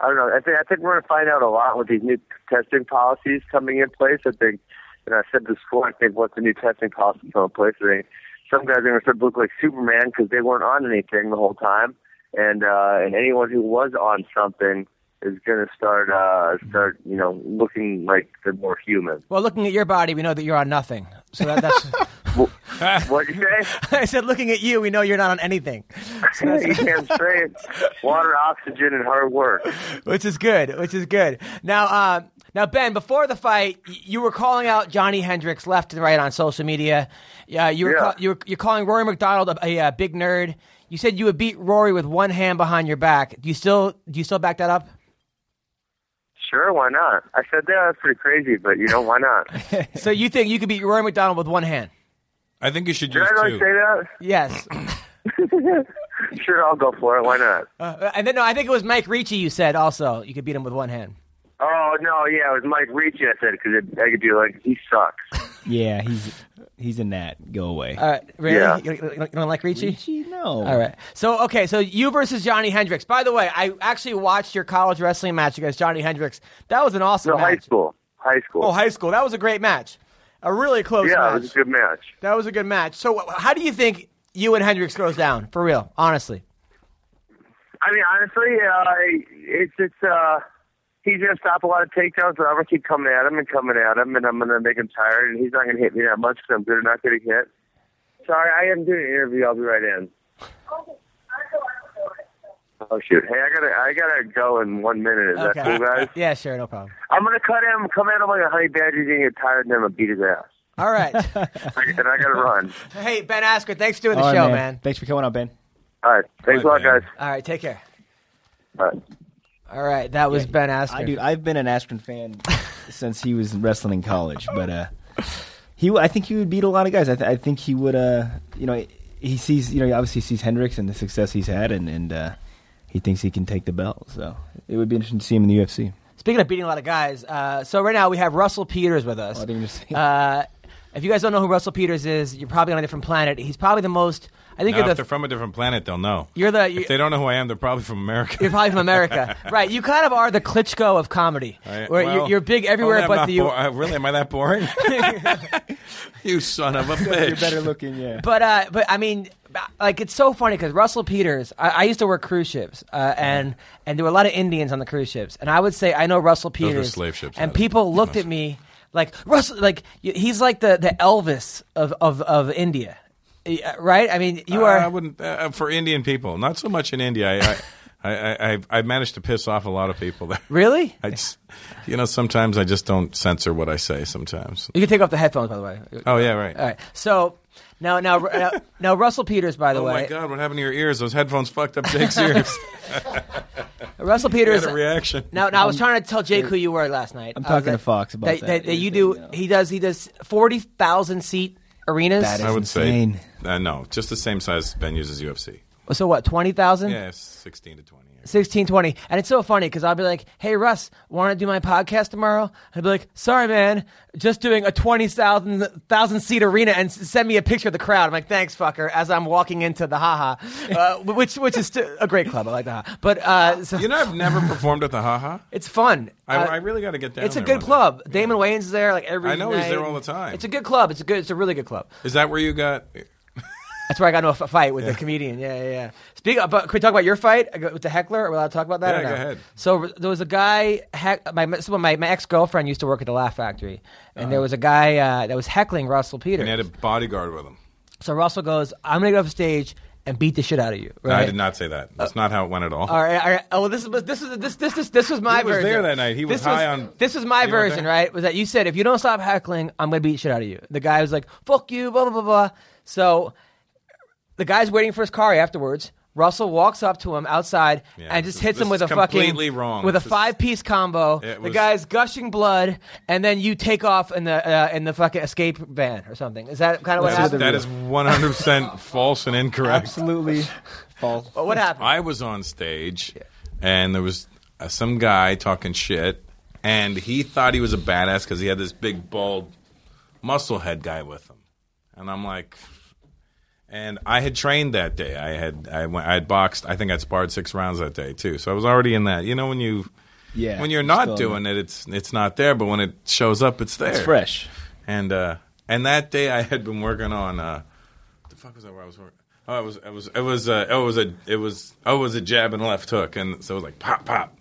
[SPEAKER 7] I don't know. I think I think we're going to find out a lot with these new testing policies coming in place. I think, and I said this before. I think once the new testing policies come in place, I think some guys are going to start to look like Superman because they weren't on anything the whole time, and uh, and anyone who was on something is going to start uh, start you know looking like they're more human.
[SPEAKER 2] well, looking at your body, we know that you're on nothing. So that, that's.
[SPEAKER 7] What you say?
[SPEAKER 2] I said, looking at you, we know you're not on anything, So
[SPEAKER 7] you
[SPEAKER 2] that's-
[SPEAKER 7] can't say it. Water, oxygen, and hard work.
[SPEAKER 2] which is good. Which is good. Now, uh, now, Ben, before the fight, y- you were calling out Johnny Hendricks left and right on social media. Yeah, you were
[SPEAKER 7] Yeah.
[SPEAKER 2] Call, you were you're calling Rory McDonald a, a, uh big nerd. You said you would beat Rory with one hand behind your back. Do you still do you still back that up?
[SPEAKER 7] Sure, why not? I said that that's pretty crazy, but you know why not? Did
[SPEAKER 2] So you think you could beat Rory McDonald with one hand?
[SPEAKER 6] I think you should
[SPEAKER 7] I
[SPEAKER 6] use two.
[SPEAKER 7] really say that?
[SPEAKER 2] Yes.
[SPEAKER 7] Sure, I'll go for it. Why not?
[SPEAKER 2] Uh, and then no, I think it was Mike Ricci. You said also you could beat him with one hand.
[SPEAKER 7] Oh no, yeah, it was Mike Ricci. I said because I could do like he sucks.
[SPEAKER 4] Yeah, he's he's in that. Go away.
[SPEAKER 2] All right, Uh, really?
[SPEAKER 7] Yeah.
[SPEAKER 2] You, don't- you don't- you don't like Ricci?
[SPEAKER 4] Gee, no.
[SPEAKER 2] All right. So okay, so you versus Johnny Hendricks. By the way, I actually watched your college wrestling match against Johnny Hendricks. That was an awesome
[SPEAKER 7] No,
[SPEAKER 2] match.
[SPEAKER 7] high school, high school.
[SPEAKER 2] Oh, high school. That was a great match. A really close
[SPEAKER 7] yeah, it
[SPEAKER 2] match.
[SPEAKER 7] was a good match.
[SPEAKER 2] That was a good match. So wh- how do you think you and Hendricks goes down for real? Honestly.
[SPEAKER 7] I mean, honestly, uh, it's it's uh, he's gonna stop a lot of takedowns, but I'm gonna keep coming at him and coming at him, and I'm gonna make him tired, and he's not gonna hit me that much because I'm good at not getting hit. Sorry, I am doing an interview. I'll be right in. Oh shoot! Hey, I gotta I gotta go in one minute. Is that cool, guys?
[SPEAKER 2] Yeah, sure, no problem.
[SPEAKER 7] I'm gonna cut him, come at him like a honey badger, he's gonna get tired, and then I'm gonna beat his ass.
[SPEAKER 2] All right.
[SPEAKER 7] and I gotta run.
[SPEAKER 2] hey, Ben Asker, thanks for doing the
[SPEAKER 4] All right,
[SPEAKER 2] show,
[SPEAKER 4] man.
[SPEAKER 2] man.
[SPEAKER 4] Thanks for coming on, Ben.
[SPEAKER 7] All right, thanks a lot,
[SPEAKER 6] Bye, man.
[SPEAKER 7] guys.
[SPEAKER 2] All right, take care.
[SPEAKER 7] Bye.
[SPEAKER 2] All right, that was Ben Asker.
[SPEAKER 4] I do. I've been an Askren fan since he was wrestling in college, but uh, he. w- I think he would beat a lot of guys. I, th- I think he would. Uh, you know, he sees. You know, he obviously sees Hendricks and the success he's had, and and uh, he thinks he can take the belt. So it would be interesting to see him in the UFC.
[SPEAKER 2] Speaking of beating a lot of guys, uh, so right now we have Russell Peters with us.
[SPEAKER 4] Oh, I didn't even see-
[SPEAKER 2] Uh, if you guys don't know who Russell Peters is, you're probably on a different planet. He's probably the most. I think
[SPEAKER 6] Now,
[SPEAKER 2] you're
[SPEAKER 6] if
[SPEAKER 2] the.
[SPEAKER 6] they're from a different planet, they'll know.
[SPEAKER 2] You're the.
[SPEAKER 6] if they don't know who I am, they're probably from America.
[SPEAKER 2] You're probably from America, right? You kind of are the Klitschko of comedy,
[SPEAKER 6] Right,
[SPEAKER 2] where
[SPEAKER 6] well,
[SPEAKER 2] you're, you're big everywhere
[SPEAKER 6] only I'm
[SPEAKER 2] but
[SPEAKER 6] not
[SPEAKER 2] the.
[SPEAKER 6] bo- uh, really, am I that boring? you son of a bitch!
[SPEAKER 4] You're better looking, yeah.
[SPEAKER 2] But uh, but I mean, like it's so funny because Russell Peters. I, I used to work cruise ships, uh,
[SPEAKER 6] Mm-hmm.
[SPEAKER 2] and and there were a lot of Indians on the cruise ships, and I would say I know Russell
[SPEAKER 6] were
[SPEAKER 2] Peters.
[SPEAKER 6] slave ships,
[SPEAKER 2] and
[SPEAKER 6] Adam.
[SPEAKER 2] people looked at me like Russell, like y- he's like the the Elvis of of of India, Y- uh, right? I mean, you
[SPEAKER 6] I
[SPEAKER 2] are.
[SPEAKER 6] wouldn't uh, for Indian people. Not so much in India. I, I- I, I, I've, I've managed to piss off a lot of people there.
[SPEAKER 2] Really?
[SPEAKER 6] I just, you know, sometimes I just don't censor what I say. Sometimes.
[SPEAKER 2] You can take off the headphones, by the way.
[SPEAKER 6] Oh yeah, right.
[SPEAKER 2] All right. So now, now, now, now Russell Peters, by the
[SPEAKER 6] Oh
[SPEAKER 2] way,
[SPEAKER 6] my God! What happened to your ears? Those headphones fucked up Jake's ears.
[SPEAKER 2] Russell
[SPEAKER 6] He
[SPEAKER 2] Peters.
[SPEAKER 6] had a reaction.
[SPEAKER 2] Now, now I was trying to tell Jake who you were last night.
[SPEAKER 4] I'm
[SPEAKER 2] I was
[SPEAKER 4] talking to Fox about that.
[SPEAKER 2] you do. He does. He does forty thousand seat arenas.
[SPEAKER 4] That
[SPEAKER 6] I
[SPEAKER 4] is-
[SPEAKER 6] would
[SPEAKER 4] insane.
[SPEAKER 6] say, uh, no, just the same size venues as UFC.
[SPEAKER 2] so what? Twenty thousand.
[SPEAKER 6] Yeah, sixteen to twenty.
[SPEAKER 2] Sixteen twenty, and it's so funny because I'll be like, "Hey Russ, want to do my podcast tomorrow?" I'll be like, "Sorry, man, just doing a twenty thousand thousand seat arena," and s- send me a picture of the crowd. I'm like, "Thanks, fucker," as I'm walking into the haha, uh, which which is still a great club. I like the haha, but uh, so
[SPEAKER 6] You know, I've never performed at the Haha.
[SPEAKER 2] it's fun.
[SPEAKER 6] I,
[SPEAKER 2] Uh,
[SPEAKER 6] I really got to get down.
[SPEAKER 2] It's a
[SPEAKER 6] there
[SPEAKER 2] good
[SPEAKER 6] one day.
[SPEAKER 2] club. Damon Wayans is there like every.
[SPEAKER 6] I know he's there
[SPEAKER 2] night.
[SPEAKER 6] all the time.
[SPEAKER 2] It's a good club. It's a good. It's a really good club.
[SPEAKER 6] Is that where you got?
[SPEAKER 2] That's where I got into a f- fight with the comedian. Yeah, yeah. yeah. Speak. About, can we talk about your fight with the heckler? Are we allowed to talk about that?
[SPEAKER 6] Yeah,
[SPEAKER 2] or no?
[SPEAKER 6] go ahead.
[SPEAKER 2] So there was a guy. Heck, my someone, my, my ex girlfriend used to work at the Laugh Factory, and there was a guy uh, that was heckling Russell Peters.
[SPEAKER 6] Uh-huh. And he had a bodyguard with him.
[SPEAKER 2] so Russell goes, "I'm gonna go up stage and beat the shit out of you."
[SPEAKER 6] No,
[SPEAKER 2] Right? Uh,
[SPEAKER 6] I did not say that. That's not how it went at all.
[SPEAKER 2] All right, all right. Oh, well, this is this is this this this, this was my
[SPEAKER 6] He was
[SPEAKER 2] version.
[SPEAKER 6] there that night. He was
[SPEAKER 2] this
[SPEAKER 6] high on-
[SPEAKER 2] This was my
[SPEAKER 6] You weren't
[SPEAKER 2] version,
[SPEAKER 6] there?
[SPEAKER 2] right? Was that you said if you don't stop heckling, I'm gonna beat the shit out of you. The guy was like, "Fuck you," blah blah blah blah. So the guy's waiting for his car afterwards. Russell walks up to him outside
[SPEAKER 6] Yeah,
[SPEAKER 2] and
[SPEAKER 6] this
[SPEAKER 2] just
[SPEAKER 6] is-
[SPEAKER 2] hits
[SPEAKER 6] this
[SPEAKER 2] him with
[SPEAKER 6] is
[SPEAKER 2] a fucking
[SPEAKER 6] completely wrong.
[SPEAKER 2] with a
[SPEAKER 6] This is-
[SPEAKER 2] five piece combo.
[SPEAKER 6] It
[SPEAKER 2] the
[SPEAKER 6] was-
[SPEAKER 2] guy's gushing blood, and then you take off in the uh, in the fucking escape van or something. Is that kind of what
[SPEAKER 6] That is-
[SPEAKER 2] happened?
[SPEAKER 6] that is 100% false and incorrect.
[SPEAKER 4] Absolutely false.
[SPEAKER 2] But what happened?
[SPEAKER 6] I was on stage, and there was uh, some guy talking shit, and he thought he was a badass because he had this big bald muscle head guy with him, and I'm like, and I had trained that day. I had I went I had boxed. I think I would sparred six rounds that day too. So I was already in that. You know when you.
[SPEAKER 4] Yeah,
[SPEAKER 6] when you're
[SPEAKER 4] you're
[SPEAKER 6] not
[SPEAKER 4] still in
[SPEAKER 6] doing it, it's it's not there. But when it shows up, it's there.
[SPEAKER 4] It's fresh.
[SPEAKER 6] And uh, and that day I had been working on uh, the fuck was that where I was working? Oh, it was it was it was uh, oh, it was a it was oh, it was a jab and a left hook, and so it was like pop pop.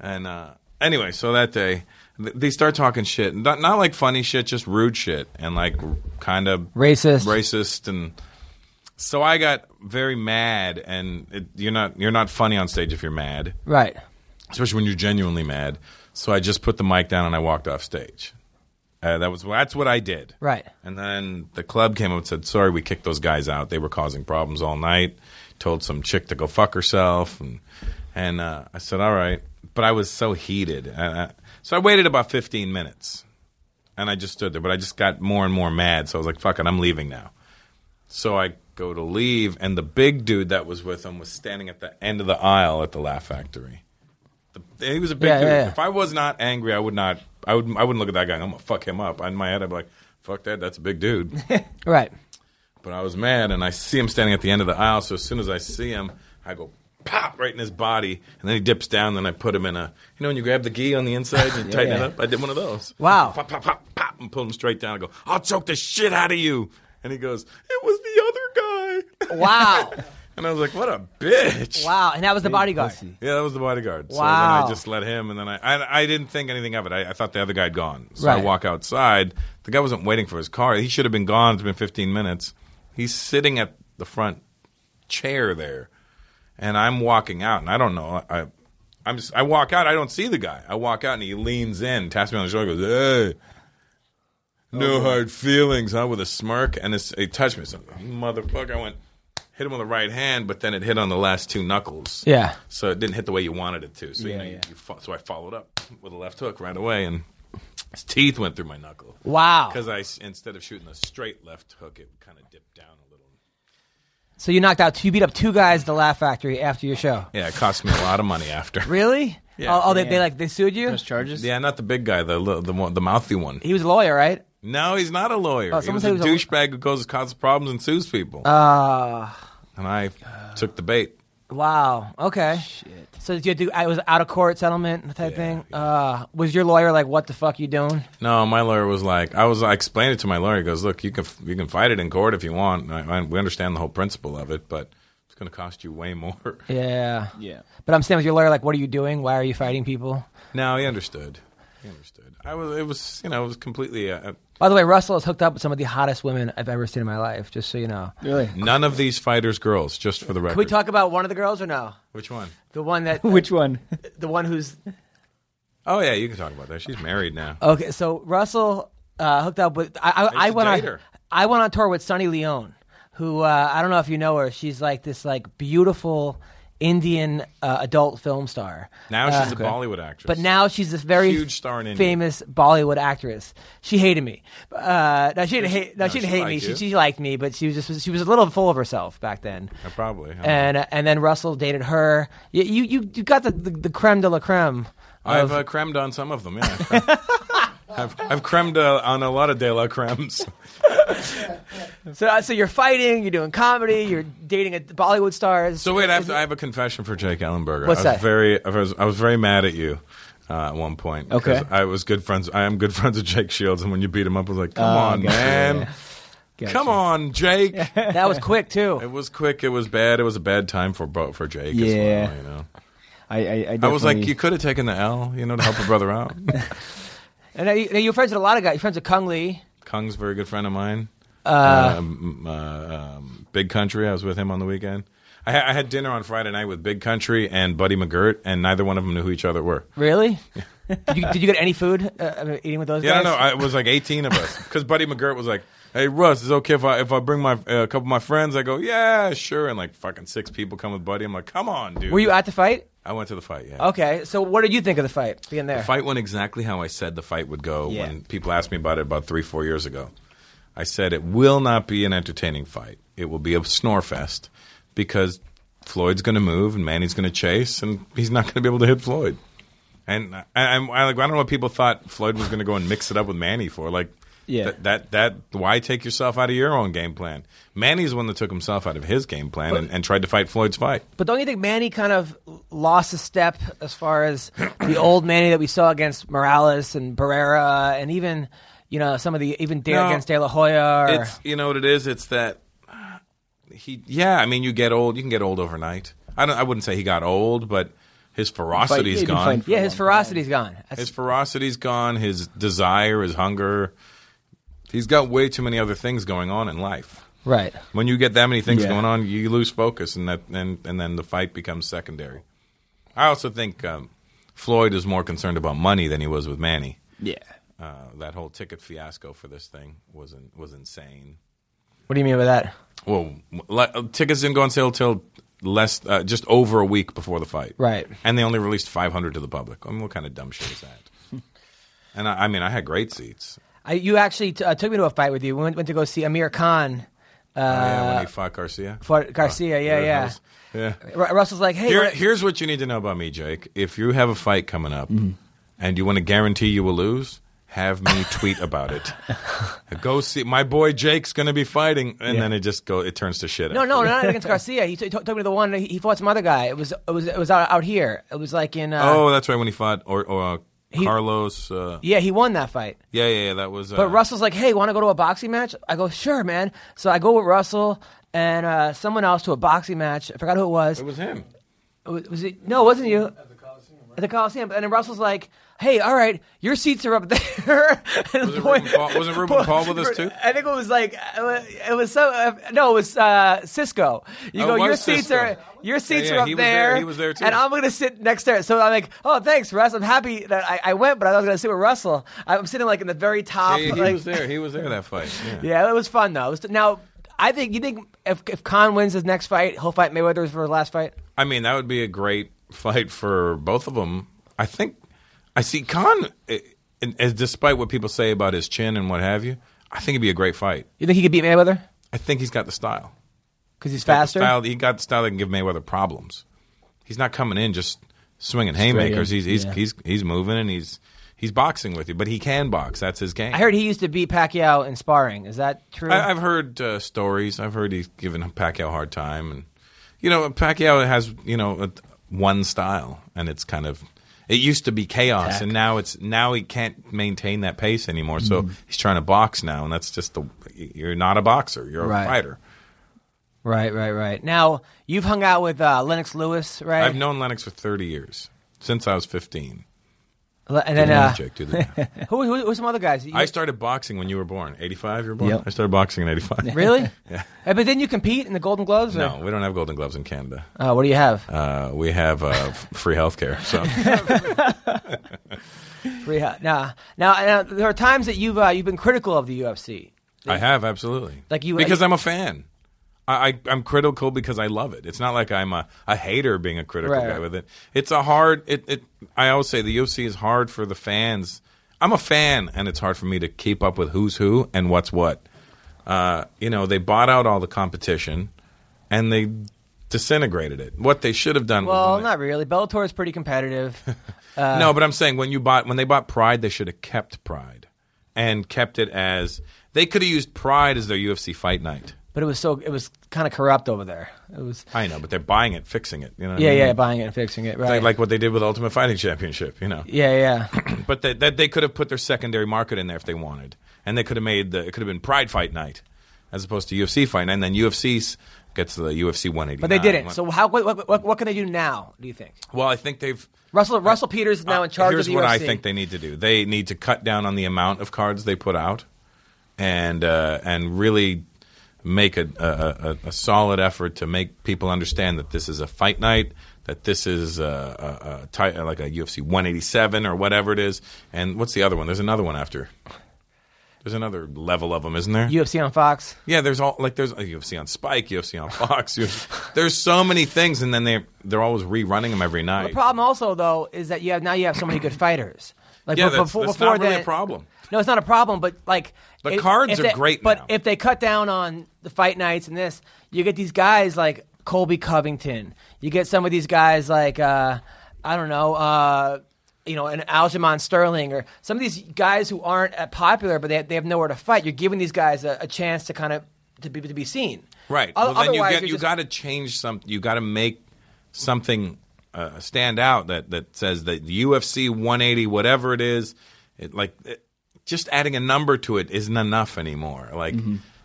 [SPEAKER 6] And uh, anyway, so that day th- they start talking shit, not not like funny shit, just rude shit, and like kind of
[SPEAKER 2] Racist.
[SPEAKER 6] racist, and so I got very mad. And it, you're not you're not funny on stage if you're mad
[SPEAKER 2] right.
[SPEAKER 6] especially when you're genuinely mad. So I just put the mic down and I walked off stage. Uh, that was that's what I did.
[SPEAKER 2] Right.
[SPEAKER 6] And then the club came up and said, "Sorry, we kicked those guys out. They were causing problems all night." Told some chick to go fuck herself, and and uh, I said, "All right." But I was so heated, and I, so I waited about 15 minutes, and I just stood there. But I just got more and more mad, so I was like, "Fuck it, I'm leaving now." So I go to leave, and the big dude that was with him was standing at the end of the aisle at the Laugh Factory. The, he was a big
[SPEAKER 2] Yeah,
[SPEAKER 6] dude.
[SPEAKER 2] yeah, yeah.
[SPEAKER 6] If I was not angry, I would not. I would. I wouldn't look at that guy. and I'm gonna fuck him up. In my head, I'd be like, "Fuck that. That's a big dude."
[SPEAKER 2] Right.
[SPEAKER 6] but I was mad, and I see him standing at the end of the aisle. So as soon as I see him, I go pop right in his body, and then he dips down. Then I put him in a. You know, when you grab the gi on the inside and you tighten it
[SPEAKER 4] yeah.
[SPEAKER 6] up. I did one of those.
[SPEAKER 2] Wow.
[SPEAKER 6] Pop, pop, pop, pop, and pulled him straight down. I go, "I'll choke the shit out of you." And he goes, "It was the other guy."
[SPEAKER 2] Wow.
[SPEAKER 6] and I was like, "What a bitch!"
[SPEAKER 2] wow. And that was the bodyguard.
[SPEAKER 4] pussy.
[SPEAKER 6] Yeah, that was the bodyguard. So
[SPEAKER 2] Wow.
[SPEAKER 6] then I just let him, and then I, I, I didn't think anything of it. I, I thought the other guy had gone. So I
[SPEAKER 2] Right.
[SPEAKER 6] walk outside. The guy wasn't waiting for his car. He should have been gone. It's been 15 minutes. He's sitting at the front chair there, and I'm walking out, and I don't know. I, I'm just, I walk out. I don't see the guy. I walk out, and he leans in, taps me on the shoulder, goes, "Hey." No hard feelings, huh? With a smirk, and it's, it touched me. So, motherfucker, I went, hit him on the right hand, but then it hit on the last two knuckles
[SPEAKER 2] Yeah.
[SPEAKER 6] so it didn't hit the way you wanted it to. So you
[SPEAKER 4] Yeah,
[SPEAKER 6] know, you,
[SPEAKER 4] yeah.
[SPEAKER 6] you fo- so I followed up with a left hook right away, and his teeth went through my knuckle
[SPEAKER 2] Wow.
[SPEAKER 6] because I s- instead of shooting the straight left hook, it kind of dipped down a little.
[SPEAKER 2] So you knocked out two, you beat up two guys at the Laugh Factory after your show.
[SPEAKER 6] Yeah, it cost me a lot of money after.
[SPEAKER 2] Really?
[SPEAKER 6] Yeah.
[SPEAKER 2] Oh, oh, they, they like they sued you.
[SPEAKER 4] There's charges.
[SPEAKER 6] Yeah, not the big guy, the li- the one, the mouthy one.
[SPEAKER 2] He was a lawyer, right?
[SPEAKER 6] No, he's not a lawyer.
[SPEAKER 2] Oh,
[SPEAKER 6] he
[SPEAKER 2] someone
[SPEAKER 6] was
[SPEAKER 2] said
[SPEAKER 6] a
[SPEAKER 2] he was a-
[SPEAKER 6] douchebag who causes causes problems and sues people.
[SPEAKER 2] Uh
[SPEAKER 6] and I took the bait.
[SPEAKER 2] wow. Okay. Shit. So did you do? I was out of court settlement type
[SPEAKER 6] Yeah,
[SPEAKER 2] thing.
[SPEAKER 6] yeah.
[SPEAKER 2] Uh, was your lawyer like, "What the fuck you doing?"
[SPEAKER 6] No, my lawyer was like, I was. I explained it to my lawyer. He goes, look, you can you can fight it in court if you want. I, I, we understand the whole principle of it, but it's going to cost you way more.
[SPEAKER 2] Yeah.
[SPEAKER 4] Yeah.
[SPEAKER 2] But I'm saying with your lawyer, like, "What are you doing? Why are you fighting people?"
[SPEAKER 6] no, he understood. He understood. I was. It was. You know, it was completely. Uh,
[SPEAKER 2] By the way, Russell is hooked up with some of the hottest women I've ever seen in my life. Just so you know.
[SPEAKER 4] Really?
[SPEAKER 6] none of these fighters, girls. Just for the record.
[SPEAKER 2] Can we talk about one of the girls or no?
[SPEAKER 6] Which one?
[SPEAKER 2] The one that
[SPEAKER 4] Which one?
[SPEAKER 2] the one who's
[SPEAKER 6] Oh yeah, you can talk about that. She's married now.
[SPEAKER 2] okay. So Russell uh, hooked up with I I, I,
[SPEAKER 6] I used to
[SPEAKER 2] went on
[SPEAKER 6] date her.
[SPEAKER 2] I went on tour with Sunny Leone, who uh, I don't know if you know her. She's like this like beautiful Indian uh, adult film star.
[SPEAKER 6] Now
[SPEAKER 2] Uh,
[SPEAKER 6] she's a Bollywood actress.
[SPEAKER 2] But now she's this very
[SPEAKER 6] Huge star in India.
[SPEAKER 2] famous Bollywood actress. She hated me. Uh, no, she didn't hate. No,
[SPEAKER 6] no,
[SPEAKER 2] she didn't
[SPEAKER 6] she
[SPEAKER 2] hate me.
[SPEAKER 6] liked
[SPEAKER 2] She,
[SPEAKER 6] you.
[SPEAKER 2] she liked me, but she was just she was a little full of herself back then.
[SPEAKER 6] Uh, probably. huh?
[SPEAKER 2] And uh, and then Russell dated her. You you you, you got the, the the creme de la creme.
[SPEAKER 6] I've
[SPEAKER 2] of-
[SPEAKER 6] uh, cremed on some of them. Yeah. I've, I've cremed uh, on a lot of de la cremes.
[SPEAKER 2] So, uh, so you're fighting, you're doing comedy, you're dating a Bollywood stars.
[SPEAKER 6] So wait, I have, to, I have a confession for Jake Ellenberger.
[SPEAKER 2] What's
[SPEAKER 6] I was
[SPEAKER 2] that?
[SPEAKER 6] Very, I was, I was very mad at you uh, at one point. 'cause
[SPEAKER 4] Okay.
[SPEAKER 6] I was good friends. I am good friends with Jake Shields, and when you beat him up, I was like, "Come
[SPEAKER 4] Oh,
[SPEAKER 6] on,
[SPEAKER 4] gotcha,
[SPEAKER 6] man!
[SPEAKER 4] yeah. Gotcha.
[SPEAKER 6] Come on, Jake!" it
[SPEAKER 2] that was quick too.
[SPEAKER 6] was quick. It was bad. It was a bad time for bo- for Jake. as
[SPEAKER 4] Yeah.
[SPEAKER 6] well, you know.
[SPEAKER 4] I, I, I,
[SPEAKER 6] I was like,
[SPEAKER 4] definitely-
[SPEAKER 6] you could have taken the L, you know, to help a brother out.
[SPEAKER 2] And uh, you, now you're friends with a lot of guys. You're friends with Kung Lee.
[SPEAKER 6] Kung's a very good friend of mine.
[SPEAKER 2] Uh,
[SPEAKER 6] um, uh, um, Big Country. I was with him on the weekend. I, ha- I had dinner on Friday night with Big Country and Buddy McGirt, and neither one of them knew who each other were.
[SPEAKER 2] Really? did, you, did you get any food uh, eating with those
[SPEAKER 6] Yeah, I
[SPEAKER 2] guys?
[SPEAKER 6] don't know. I- It was like 18 of us because Buddy McGirt was like, hey Russ, is it okay if I if I bring my uh, a couple of my friends? I go, yeah, sure. And like fucking six people come with Buddy. I'm like, come on, dude.
[SPEAKER 2] Were you at the fight?
[SPEAKER 6] I went to the fight. Yeah.
[SPEAKER 2] Okay, so what did you think of the fight being there?
[SPEAKER 6] The fight went exactly how I said the fight would go
[SPEAKER 4] Yeah.
[SPEAKER 6] when people asked me about it about three, four years ago. I said it will not be an entertaining fight. It will be a snore fest because Floyd's going to move and Manny's going to chase, and he's not going to be able to hit Floyd. And I, I, I'm- I, like, I don't know what people thought Floyd was going to go and mix it up with Manny for. Like,
[SPEAKER 4] Yeah.
[SPEAKER 6] that, that that why take yourself out of your own game plan? Manny's the one that took himself out of his game plan and, and tried to fight Floyd's fight.
[SPEAKER 2] But don't you think Manny kind of lost a step as far as the old Manny that we saw against Morales and Barrera, and even you know some of the even De-
[SPEAKER 6] No.
[SPEAKER 2] against De La Hoya? Or,
[SPEAKER 6] It's you know what it is. It's that he. Yeah, I mean, you get old. You can get old overnight. I don't. I wouldn't say he got old, but his ferocity's
[SPEAKER 4] yeah, you can
[SPEAKER 6] gone.
[SPEAKER 4] fight-
[SPEAKER 2] yeah, his ferocity's gone. That's-
[SPEAKER 6] His ferocity's gone. His desire, his hunger. He's got way too many other things going on in life.
[SPEAKER 2] right.
[SPEAKER 6] When you get that many things
[SPEAKER 4] Yeah.
[SPEAKER 6] going on, you lose focus, and that and, and then the fight becomes secondary. I also think um, Floyd is more concerned about money than he was with Manny.
[SPEAKER 4] Yeah.
[SPEAKER 6] Uh, that whole ticket fiasco for this thing was in, was insane.
[SPEAKER 2] What do you mean by that?
[SPEAKER 6] Well, le- uh, tickets didn't go on sale till less, uh, just over a week before the fight.
[SPEAKER 2] Right.
[SPEAKER 6] And they only released 500 to the public. I mean, what kind of dumb shit is that? and I, I mean, I had great seats.
[SPEAKER 2] I, you actually t- uh, took me to a fight with you. We went, went to go see Amir Khan. Uh,
[SPEAKER 6] Oh, yeah, when he fought Garcia. Oh,
[SPEAKER 2] fought Garcia, yeah,
[SPEAKER 6] There it
[SPEAKER 2] yeah.
[SPEAKER 6] is. Yeah.
[SPEAKER 2] Ru- Russell's like, hey,
[SPEAKER 6] Here,
[SPEAKER 2] what-
[SPEAKER 6] here's what you need to know about me, Jake. If you have a fight coming up
[SPEAKER 2] Mm-hmm.
[SPEAKER 6] and you want to guarantee you will lose, have me tweet about it. Go see my boy Jake's going to be fighting, and then it just go. It turns to shit.
[SPEAKER 2] No, uh, no,
[SPEAKER 6] after.
[SPEAKER 2] not against Garcia. He t- took me to the one. He he fought some other guy. It was it was it was out, out here. It was like in. Uh,
[SPEAKER 6] Oh, that's right. When he fought or, or uh,
[SPEAKER 2] He-
[SPEAKER 6] Carlos. Uh,
[SPEAKER 2] yeah, he won that fight.
[SPEAKER 6] Yeah, yeah, yeah. That was. Uh,
[SPEAKER 2] But Russell's like, "Hey, want to go to a boxing match?" I go, "Sure, man." So I go with Russell and uh, someone else to a boxing match. I forgot who it was.
[SPEAKER 6] It was him.
[SPEAKER 2] Was, was it? No, it wasn't you. At the Coliseum. At the Coliseum. And then Russell's like, "Hey, all right, your seats are up there." And
[SPEAKER 6] Was it
[SPEAKER 2] boy-
[SPEAKER 6] Ruben Paul- wasn't Ruben Paul with us, too?
[SPEAKER 2] I think it was like it was, it was so. Uh, no, it was uh, Cisco. You
[SPEAKER 6] Oh,
[SPEAKER 2] go,
[SPEAKER 6] it was
[SPEAKER 2] your seats
[SPEAKER 6] Cisco.
[SPEAKER 2] are your seats
[SPEAKER 6] yeah,
[SPEAKER 2] are up
[SPEAKER 6] he was
[SPEAKER 2] there.
[SPEAKER 6] there. He was there, too.
[SPEAKER 2] And I'm gonna sit next to her. So I'm like, "Oh, thanks, Russ. I'm happy that I, I went, but I was gonna sit with Russell. I'm sitting like in the very
[SPEAKER 6] Yeah,
[SPEAKER 2] top.
[SPEAKER 6] yeah, he
[SPEAKER 2] like-
[SPEAKER 6] was there. He was there that fight. Yeah.
[SPEAKER 2] yeah, it was fun though. It was- now, I think you think if if Khan wins his next fight, he'll fight Mayweather for his last fight.
[SPEAKER 6] I mean, that would be a great fight for both of them. I think. I see Khan, eh, and- as despite what people say about his chin and what have you, I think it'd be a great fight.
[SPEAKER 2] You think he could beat Mayweather
[SPEAKER 6] I think he's got the style.
[SPEAKER 2] because he's
[SPEAKER 6] He's got the
[SPEAKER 2] faster?
[SPEAKER 6] style- he got the style that can give Mayweather problems. He's not coming in just swinging haymakers. He's he's,
[SPEAKER 4] yeah.
[SPEAKER 6] he's he's moving and he's he's boxing with you, but he can box. That's his game.
[SPEAKER 2] I heard he used to beat Pacquiao in sparring. Is that true?
[SPEAKER 6] I, I've heard uh, stories. I've heard he's given Pacquiao a hard time, and you know Pacquiao has you know a, one style, and it's kind of it used to be chaos, and now it's now he can't maintain that pace anymore. So
[SPEAKER 2] Mm-hmm.
[SPEAKER 6] he's trying to box now, and that's just the you're not a boxer, you're
[SPEAKER 2] Right.
[SPEAKER 6] a fighter.
[SPEAKER 2] right, right, right. Now you've hung out with uh, Lennox Lewis, right?
[SPEAKER 6] I've known Lennox for thirty years since I was fifteen.
[SPEAKER 2] Le- and
[SPEAKER 6] Do
[SPEAKER 2] then
[SPEAKER 6] the
[SPEAKER 2] uh,
[SPEAKER 6] math, Jake, do the math.
[SPEAKER 2] who, who, who are some other guys? You-
[SPEAKER 6] I started boxing when you were born. Eighty five, you were born.
[SPEAKER 4] Yep.
[SPEAKER 6] I started boxing in eighty five.
[SPEAKER 2] really? yeah. But then you compete in the Golden Gloves. or-
[SPEAKER 6] No, we don't have golden gloves in Canada.
[SPEAKER 2] Oh, what do you have?
[SPEAKER 6] Uh, we have uh, f- free health care. So.
[SPEAKER 2] Free hot. Now, uh, now, now, there are times that you've uh, you've been critical of the UFC.
[SPEAKER 6] I have absolutely.
[SPEAKER 2] Like you-
[SPEAKER 6] because I'm a fan. I, I I'm critical because I love it. It's not like I'm a, a hater being a critical
[SPEAKER 2] Right.
[SPEAKER 6] guy with it. It's a hard. It, it I always say the UFC is hard for the fans. I'm a fan, and it's hard for me to keep up with who's who and what's what. Uh, you know, they bought out all the competition, and they disintegrated it. What they should have done. was
[SPEAKER 2] Well,
[SPEAKER 6] when they-
[SPEAKER 2] not really. Bellator is pretty competitive.
[SPEAKER 6] no, but I'm saying when you bought when they bought Pride, they should have kept Pride and kept it as they could have used Pride as their UFC fight night.
[SPEAKER 2] But it was so it was kind of corrupt over there. It was
[SPEAKER 6] I know, but they're buying it, fixing it. You know, what I
[SPEAKER 2] yeah,
[SPEAKER 6] mean?
[SPEAKER 2] yeah, buying it and fixing it,
[SPEAKER 6] Like-
[SPEAKER 2] right?
[SPEAKER 6] like what they did with Ultimate Fighting Championship. You know,
[SPEAKER 2] yeah, yeah,
[SPEAKER 6] but that, that they could have put their secondary market in there if they wanted, and they could have made the it could have been Pride Fight Night as opposed to UFC Fight Night, and then UFC gets the UFC 180.
[SPEAKER 2] but they didn't. So how what, what, what, what can they do now? Do you think
[SPEAKER 6] well, I think they've.
[SPEAKER 2] Russell Russell Peters is now in charge
[SPEAKER 6] Uh, Here's
[SPEAKER 2] of the
[SPEAKER 6] what
[SPEAKER 2] UFC?
[SPEAKER 6] I think they need to do. They need to cut down on the amount of cards they put out, and uh, and really make a, a, a, a solid effort to make people understand that this is a fight night, that this is a, a, a ti- like a UFC 187 or whatever it is. And what's the other one? There's another one after. There's another level of them, isn't there?
[SPEAKER 2] UFC on Fox.
[SPEAKER 6] Yeah, there's all like there's uh, UFC on Spike, UFC on Fox. UFC, there's so many things, and then they they're always rerunning them every night.
[SPEAKER 2] The problem also though is that you have now you have so many good fighters. Like
[SPEAKER 6] yeah,
[SPEAKER 2] be-
[SPEAKER 6] that's,
[SPEAKER 2] befo-
[SPEAKER 6] that's
[SPEAKER 2] before
[SPEAKER 6] not really
[SPEAKER 2] then-
[SPEAKER 6] a problem.
[SPEAKER 2] No, it's not a problem, but like
[SPEAKER 6] The cards
[SPEAKER 2] if
[SPEAKER 6] are
[SPEAKER 2] they-
[SPEAKER 6] great
[SPEAKER 2] But
[SPEAKER 6] now.
[SPEAKER 2] if they cut down on the fight nights and this, you get these guys like Colby Covington. You get some of these guys like uh, I don't know, uh, you know, an Aljamain Sterling or some of these guys who aren't uh, popular, but they they have nowhere to fight. You're giving these guys a, a chance to kind of to be to be seen.
[SPEAKER 6] Right.
[SPEAKER 2] O-
[SPEAKER 6] well, then you
[SPEAKER 2] otherwise,
[SPEAKER 6] get
[SPEAKER 2] you're
[SPEAKER 6] you
[SPEAKER 2] just-
[SPEAKER 6] got to change some. You got to make something uh, stand out that that says that the UFC 180, whatever it is, it, like it, just adding a number to it isn't enough anymore. Like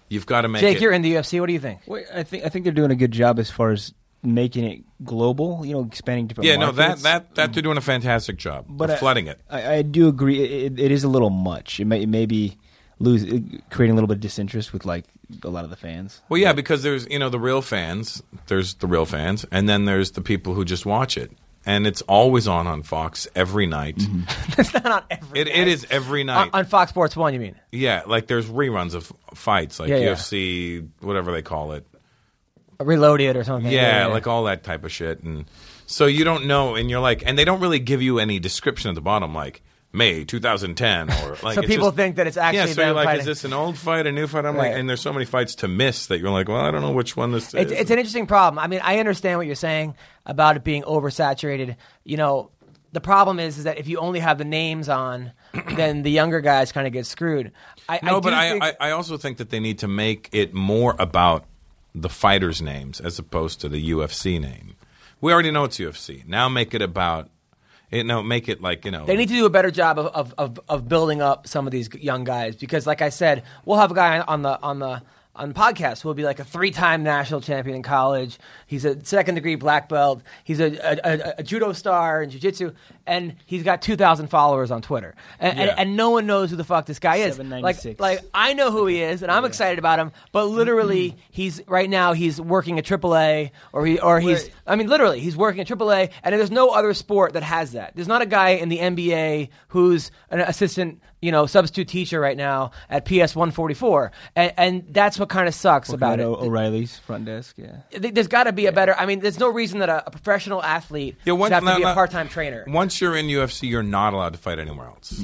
[SPEAKER 6] you've got to make
[SPEAKER 2] Mm-hmm. Jake,
[SPEAKER 6] it-
[SPEAKER 2] you're in the UFC. What do you think?
[SPEAKER 4] Wait, I think I think they're doing a good job as far as making it global. You know, expanding different.
[SPEAKER 6] yeah, no, that
[SPEAKER 4] markets.
[SPEAKER 6] that
[SPEAKER 2] Mm-hmm.
[SPEAKER 6] that they're doing a fantastic job.
[SPEAKER 4] But
[SPEAKER 2] uh,
[SPEAKER 6] they're
[SPEAKER 4] I-
[SPEAKER 6] flooding it.
[SPEAKER 4] I, I do agree. It, it- it is a little much. It may, it may be lose creating a little bit of disinterest with like a lot of the fans.
[SPEAKER 6] Well, yeah, because there's you know the real fans. There's the real fans, and then there's the people who just watch it, and it's always on on Fox every night.
[SPEAKER 2] Mm-hmm. it's not on every
[SPEAKER 6] It, it is every
[SPEAKER 2] on,
[SPEAKER 6] night
[SPEAKER 2] on Fox Sports One. You mean?
[SPEAKER 6] Yeah, like there's reruns of fights, like
[SPEAKER 2] Yeah, yeah.
[SPEAKER 6] UFC, whatever they call it.
[SPEAKER 2] Reloaded or something.
[SPEAKER 6] Yeah, like all that type of shit. And so you don't know, and you're like, and they don't really give you any description at the bottom, like May 2010 or like.
[SPEAKER 2] So
[SPEAKER 6] it's
[SPEAKER 2] people
[SPEAKER 6] just-
[SPEAKER 2] think that it's actually
[SPEAKER 6] Yeah, so you're
[SPEAKER 2] them
[SPEAKER 6] like,
[SPEAKER 2] fighting.
[SPEAKER 6] is this an old fight, a new fight? I'm
[SPEAKER 2] Right.
[SPEAKER 6] like, and there's so many fights to miss that you're like, well, I don't know which one this
[SPEAKER 2] It's,
[SPEAKER 6] is.
[SPEAKER 2] it's an interesting problem. I mean, I understand what you're saying about it being oversaturated. You know, the problem is, is that if you only have the names on, then the younger guys kind of get screwed. I,
[SPEAKER 6] No,
[SPEAKER 2] I
[SPEAKER 6] but
[SPEAKER 2] do
[SPEAKER 6] I,
[SPEAKER 2] think-
[SPEAKER 6] I, I also think that they need to make it more about the fighters' names as opposed to the UFC name. We already know it's UFC. Now make it about, you know, make it like you know.
[SPEAKER 2] They need to do a better job of, of, of, of building up some of these young guys because, like I said, we'll have a guy on the on the on the podcast who will be like a three time national champion in college. He's a second degree black belt. He's a, a, a, a judo star in jiu jitsu, and he's got two thousand followers on Twitter, and,
[SPEAKER 6] Yeah.
[SPEAKER 2] and, and no one knows who the fuck this guy is. Like
[SPEAKER 4] 796.
[SPEAKER 2] like I know who he is, and I'm excited about him. But
[SPEAKER 6] Mm-hmm.
[SPEAKER 2] literally, he's right now he's working at AAA, or he, or he's. I mean, literally, he's working at AAA, and there's no other sport that has that. There's not a guy in the NBA who's an assistant, you know, substitute teacher right now at PS 144, and, and that's what kind of sucks about
[SPEAKER 4] At
[SPEAKER 2] it.
[SPEAKER 4] O- O'Reilly's front desk. Yeah.
[SPEAKER 2] Th- There's got to be a better. I mean, there's no reason that a, a professional athlete
[SPEAKER 6] Yeah, once-
[SPEAKER 2] should have to
[SPEAKER 6] no,
[SPEAKER 2] be a
[SPEAKER 6] no.
[SPEAKER 2] part-time trainer.
[SPEAKER 6] Once you're in UFC, you're not allowed to fight anywhere else.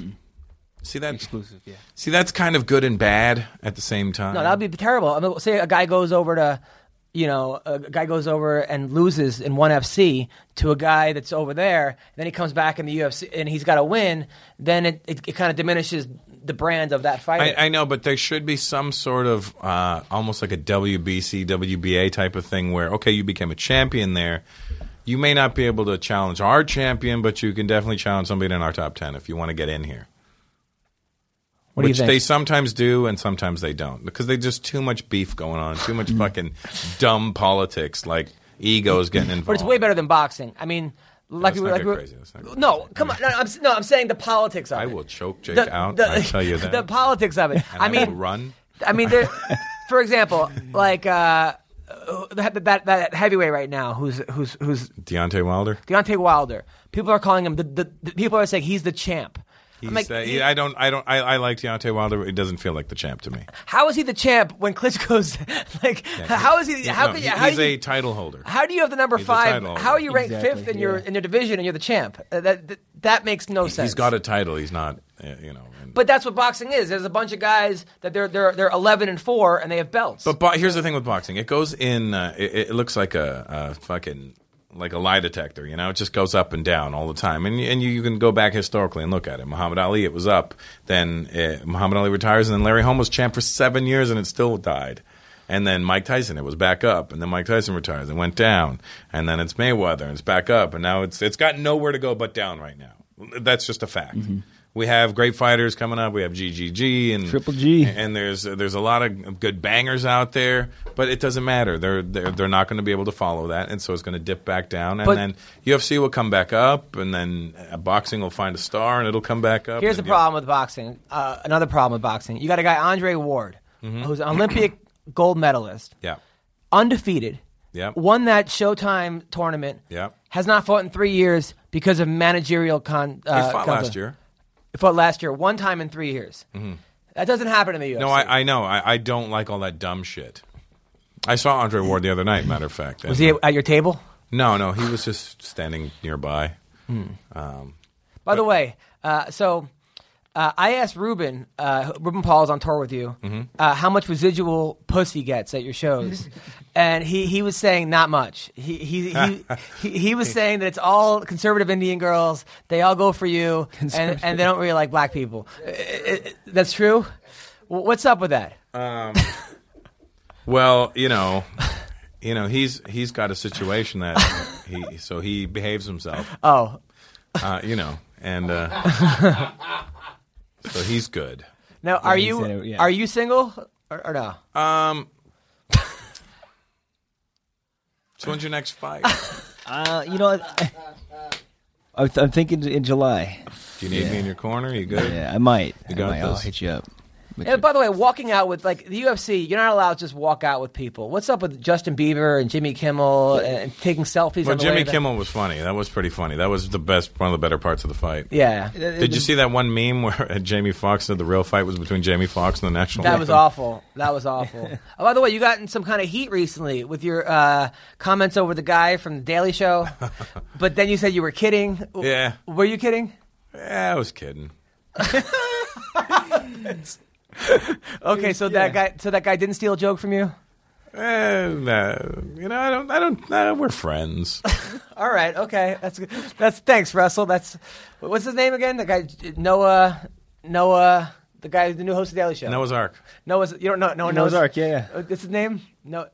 [SPEAKER 6] See that exclusive, yeah. See that's kind of good and bad at the same time.
[SPEAKER 2] No, that would be terrible. I mean, say a guy goes over to, you know, a guy goes over and loses in one FC to a guy that's over there. And then he comes back in the UFC and he's got to win. Then it, it, it kind of diminishes the brand of that fighter.
[SPEAKER 6] I, I know, but there should be some sort of uh, almost like a WBC, WBA type of thing where okay, you became a champion there. You may not be able to challenge our champion, but you can definitely challenge somebody in our top ten if you want to get in here.
[SPEAKER 2] what do you
[SPEAKER 6] Which
[SPEAKER 2] think?
[SPEAKER 6] they sometimes do and sometimes they don't because they just too much beef going on, too much fucking dumb politics, like egos getting involved.
[SPEAKER 2] but it's way better than boxing. I mean, like,
[SPEAKER 6] let's
[SPEAKER 2] we-
[SPEAKER 6] not
[SPEAKER 2] like
[SPEAKER 6] get
[SPEAKER 2] we-
[SPEAKER 6] crazy. Let's not get
[SPEAKER 2] no,
[SPEAKER 6] crazy.
[SPEAKER 2] come on. No, I'm, s- no, I'm saying the politics of
[SPEAKER 6] I
[SPEAKER 2] it.
[SPEAKER 6] will choke Jake
[SPEAKER 2] The-
[SPEAKER 6] out.
[SPEAKER 2] the-
[SPEAKER 6] I tell you that.
[SPEAKER 2] The politics of it.
[SPEAKER 6] And
[SPEAKER 2] I
[SPEAKER 6] will
[SPEAKER 2] mean,
[SPEAKER 6] run.
[SPEAKER 2] I mean, there, for example, like uh, uh, that, that that heavyweight right now, who's who's who's
[SPEAKER 6] Deontay Wilder.
[SPEAKER 2] Deontay Wilder. People are calling him the, the, the people are saying he's the champ.
[SPEAKER 6] He's
[SPEAKER 2] I'm like,
[SPEAKER 6] the-
[SPEAKER 2] he-
[SPEAKER 6] I don't. I don't. I, I like Deontay Wilder. but It doesn't feel like the champ to me.
[SPEAKER 2] how is he the champ when Klitschko's like? how is he? How
[SPEAKER 6] No,
[SPEAKER 2] could
[SPEAKER 6] he-
[SPEAKER 2] you? How
[SPEAKER 6] he's
[SPEAKER 2] do you,
[SPEAKER 6] a title holder.
[SPEAKER 2] how do you have the number
[SPEAKER 6] he's a
[SPEAKER 2] five?
[SPEAKER 6] title
[SPEAKER 2] How are you ranked
[SPEAKER 4] Exactly,
[SPEAKER 2] fifth in your
[SPEAKER 4] yeah.
[SPEAKER 2] in your division and you're the champ? Uh, that, that that makes no sense.
[SPEAKER 6] He's got a title. He's not. uh, You know. and-
[SPEAKER 2] But that's what boxing is. There's a bunch of guys that they're they're they're 11 and four and they have belts.
[SPEAKER 6] But bo- here's the thing with boxing: it goes in. Uh, it, it looks like a, a fucking like a lie detector. You know, it just goes up and down all the time. And and you, you can go back historically and look at it. Muhammad Ali, it was up. Then uh, Muhammad Ali retires, and then Larry Holmes was champ for seven years, and it still died. And then Mike Tyson, it was back up, and then Mike Tyson retires and went down, and then it's Mayweather, and it's back up, and now it's it's got nowhere to go but down right now. That's just a fact.
[SPEAKER 4] Mm-hmm.
[SPEAKER 6] We have great fighters coming up. We have GGG and
[SPEAKER 4] Triple G.
[SPEAKER 6] and there's there's a lot of good bangers out there, but it doesn't matter. They're they're, they're not going to be able to follow that, and so it's going to dip back down, and
[SPEAKER 2] But-
[SPEAKER 6] then UFC will come back up, and then uh, boxing will find a star, and it'll come back up.
[SPEAKER 2] Here's the
[SPEAKER 6] and
[SPEAKER 2] problem with boxing. Uh, another problem with boxing. You got a guy Andre Ward, who's an Olympic gold medalist.
[SPEAKER 6] Mm-hmm. Yeah,
[SPEAKER 2] undefeated.
[SPEAKER 6] Yep.
[SPEAKER 2] Won that Showtime tournament.
[SPEAKER 6] Yep.
[SPEAKER 2] Has not fought in three years because of managerial con.
[SPEAKER 6] he
[SPEAKER 2] Uh,
[SPEAKER 6] fought
[SPEAKER 2] conflict.
[SPEAKER 6] last year. Mm-hmm.
[SPEAKER 2] He fought last year one time in three years. That doesn't happen in the UFC.
[SPEAKER 6] No, I, I know. I, I don't like all that dumb shit. I saw Andre Ward the other night. Matter of fact,
[SPEAKER 2] was he at your table?
[SPEAKER 6] No, no, he was just standing nearby.
[SPEAKER 2] By the way, uh, so uh, I asked Ruben, uh, Ruben Paul is on tour with you,
[SPEAKER 4] Mm-hmm.
[SPEAKER 2] uh, how much residual pussy gets at your shows, and he, he was saying not much. He he, he, he he was saying that it's all conservative Indian girls. They all go for you, and, and they don't really like black people. Uh, uh, uh, That's true. W- What's up with that?
[SPEAKER 6] Well, you know, you know, he's he's got a situation that he so he behaves himself.
[SPEAKER 2] Oh,
[SPEAKER 6] Uh, you know, and uh, so he's good.
[SPEAKER 2] now are
[SPEAKER 4] he
[SPEAKER 2] you
[SPEAKER 4] said it, yeah.
[SPEAKER 2] are you single or, or no?
[SPEAKER 6] Um, so when's your next fight?
[SPEAKER 4] Uh, you know, I, I'm, th- I'm thinking in July.
[SPEAKER 6] Do you need me in your corner? You good?
[SPEAKER 4] Yeah, I might.
[SPEAKER 6] You
[SPEAKER 4] I
[SPEAKER 6] got
[SPEAKER 4] might. I'll
[SPEAKER 6] this.
[SPEAKER 4] hit you up. But
[SPEAKER 2] And by the way, walking out with like the UFC, you're not allowed to just walk out with people. What's up with Justin Bieber and Jimmy Kimmel and, and taking selfies?
[SPEAKER 6] Well,
[SPEAKER 2] on the
[SPEAKER 6] Jimmy
[SPEAKER 2] way to-
[SPEAKER 6] Kimmel was funny. That was pretty funny. That was the best, one of the better parts of the fight.
[SPEAKER 2] Yeah,
[SPEAKER 6] Did you see that one meme where Jamie Foxx said the real fight was between Jamie Foxx and the national?
[SPEAKER 2] that was
[SPEAKER 6] Anthem?
[SPEAKER 2] awful. That was awful. oh, by the way, you got in some kind of heat recently with your uh, comments over the guy from the Daily Show, but then you said you were kidding. W-
[SPEAKER 6] Yeah.
[SPEAKER 2] were you kidding?
[SPEAKER 6] Yeah, I was kidding.
[SPEAKER 2] Okay, so that guy, so that guy didn't steal a joke from you.
[SPEAKER 6] And, uh, you know, I don't, I don't, uh, we're friends.
[SPEAKER 2] All right, okay, that's good. That's thanks, Russell. That's what's his name again? The guy Noah Noah, the guy who's the new host of the Daily Show.
[SPEAKER 6] Noah's Ark.
[SPEAKER 2] Noah's. You don't know. No one
[SPEAKER 4] Noah's
[SPEAKER 2] knows.
[SPEAKER 4] Ark, yeah, yeah.
[SPEAKER 2] Uh, What's his name? No.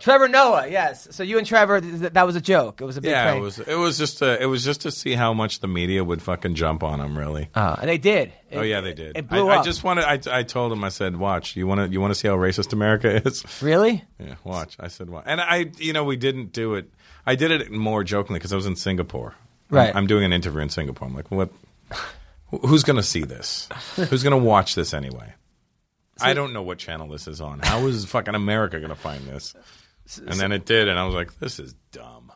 [SPEAKER 2] Trevor Noah, yes. So you and Trevor, th- th- that was a joke. It was a big
[SPEAKER 6] Yeah,
[SPEAKER 2] prank.
[SPEAKER 6] it was, it was just, uh it was just to see how much the media would fucking jump on him, really.
[SPEAKER 2] Uh, and they did.
[SPEAKER 6] oh
[SPEAKER 2] It-
[SPEAKER 6] yeah, they did.
[SPEAKER 2] It blew
[SPEAKER 6] I,
[SPEAKER 2] up.
[SPEAKER 6] I just wanted. I, I told him. I said, "Watch. You want to. You want to see how racist America is?
[SPEAKER 2] really.
[SPEAKER 6] yeah. Watch." I said, "Watch." And I, you know, we didn't do it. I did it more jokingly because I was in Singapore. I'm-
[SPEAKER 2] Right.
[SPEAKER 6] I'm, doing an interview in Singapore. I'm like, what? wh- Who's going to see this? Who's going to watch this anyway? I don't know what channel this is on. How is fucking America going to find this? And then it did, and I was like, "This is dumb."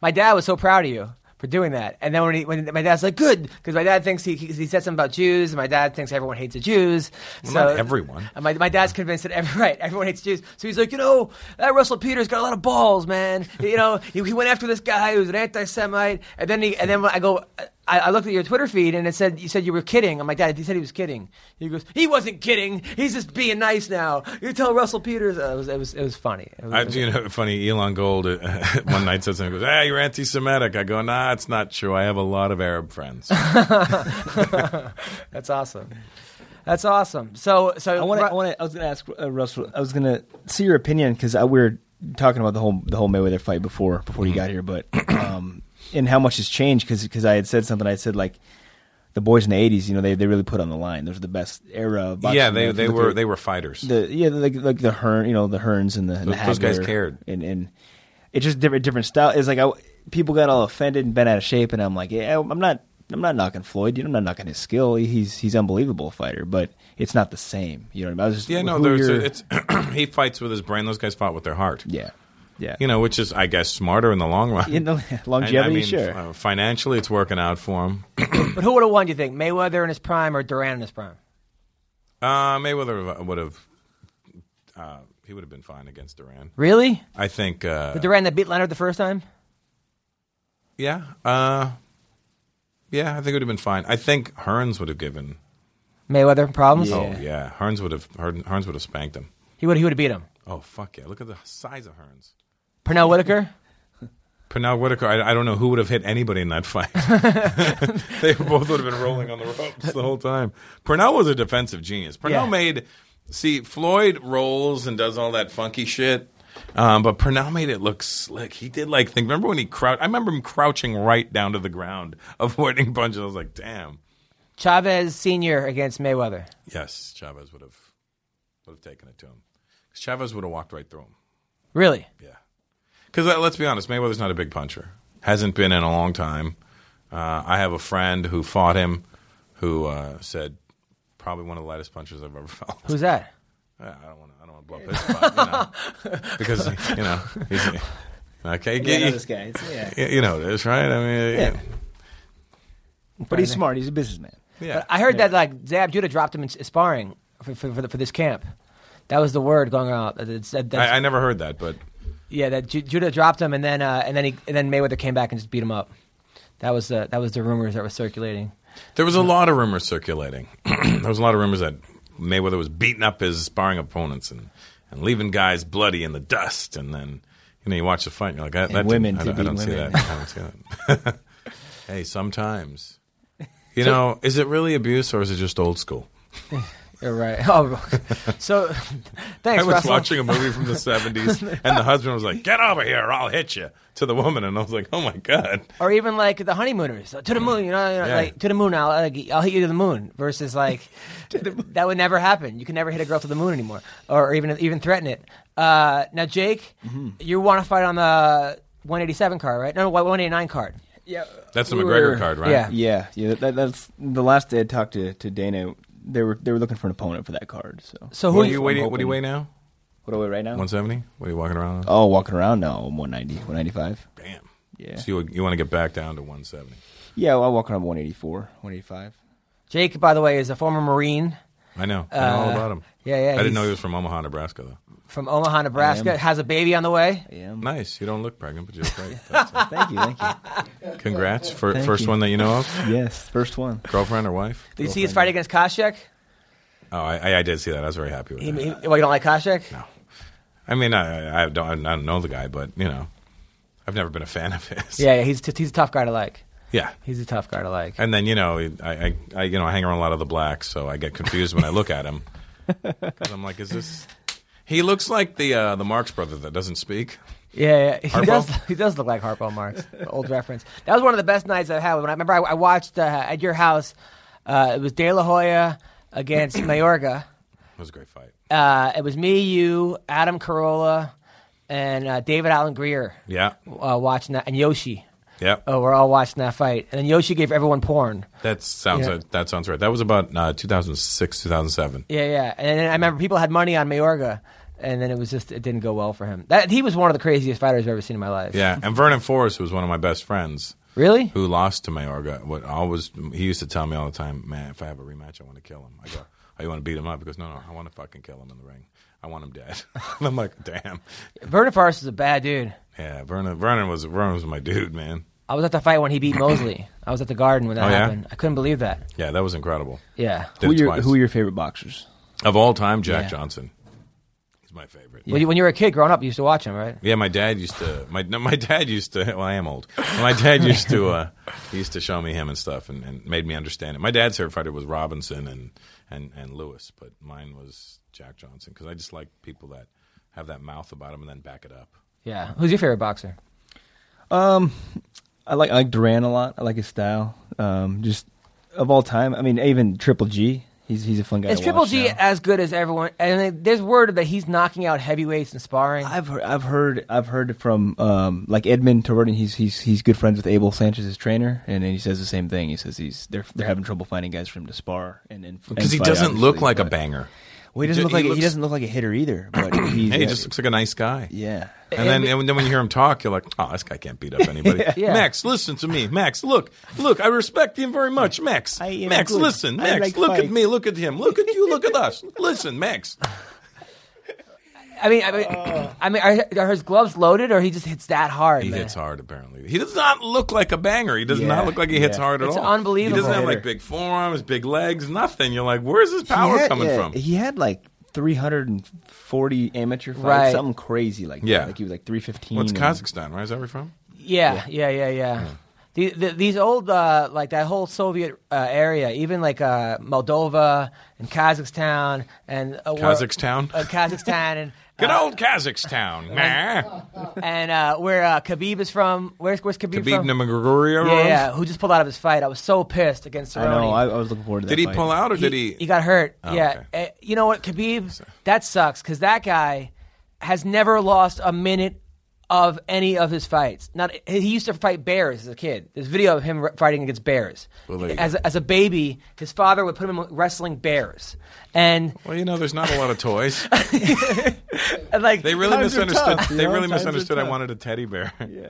[SPEAKER 2] My dad was so proud of you for doing that. And then when, he, when my dad's like, good, because my dad thinks he, he, he said something about Jews, and my dad thinks everyone hates the Jews. so
[SPEAKER 6] not everyone.
[SPEAKER 2] And my, my dad's convinced that every, right, everyone hates Jews. So he's like, you know, that Russell Peters got a lot of balls, man. you know, he, he went after this guy who was an anti-Semite, and then he, and then when I go. I, I looked at your Twitter feed and it said you said you were kidding. I'm like, Dad, he said he was kidding. He goes, he wasn't kidding. He's just being nice now. You tell Russell Peters. Uh, it was it was it was funny. It was-
[SPEAKER 6] I,
[SPEAKER 2] it was-
[SPEAKER 6] you know, funny. Elon Gold uh, one night said something. He Goes, "Ah, you're anti-Semitic." I go, "Nah, it's not true. I have a lot of Arab friends."
[SPEAKER 2] That's awesome. That's awesome. So, so
[SPEAKER 4] I want to. I want to. I was going to ask uh, Russell. I was going to see your opinion because we were talking about the whole the whole Mayweather fight before before you got here, but um, and how much has changed because I had said something. I had said like the boys in the '80s, you know, they they really put on the line. Those were the best era. Of boxing
[SPEAKER 6] yeah, they
[SPEAKER 4] Look
[SPEAKER 6] they
[SPEAKER 4] at
[SPEAKER 6] were
[SPEAKER 4] the-
[SPEAKER 6] they were fighters.
[SPEAKER 4] the yeah like like the Hearn you know the Hearns and the, and the
[SPEAKER 6] Those- those guys
[SPEAKER 4] Hagler
[SPEAKER 6] cared.
[SPEAKER 4] and and it's just different different style. It's like I people got all offended and bent out of shape, and I'm like yeah I'm not I'm not knocking Floyd. You know I'm not knocking his skill. He's he's unbelievable fighter, but it's not the same. You know what I mean? I was just
[SPEAKER 6] yeah, no,
[SPEAKER 4] who
[SPEAKER 6] there's
[SPEAKER 4] you're-
[SPEAKER 6] a, it's he fights with his brain. Those guys fought with their heart.
[SPEAKER 4] yeah yeah
[SPEAKER 6] You know, which is I guess smarter in the long run.
[SPEAKER 4] In the- longevity,
[SPEAKER 6] I- I mean,
[SPEAKER 4] sure.
[SPEAKER 6] uh, financially, it's working out for him.
[SPEAKER 2] but who would have won? Do you think Mayweather in his prime or Durant in his prime?
[SPEAKER 6] Uh, Mayweather would have. Uh, he would have been fine against Duran.
[SPEAKER 2] Really,
[SPEAKER 6] I think.
[SPEAKER 2] the
[SPEAKER 6] Uh,
[SPEAKER 2] Durant that beat Leonard the first time?
[SPEAKER 6] yeah. Uh, yeah, I think it would have been fine. I think Hearns would have given.
[SPEAKER 2] Mayweather problems.
[SPEAKER 6] Oh yeah, Hearns would have Hearns would have spanked him.
[SPEAKER 2] He would he would have beat him.
[SPEAKER 6] Oh fuck yeah! Look at the size of Hearns.
[SPEAKER 2] Pernell Whitaker.
[SPEAKER 6] Pernell Whitaker, I, I don't know who would have hit anybody in that fight. they both would have been rolling on the ropes the whole time. Pernell was a defensive genius. Pernell
[SPEAKER 2] Yeah.
[SPEAKER 6] made see Floyd rolls and does all that funky shit, um, but Pernell made it look slick. He did like think. Remember when he crouched? I remember him crouching right down to the ground, avoiding punches. I was like, damn.
[SPEAKER 2] Chavez Senior against Mayweather.
[SPEAKER 6] Yes, Chavez would have would have taken it to him. 'Cause Chavez would have walked right through him.
[SPEAKER 2] Really,
[SPEAKER 6] Yeah. Because uh, let's be honest, Mayweather's not a big puncher. Hasn't been in a long time. Uh, I have a friend who fought him who uh, said probably one of the lightest punches I've ever felt.
[SPEAKER 2] who's that?
[SPEAKER 6] Yeah, I don't want to. I don't want to blow up his spot, you know, because you know he's okay.
[SPEAKER 4] yeah, I know
[SPEAKER 6] you,
[SPEAKER 4] this guy It's- yeah
[SPEAKER 6] you know this, right? I mean,
[SPEAKER 4] Yeah. but he's smart. He's a businessman.
[SPEAKER 6] Yeah.
[SPEAKER 2] But I heard that like Zab Judah dropped him in s- sparring for for, for, the, for this camp. That was the word going around. That it's- that- that's-
[SPEAKER 6] I, I never heard that, but
[SPEAKER 2] yeah, that Ju- Judah dropped him, and then uh, and then he and then Mayweather came back and just beat him up. That was the that was the rumors that were circulating.
[SPEAKER 6] there was a lot of rumors circulating. there was a lot of rumors that Mayweather was beating up his sparring opponents and, and leaving guys bloody in the dust, and then you know you watch the fight, and you're like, that, that
[SPEAKER 4] women,
[SPEAKER 6] didn't- I
[SPEAKER 4] too,
[SPEAKER 6] don't, I don't
[SPEAKER 4] beating
[SPEAKER 6] see
[SPEAKER 4] women.
[SPEAKER 6] that. I don't see that. hey, sometimes, you know, is it really abuse or is it just old school?
[SPEAKER 2] You're right. Oh, so thanks,
[SPEAKER 6] I was
[SPEAKER 2] Russell.
[SPEAKER 6] watching a movie from the 70s, and the husband was like, Get over here, I'll hit you to the woman. And I was like, Oh my God.
[SPEAKER 2] or even like the honeymooners to the moon, you know, you know,
[SPEAKER 6] Yeah.
[SPEAKER 2] like to the moon. I'll like, I'll hit you to the moon. Versus like that would never happen. You can never hit a girl to the moon anymore, or, even even threaten it. Uh, now, Jake,
[SPEAKER 6] Mm-hmm.
[SPEAKER 2] you want to fight on the 187 card, right? No, 189 card.
[SPEAKER 6] That's the
[SPEAKER 4] We
[SPEAKER 6] McGregor
[SPEAKER 4] were-
[SPEAKER 6] card, right?
[SPEAKER 2] yeah.
[SPEAKER 4] Yeah, yeah. That, that's the last day I talked to, to Dana. They were they were looking for an opponent for that card. So
[SPEAKER 2] So who
[SPEAKER 6] What do you waiting? What do you weigh now?
[SPEAKER 4] what do I weigh now?
[SPEAKER 6] 170? What are you walking around? on?
[SPEAKER 4] Oh, walking around now, I'm 190, 195.
[SPEAKER 6] Damn.
[SPEAKER 4] Yeah,
[SPEAKER 6] So you, you want to get back down to 170?
[SPEAKER 4] yeah. Well, I walk around 184, 185.
[SPEAKER 2] Jake, by the way, is a former Marine
[SPEAKER 6] I know. I know all
[SPEAKER 2] Uh,
[SPEAKER 6] about him.
[SPEAKER 2] yeah, yeah,
[SPEAKER 6] I didn't know
[SPEAKER 2] he's-
[SPEAKER 6] he was from Omaha, Nebraska, though.
[SPEAKER 2] from Omaha, Nebraska. Has a baby on the way.
[SPEAKER 4] Yeah.
[SPEAKER 6] Nice. You don't look pregnant, but you look great. That's it.
[SPEAKER 4] Thank you, thank you.
[SPEAKER 6] Congrats. For,
[SPEAKER 4] Thank
[SPEAKER 6] first
[SPEAKER 4] you.
[SPEAKER 6] one that you know of?
[SPEAKER 4] Yes, first one.
[SPEAKER 6] Girlfriend or wife?
[SPEAKER 2] Did you see his fight against Koscheck?
[SPEAKER 6] Oh, I, I did see that. I was very happy with
[SPEAKER 2] He, he,
[SPEAKER 6] that.
[SPEAKER 2] well, you don't like Koscheck?
[SPEAKER 6] No. I mean, I, I, don't, I don't know the guy, but, you know, I've never been a fan of his.
[SPEAKER 2] Yeah, yeah he's t- he's a tough guy to like.
[SPEAKER 6] Yeah.
[SPEAKER 2] He's a tough guy to like.
[SPEAKER 6] And then you know, I, I, I you know, I hang around a lot of the blacks, so I get confused when I look at him. 'Cause I'm like, is this? He looks like the uh, the Marx brother that doesn't speak.
[SPEAKER 2] Yeah, yeah. he
[SPEAKER 6] Harpo?
[SPEAKER 2] does. He does look like Harpo Marx. Old reference. That was one of the best nights I've had. When I remember, I, I watched uh, at your house. Uh, it was De La Hoya against Mayorga.
[SPEAKER 6] It was a great fight.
[SPEAKER 2] Uh, it was me, you, Adam Carolla, and uh, David Allen Greer.
[SPEAKER 6] Yeah,
[SPEAKER 2] Uh, watching that, and Yoshi.
[SPEAKER 6] yeah.
[SPEAKER 2] Oh, we're all watching that fight, and then Yoshi gave everyone porn.
[SPEAKER 6] That sounds
[SPEAKER 2] Yeah.
[SPEAKER 6] uh, that sounds right. That was about uh, 2006, 2007.
[SPEAKER 2] Yeah, yeah. And then I remember people had money on Mayorga, and then it was just it didn't go well for him. That he was one of the craziest fighters I've ever seen in my life.
[SPEAKER 6] Yeah, and Vernon Forrest was one of my best friends.
[SPEAKER 2] Really?
[SPEAKER 6] Who lost to Mayorga? What always he used to tell me all the time, man. If I have a rematch, I want to kill him. I go, oh, you want to beat him up? He goes, no, no, I want to fucking kill him in the ring. I want him dead. and I'm like, damn.
[SPEAKER 2] Vernon Forrest is a bad dude.
[SPEAKER 6] Yeah, Vernon. Vernon was Vernon was my dude, man.
[SPEAKER 2] I was at the fight when he beat Mosley. I was at the Garden when that
[SPEAKER 6] Oh, yeah?
[SPEAKER 2] happened. I couldn't believe that.
[SPEAKER 6] Yeah, that was incredible.
[SPEAKER 2] Yeah.
[SPEAKER 6] Did
[SPEAKER 4] Who are
[SPEAKER 6] it
[SPEAKER 4] your
[SPEAKER 6] twice.
[SPEAKER 4] Who are your favorite boxers?
[SPEAKER 6] Of all time, Jack
[SPEAKER 2] Yeah.
[SPEAKER 6] Johnson. He's my favorite. Yeah.
[SPEAKER 2] When, you, when you were a kid growing up, you used to watch him, right?
[SPEAKER 6] my dad used to. My no, my dad used to. Well, I am old. My dad used to. Uh, he used to show me him and stuff, and, and made me understand it. My dad's favorite fighter was Robinson and and and Lewis, but mine was Jack Johnson because I just like people that have that mouth about them and then back it up.
[SPEAKER 2] Yeah. Who's your favorite boxer?
[SPEAKER 4] I like I like Duran a lot. I like his style. Um, just of all time. I mean, even Triple G. He's he's a fun guy.
[SPEAKER 2] Is
[SPEAKER 4] to
[SPEAKER 2] Triple
[SPEAKER 4] watch
[SPEAKER 2] G
[SPEAKER 4] now.
[SPEAKER 2] as good as everyone? And there's word that he's knocking out heavyweights in sparring.
[SPEAKER 4] I've heard, I've heard I've heard from um, like Edmund Torbertin. He's he's he's good friends with Abel Sanchez, his trainer, and then he says the same thing. He says he's they're they're having trouble finding guys for him to spar, and and- and
[SPEAKER 6] Because he
[SPEAKER 4] fight,
[SPEAKER 6] doesn't look
[SPEAKER 4] obviously,
[SPEAKER 6] like a
[SPEAKER 4] but-
[SPEAKER 6] banger.
[SPEAKER 4] Well, he doesn't
[SPEAKER 6] He
[SPEAKER 4] look like
[SPEAKER 6] looks-
[SPEAKER 4] he doesn't look like a hitter either. But he's
[SPEAKER 6] Hey, he
[SPEAKER 4] uh,
[SPEAKER 6] just looks like a nice guy.
[SPEAKER 4] yeah.
[SPEAKER 6] And then, and then when you hear him talk, you're like, oh, this guy can't beat up anybody.
[SPEAKER 2] Yeah.
[SPEAKER 6] Max, listen to me. Max, look, look, I respect him very much. Max,
[SPEAKER 4] I am
[SPEAKER 6] Max,
[SPEAKER 4] good.
[SPEAKER 6] listen.
[SPEAKER 4] I
[SPEAKER 6] Max,
[SPEAKER 4] like
[SPEAKER 6] look at
[SPEAKER 4] fights.
[SPEAKER 6] me. Look at him. Look at you. Look at us. Listen, Max.
[SPEAKER 2] I mean, I mean, I mean, are, are his gloves loaded, or he just hits that hard?
[SPEAKER 6] Uh. He
[SPEAKER 2] man?
[SPEAKER 6] hits hard, apparently. He does not look like a banger. He does
[SPEAKER 4] Yeah,
[SPEAKER 6] not look like he hits
[SPEAKER 4] yeah.
[SPEAKER 6] hard at
[SPEAKER 2] It's
[SPEAKER 6] all.
[SPEAKER 2] unbelievable.
[SPEAKER 6] He doesn't have
[SPEAKER 4] Hitter.
[SPEAKER 6] like big forearms, big legs, nothing. You're like, where's his power
[SPEAKER 4] He had-
[SPEAKER 6] coming
[SPEAKER 4] yeah,
[SPEAKER 6] from?
[SPEAKER 4] He had like 340 amateur fights,
[SPEAKER 2] Right.
[SPEAKER 4] something crazy like that.
[SPEAKER 6] Yeah.
[SPEAKER 4] Like he was like 315.
[SPEAKER 6] What's
[SPEAKER 4] and-
[SPEAKER 6] Kazakhstan, right? Is that where you're from?
[SPEAKER 2] Yeah, yeah, yeah, yeah. The, the, these old, uh, like that whole Soviet uh, area, even like uh, Moldova and Kazakhstan and uh, where-
[SPEAKER 6] Kazakhstan?
[SPEAKER 2] uh, Kazakhstan, and
[SPEAKER 6] Good
[SPEAKER 2] uh,
[SPEAKER 6] old Kazakhstan. Nah.
[SPEAKER 2] and uh, where uh, Khabib is from. Where's where's Khabib,
[SPEAKER 6] Khabib
[SPEAKER 2] from?
[SPEAKER 6] Nurmagomedov.
[SPEAKER 2] yeah, yeah, who just pulled out of his fight. I was so pissed against
[SPEAKER 4] I
[SPEAKER 2] Cerrone.
[SPEAKER 4] know. I, I was looking forward to that.
[SPEAKER 6] Did he
[SPEAKER 4] fight.
[SPEAKER 6] pull out or did
[SPEAKER 2] he,
[SPEAKER 6] he?
[SPEAKER 2] he got hurt.
[SPEAKER 6] Oh,
[SPEAKER 2] yeah,
[SPEAKER 6] okay.
[SPEAKER 2] Uh, you know what, Khabib, that sucks because that guy has never lost a minute of any of his fights. Not he he used to fight bears as a kid. There's video of him re- fighting against bears.
[SPEAKER 6] Well, there you
[SPEAKER 2] as
[SPEAKER 6] go.
[SPEAKER 2] as a baby, his father would put him wrestling bears, and,
[SPEAKER 6] Well, you know, there's not a lot of toys.
[SPEAKER 2] and like
[SPEAKER 6] They really
[SPEAKER 4] Times are
[SPEAKER 6] misunderstood.
[SPEAKER 4] tough, you
[SPEAKER 6] they
[SPEAKER 4] know?
[SPEAKER 6] really
[SPEAKER 4] Times are
[SPEAKER 6] misunderstood. I
[SPEAKER 4] tough.
[SPEAKER 6] wanted a teddy bear.
[SPEAKER 4] Yeah.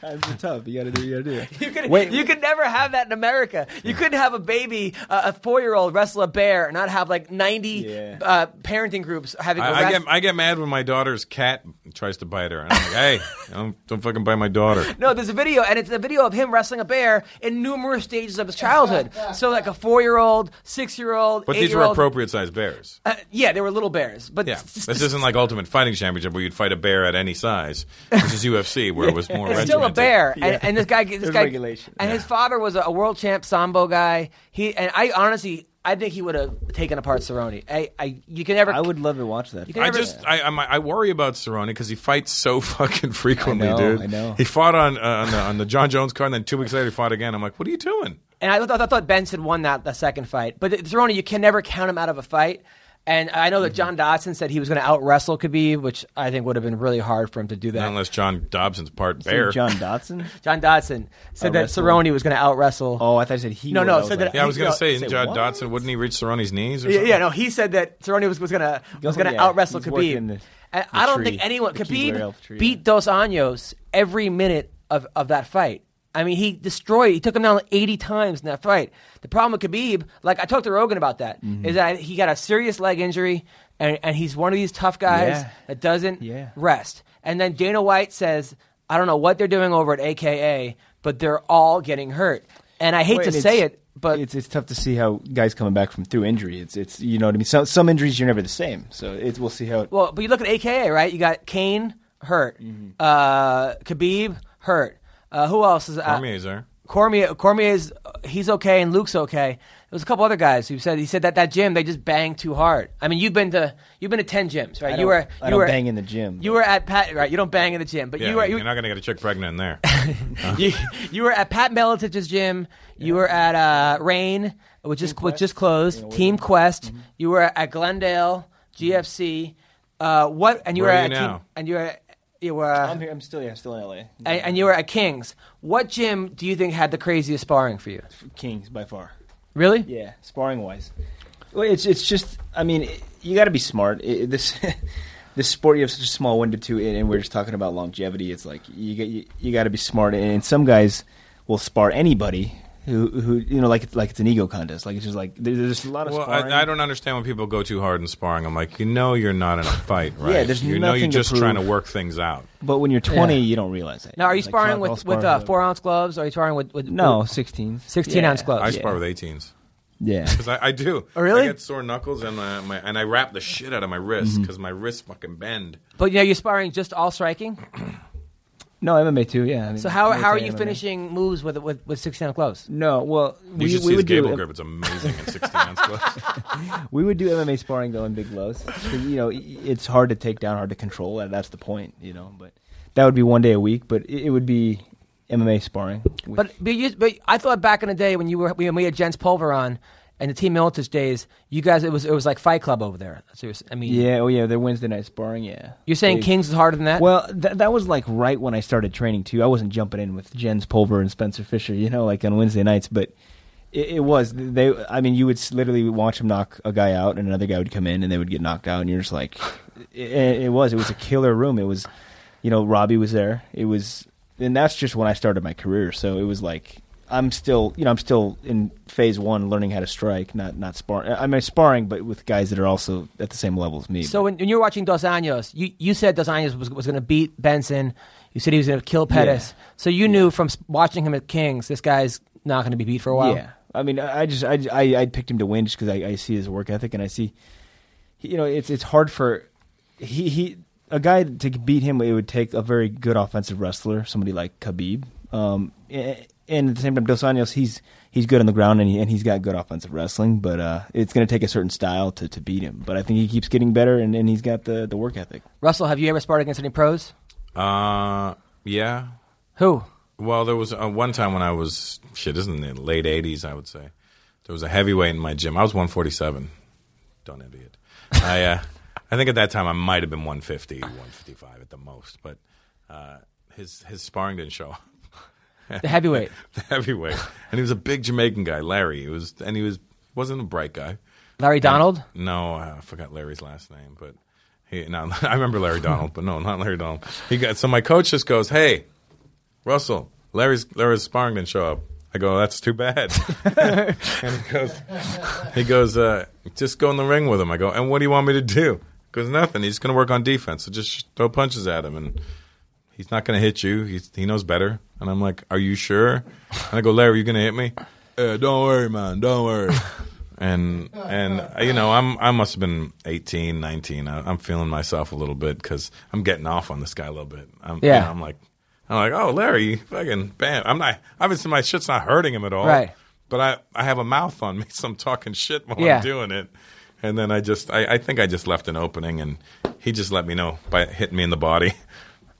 [SPEAKER 4] Times are tough. You gotta do. You gotta do. it.
[SPEAKER 2] You could,
[SPEAKER 4] Wait.
[SPEAKER 2] you could never have that in America. You couldn't have a baby, uh, a four year old, wrestle a bear and not have like 90
[SPEAKER 4] Yeah.
[SPEAKER 2] uh, parenting groups having a
[SPEAKER 6] I, I
[SPEAKER 2] wrest-
[SPEAKER 6] get I get mad when my daughter's cat tries to bite her. I'm like, hey, don't, don't fucking bite my daughter.
[SPEAKER 2] No, there's a video, and it's a video of him wrestling a bear in numerous stages of his childhood. So, like a four year old, six year old,
[SPEAKER 6] But
[SPEAKER 2] eight
[SPEAKER 6] these
[SPEAKER 2] year
[SPEAKER 6] were
[SPEAKER 2] old.
[SPEAKER 6] appropriate sized bears.
[SPEAKER 2] Uh, yeah, they were little bears, but
[SPEAKER 6] Yeah,
[SPEAKER 2] s- s-
[SPEAKER 6] this isn't like Ultimate Fighting Championship where you'd fight a bear at any size, which is UFC, where it was more.
[SPEAKER 2] It's still a
[SPEAKER 6] regimented.
[SPEAKER 2] bear,
[SPEAKER 4] Yeah.
[SPEAKER 2] and, and this guy, this
[SPEAKER 4] There's
[SPEAKER 2] guy,
[SPEAKER 4] regulation.
[SPEAKER 2] and his father was a, a world champ sambo guy. He and I honestly, I think he would have taken apart Cerrone. I, I, you can never.
[SPEAKER 4] I would love to watch that.
[SPEAKER 2] can
[SPEAKER 6] I
[SPEAKER 2] Never-
[SPEAKER 6] just I, I'm, I worry about Cerrone because he fights so fucking frequently,
[SPEAKER 4] I know,
[SPEAKER 6] dude.
[SPEAKER 4] I know.
[SPEAKER 6] He fought on uh, on, the, on the John Jones card, and then two weeks later he fought again. I'm like, what are you doing?
[SPEAKER 2] And I thought, I thought Benson won that the second fight, but uh, Cerrone, you can never count him out of a fight. And I know that John Dodson said he was going to out wrestle Khabib, which I think would have been really hard for him to do that.
[SPEAKER 6] Unless John Dobson's part bear.
[SPEAKER 4] John Dotson.
[SPEAKER 2] John Dodson said that
[SPEAKER 4] Out-wrestle.
[SPEAKER 2] Cerrone was going to out wrestle.
[SPEAKER 4] Oh, I thought you said he.
[SPEAKER 2] No,
[SPEAKER 4] would.
[SPEAKER 2] no,
[SPEAKER 4] I was
[SPEAKER 2] so
[SPEAKER 4] like,
[SPEAKER 2] that-
[SPEAKER 6] yeah, I was gonna
[SPEAKER 2] No,
[SPEAKER 6] say,
[SPEAKER 4] say
[SPEAKER 6] and John
[SPEAKER 4] what?
[SPEAKER 6] Dodson wouldn't he reach Cerrone's knees? Or
[SPEAKER 2] Yeah,
[SPEAKER 6] something?
[SPEAKER 2] yeah, no, he said that Cerrone was, was gonna was
[SPEAKER 4] Oh,
[SPEAKER 2] gonna
[SPEAKER 4] yeah.
[SPEAKER 2] out wrestle
[SPEAKER 4] He's working
[SPEAKER 2] Khabib,
[SPEAKER 4] the-
[SPEAKER 2] and
[SPEAKER 4] the
[SPEAKER 2] I don't
[SPEAKER 4] tree,
[SPEAKER 2] think anyone
[SPEAKER 4] the Keebler
[SPEAKER 2] Khabib
[SPEAKER 4] elf tree,
[SPEAKER 2] beat
[SPEAKER 4] yeah.
[SPEAKER 2] Dos Anjos every minute of, of that fight. I mean, he destroyed. He took him down like eighty times in that fight. The problem with Khabib, like I talked to Rogan about that,
[SPEAKER 4] Mm-hmm.
[SPEAKER 2] is that he got a serious leg injury, and, and he's one of these tough guys
[SPEAKER 4] Yeah.
[SPEAKER 2] that doesn't
[SPEAKER 4] Yeah.
[SPEAKER 2] rest. And then Dana White says, I don't know what they're doing over at AKA, but they're all getting hurt. And I hate
[SPEAKER 4] Well,
[SPEAKER 2] to
[SPEAKER 4] and it's-
[SPEAKER 2] say it, but
[SPEAKER 4] it's it's tough to see how guys coming back from through injury. It's it's you know what I mean. Some some injuries you're never the same. So it we'll see how. It,
[SPEAKER 2] Well, but you look at AKA, right? You got Kane hurt, uh, Khabib hurt. Uh, who else is uh,
[SPEAKER 6] Cormier's there.
[SPEAKER 2] Cormier, Cormier's he's okay, and Luke's okay. There was a couple other guys who said he said that that gym they just bang too hard. I mean, you've been to you've been to ten gyms, right?
[SPEAKER 4] I
[SPEAKER 2] you
[SPEAKER 4] don't-
[SPEAKER 2] were
[SPEAKER 4] I
[SPEAKER 2] you
[SPEAKER 4] don't
[SPEAKER 2] were
[SPEAKER 4] bang in the gym,
[SPEAKER 2] You
[SPEAKER 4] but-
[SPEAKER 2] were at Pat, right? You don't bang in the gym, but
[SPEAKER 6] Yeah,
[SPEAKER 2] you
[SPEAKER 6] you
[SPEAKER 2] were
[SPEAKER 6] are
[SPEAKER 2] you,
[SPEAKER 6] not gonna get a chick pregnant in there.
[SPEAKER 2] you, you were at Pat Melitich's gym. You were at uh, Rain, which just which just closed. Team Quest.
[SPEAKER 4] Mm-hmm.
[SPEAKER 2] You were at Glendale GFC. Uh, what? And you
[SPEAKER 6] Where
[SPEAKER 2] were
[SPEAKER 6] are
[SPEAKER 2] at
[SPEAKER 6] you
[SPEAKER 2] Team-
[SPEAKER 6] now?
[SPEAKER 2] and you were you were
[SPEAKER 4] I'm here. I'm still yeah. I'm still in L.A.
[SPEAKER 2] and, and you were at Kings. What gym do you think had the craziest sparring for you?
[SPEAKER 4] Kings by far.
[SPEAKER 2] Really?
[SPEAKER 4] Yeah, sparring wise. Well, it's it's just I mean you got to be smart. It, it- this this sport you have such a small window to, and, and we're just talking about longevity. It's like you get you, you got to be smart, and, some guys will spar anybody who who you know like it's like it's an ego contest. Like it's just like there- there's a lot of
[SPEAKER 6] Well,
[SPEAKER 4] sparring.
[SPEAKER 6] I, I don't understand when people go too hard in sparring. I'm like, you know, you're not in a fight, right?
[SPEAKER 4] there's
[SPEAKER 6] you know, you're
[SPEAKER 4] nothing to
[SPEAKER 6] just trying to
[SPEAKER 4] prove.
[SPEAKER 6] work things out.
[SPEAKER 4] But when you're 20,
[SPEAKER 2] Yeah.
[SPEAKER 4] you don't realize that.
[SPEAKER 2] Now, are you
[SPEAKER 4] Like,
[SPEAKER 2] sparring
[SPEAKER 4] fuck, I'll
[SPEAKER 2] with
[SPEAKER 4] spar
[SPEAKER 2] with uh,
[SPEAKER 4] with-
[SPEAKER 2] four ounce gloves? Are you sparring with, with
[SPEAKER 4] No,
[SPEAKER 2] with
[SPEAKER 4] 16.
[SPEAKER 2] 16 ounce gloves?
[SPEAKER 6] I
[SPEAKER 2] Yeah.
[SPEAKER 6] spar with 18s.
[SPEAKER 4] Yeah.
[SPEAKER 6] Because I, I do.
[SPEAKER 2] Oh, really?
[SPEAKER 6] I get sore knuckles and my, my and I wrap the shit out of my
[SPEAKER 4] Mm-hmm.
[SPEAKER 6] wrist because my wrists fucking bend.
[SPEAKER 2] But yeah, you're sparring just all striking.
[SPEAKER 4] No, MMA too, yeah. I mean,
[SPEAKER 2] So how
[SPEAKER 4] Muay
[SPEAKER 2] how are
[SPEAKER 4] Thai,
[SPEAKER 2] you
[SPEAKER 4] MMA.
[SPEAKER 2] finishing moves with with with 16 ounce gloves?
[SPEAKER 4] No, well,
[SPEAKER 6] You
[SPEAKER 4] we, we
[SPEAKER 6] should see his
[SPEAKER 4] would
[SPEAKER 6] gable
[SPEAKER 4] do
[SPEAKER 6] grip. It's amazing in 16 ounce gloves.
[SPEAKER 4] we would do MMA sparring though in big gloves. 'Cause, You know, i- it's hard to take down, hard to control, and that's the point. You know, but that would be one day a week, but it, it would be MMA sparring. with-
[SPEAKER 2] But but, you, but I thought back in the day when you were when we had Jens Pulver on and the Team Militich days, you guys it was it was like Fight Club over there. That's what you're s- I mean,
[SPEAKER 4] yeah, oh yeah, they're Wednesday night sparring. Yeah,
[SPEAKER 2] You're saying
[SPEAKER 4] They-
[SPEAKER 2] Kings is harder than that?
[SPEAKER 4] Well, th- that was like right when I started training too. I wasn't jumping in with Jens Pulver and Spencer Fisher, you know, like on Wednesday nights. But it, it was they. I mean, you would s- literally watch them knock a guy out, and another guy would come in, and they would get knocked out, and you're just like, it, it was. It was a killer room. It was, you know, Robbie was there. It was, and that's just when I started my career. So it was like. I'm still, you know, I'm still in phase one, learning how to strike, not not sparring. I mean, sparring, but with guys that are also at the same level as me.
[SPEAKER 2] so when, when you were watching Dos Anjos, you, you said Dos Anjos was, was going to beat Benson. You said he was going to kill Pettis. So you knew from s- watching him at Kings, this guy's not going to be beat for a while.
[SPEAKER 4] Yeah, I mean, I I just I I, I picked him to win just because I, I see his work ethic and I see, you know, it's it's hard for he he a guy to beat him. It would take a very good offensive wrestler, somebody like Khabib. Um, a- and at the same time, Dos Anjos, he's he's good on the ground and he and he's got good offensive wrestling, but uh, it's going to take a certain style to, to beat him. But I think he keeps getting better and, and he's got the, the work ethic.
[SPEAKER 2] Russell, have you ever sparred against any pros?
[SPEAKER 6] Uh, yeah.
[SPEAKER 2] Who?
[SPEAKER 6] Well, there was uh, one time when I was shit, isn't it late '80s? I would say there was a heavyweight in my gym. I was 147. Don't idiot. I uh, I think at that time I might have been 150, 155 at the most. But uh, his his sparring didn't show up.
[SPEAKER 2] The heavyweight.
[SPEAKER 6] the heavyweight, and he was a big Jamaican guy, Larry. He was, and he was wasn't a bright guy.
[SPEAKER 2] Larry Donald?
[SPEAKER 6] No, I forgot Larry's last name, but he. No, I remember Larry Donald, but no, not Larry Donald. He got so my coach just goes, "Hey, Russell, Larry's Larry's sparring didn't show up. I go, that's too bad. and he goes, he goes, uh, just go in the ring with him. I go, and what do you want me to do? He goes, nothing. He's going to work on defense. So just throw punches at him, and he's not going to hit you. He's, he knows better. And I'm like, are you sure? And I go, Larry, are you going to hit me? "Uh, don't worry, man. Don't worry. and and uh, you know, I'm I must have been 18, 19. I, I'm feeling myself a little bit because I'm getting off on this guy a little bit. I'm, you
[SPEAKER 2] Yeah.
[SPEAKER 6] know, I'm like, I'm like, oh, Larry, you fucking bam. I'm not. Obviously, my shit's not hurting him at all.
[SPEAKER 2] Right.
[SPEAKER 6] But I, I have a mouth on me, so I'm talking shit while
[SPEAKER 2] Yeah.
[SPEAKER 6] I'm doing it. And then I just, I, I think I just left an opening, and he just let me know by hitting me in the body.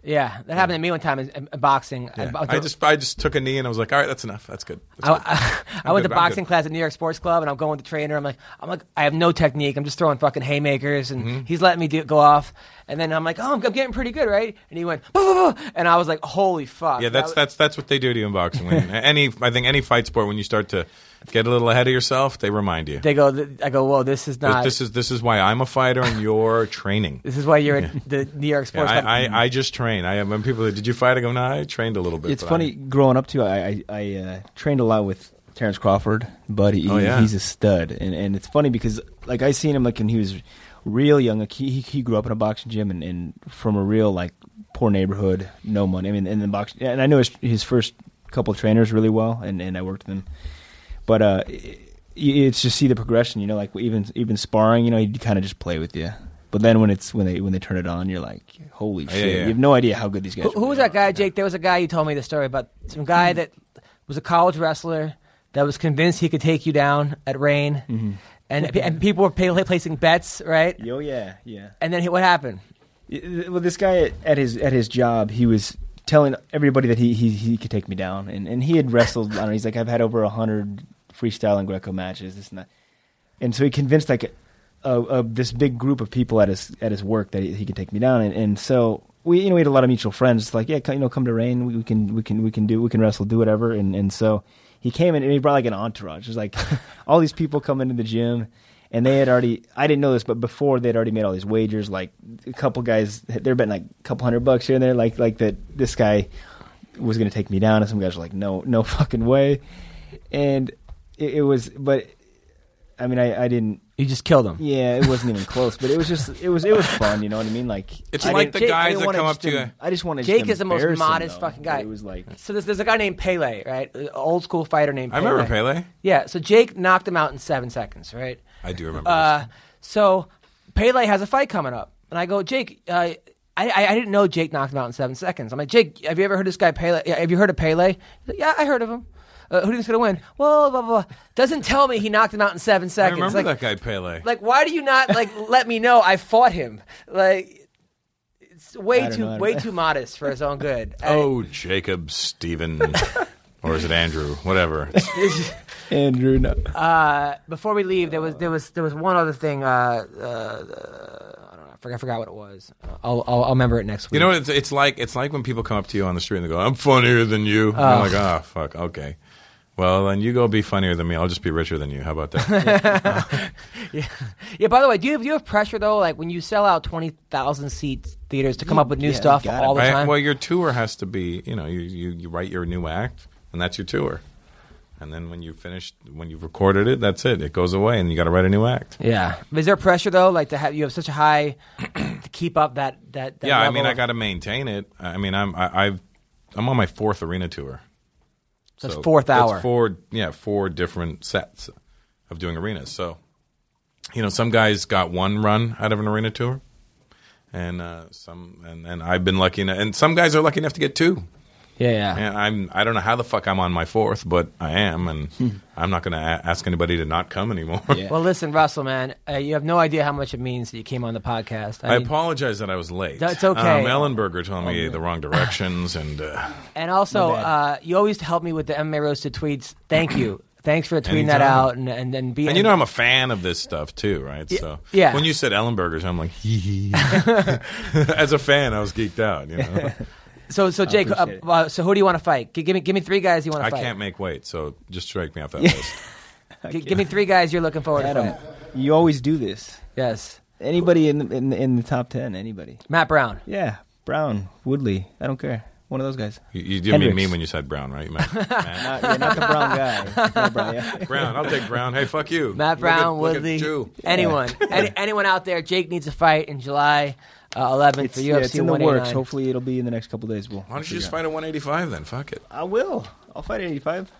[SPEAKER 2] Yeah, that happened to me one time in, in boxing. I, I,
[SPEAKER 6] I just, I just took a knee, and I was like, all right, that's enough. That's good. That's good.
[SPEAKER 2] I, I went
[SPEAKER 6] good,
[SPEAKER 2] to
[SPEAKER 6] I'm
[SPEAKER 2] boxing
[SPEAKER 6] good.
[SPEAKER 2] class at New York Sports Club, and I'm going with the trainer. I'm like, I'm like, I have no technique. I'm just throwing fucking haymakers, and
[SPEAKER 6] Mm-hmm.
[SPEAKER 2] he's letting me do, go off. And then I'm like, oh, I'm, I'm getting pretty good, right? And he went, "Boo, boo, boo," and I was like, holy fuck.
[SPEAKER 6] Yeah, that's
[SPEAKER 2] that.
[SPEAKER 6] that's that's what they do to you in boxing. When any, I think any fight sport, when you start to get a little ahead of yourself, they remind you.
[SPEAKER 2] They go, th- I go, whoa, this is
[SPEAKER 6] This-
[SPEAKER 2] not.
[SPEAKER 6] this is this is why I'm a fighter and you're training.
[SPEAKER 2] This is why you're at the New York
[SPEAKER 6] Yeah,
[SPEAKER 2] Sports Club.
[SPEAKER 6] I, I, I just train. I when people are, did you fight? I go, no, I trained a little bit.
[SPEAKER 4] It's
[SPEAKER 6] but
[SPEAKER 4] funny growing up too. I I, I uh, trained a lot with Terrence Crawford, but he,
[SPEAKER 6] Oh, yeah.
[SPEAKER 4] he's a stud, and and it's funny because like I seen him like when he was real young. Like he he- he grew up in a boxing gym and, and from a real like poor neighborhood, no money. I mean, in the box, and I know his his first couple trainers really well, and and I worked with him, but uh. It, it's just see the progression, you know. Like even even sparring, you know, he'd kind of just play with you. But then when it's when they when they turn it on, you're like, holy shit!
[SPEAKER 6] Oh, yeah.
[SPEAKER 4] You have no idea how good these guys.
[SPEAKER 2] Who, who
[SPEAKER 4] really
[SPEAKER 2] was
[SPEAKER 4] are.
[SPEAKER 2] that guy, Jake? There was a guy you told me the story about. Some
[SPEAKER 6] Mm-hmm.
[SPEAKER 2] guy that was a college wrestler that was convinced he could take you down at Rain,
[SPEAKER 6] Mm-hmm.
[SPEAKER 2] and and people were pay, placing bets, right?
[SPEAKER 4] Yo, Oh, yeah, yeah.
[SPEAKER 2] And then he, what happened?
[SPEAKER 4] Well, this guy at- at his at his job, he was telling everybody that he he, he could take me down, and, and he had wrestled. I don't know. He's like, I've had over hundred freestyle and Greco matches, this and that, and so he convinced like a, a, this big group of people at his at his work that he, he could take me down, and, and so we you know we had a lot of mutual friends. It's like, yeah, come, you know, come to Rain, we, we can we can we can do we can wrestle, do whatever, and and so he came in and he brought like an entourage. There's like all these people come into the gym and they had already i didn't know this but before they'd already made all these wagers like a couple guys there had been like a couple hundred bucks here and there like like that this guy was going to take me down and some guys were like no no fucking way and it, it was but i mean i, I didn't
[SPEAKER 2] You just killed him.
[SPEAKER 4] yeah, it wasn't even close, but it was just it was it was fun. You know what I mean? Like
[SPEAKER 6] It's
[SPEAKER 4] I didn't-
[SPEAKER 6] like the
[SPEAKER 2] Jake, I
[SPEAKER 6] guys
[SPEAKER 2] didn't
[SPEAKER 6] that
[SPEAKER 2] wanna
[SPEAKER 6] come up
[SPEAKER 2] just
[SPEAKER 6] to
[SPEAKER 2] do-
[SPEAKER 6] you.
[SPEAKER 4] I just wanted to
[SPEAKER 2] Jake is the most
[SPEAKER 4] embarrass him,
[SPEAKER 2] modest
[SPEAKER 4] though,
[SPEAKER 2] fucking
[SPEAKER 4] but
[SPEAKER 2] guy.
[SPEAKER 4] It was like
[SPEAKER 2] So there's, there's a guy named Pele, right? An old school fighter named.
[SPEAKER 6] I
[SPEAKER 2] Pele.
[SPEAKER 6] remember Pele.
[SPEAKER 2] Yeah. So Jake knocked him out in seven seconds, right?
[SPEAKER 6] I do remember.
[SPEAKER 2] Uh,
[SPEAKER 6] this.
[SPEAKER 2] so Pele has a fight coming up, and I go, Jake. Uh, I, I I didn't know Jake knocked him out in seven seconds. I'm like, Jake, have you ever heard this guy Pele? yeah, Have you heard of Pele? He's like, yeah, I heard of him. Uh, who do you think's gonna win? Well, blah, blah blah. Doesn't tell me he knocked him out in seven
[SPEAKER 6] I
[SPEAKER 2] seconds.
[SPEAKER 6] remember
[SPEAKER 2] like,
[SPEAKER 6] that guy Pele.
[SPEAKER 2] like, why do you not like let me know I fought him? Like, it's way
[SPEAKER 4] don't
[SPEAKER 2] too
[SPEAKER 4] know.
[SPEAKER 2] way too modest for his own good.
[SPEAKER 6] oh, Jacob Steven. Or is it Andrew? Whatever.
[SPEAKER 4] Andrew. No.
[SPEAKER 2] before we leave, there was there was there was one other thing. Uh, uh, uh, I don't know. I forgot, I forgot what it was. I'll, I'll I'll remember it next week.
[SPEAKER 6] You know what? It's, it's like it's like when people come up to you on the street and they go, "I'm funnier than you." And
[SPEAKER 2] Oh.
[SPEAKER 6] I'm like, "Ah, fuck, okay." Well, then you go be funnier than me. I'll just be richer than you. How about that?
[SPEAKER 2] Yeah. By the way, do you have, do you have pressure though? Like when you sell out twenty thousand seat theaters to come up with new
[SPEAKER 4] yeah, you
[SPEAKER 2] stuff
[SPEAKER 4] gotta-
[SPEAKER 2] all the
[SPEAKER 6] Right?
[SPEAKER 2] time.
[SPEAKER 6] Well, your tour has to be, you know, you, you, you write your new act, and that's your tour. And then when you finish, when you've recorded it, that's it. It goes away, and you got to write a new act.
[SPEAKER 2] yeah. Is there pressure though? Like to have you have such a high to keep up that that. that
[SPEAKER 6] yeah, I
[SPEAKER 2] level
[SPEAKER 6] mean, I
[SPEAKER 2] of-
[SPEAKER 6] got to maintain it. I I mean, I'm I, I've I'm on my fourth arena tour.
[SPEAKER 2] that's
[SPEAKER 6] So
[SPEAKER 2] fourth
[SPEAKER 6] that's
[SPEAKER 2] hour.
[SPEAKER 6] four, yeah, four different sets of doing arenas. So, you know, some guys got one run out of an arena tour, and uh, some, and, and I've been lucky, enough, and some guys are lucky enough to get two.
[SPEAKER 2] Yeah, yeah.
[SPEAKER 6] And I'm, I don't know how the fuck I'm on my fourth, but I am,
[SPEAKER 2] Hmm.
[SPEAKER 6] and I'm not going to a- ask anybody to not come anymore.
[SPEAKER 2] Well, listen, Russell, man, uh, you have no idea how much it means that you came on the podcast.
[SPEAKER 6] I
[SPEAKER 2] mean-
[SPEAKER 6] apologize that I was late.
[SPEAKER 2] That's okay.
[SPEAKER 6] Um, Ellenberger told me the wrong directions, and uh,
[SPEAKER 2] And also, uh, you always help me with the MMA roasted tweets. Thank you. Thanks for tweeting that
[SPEAKER 6] Anytime.
[SPEAKER 2] out and and, and being.
[SPEAKER 6] and you know I'm a fan of this stuff too, right? So
[SPEAKER 2] yeah.
[SPEAKER 6] when you said Ellenberger's, I'm like, hee hee. As a fan, I was geeked out. You know,
[SPEAKER 2] so so Jake. Uh,
[SPEAKER 4] appreciate it.
[SPEAKER 2] uh, so who do you want to fight? G- give me give me three guys you want
[SPEAKER 6] I
[SPEAKER 2] to fight.
[SPEAKER 6] can't make weight, so just strike me off that list.
[SPEAKER 2] G- give me three guys you're looking forward to.
[SPEAKER 4] Adam,
[SPEAKER 2] Fight.
[SPEAKER 4] you always do this.
[SPEAKER 2] Yes,
[SPEAKER 4] Anybody in in in the top ten? Anybody?
[SPEAKER 2] Matt Brown.
[SPEAKER 4] Yeah, Brown, Woodley. I don't care. One of those guys.
[SPEAKER 6] You, you didn't mean
[SPEAKER 4] Hendrix.
[SPEAKER 6] me when you said Brown, right? You meant Matt.
[SPEAKER 4] Not, yeah, not the brown guy. Not brown, yeah.
[SPEAKER 6] Brown. I'll take Brown. Hey, fuck you.
[SPEAKER 2] Matt Brown,
[SPEAKER 6] look at, look at
[SPEAKER 2] Woodley,
[SPEAKER 6] you.
[SPEAKER 2] anyone, any, anyone out there? Jake needs a fight in July uh, 11th
[SPEAKER 4] It's,
[SPEAKER 2] for UFC
[SPEAKER 4] yeah, it's in the
[SPEAKER 2] 189.
[SPEAKER 4] works. Hopefully, it'll be in the next couple days. We'll.
[SPEAKER 6] Why don't you just fight a 185 then? Fuck it.
[SPEAKER 4] I will. I'll fight at 85.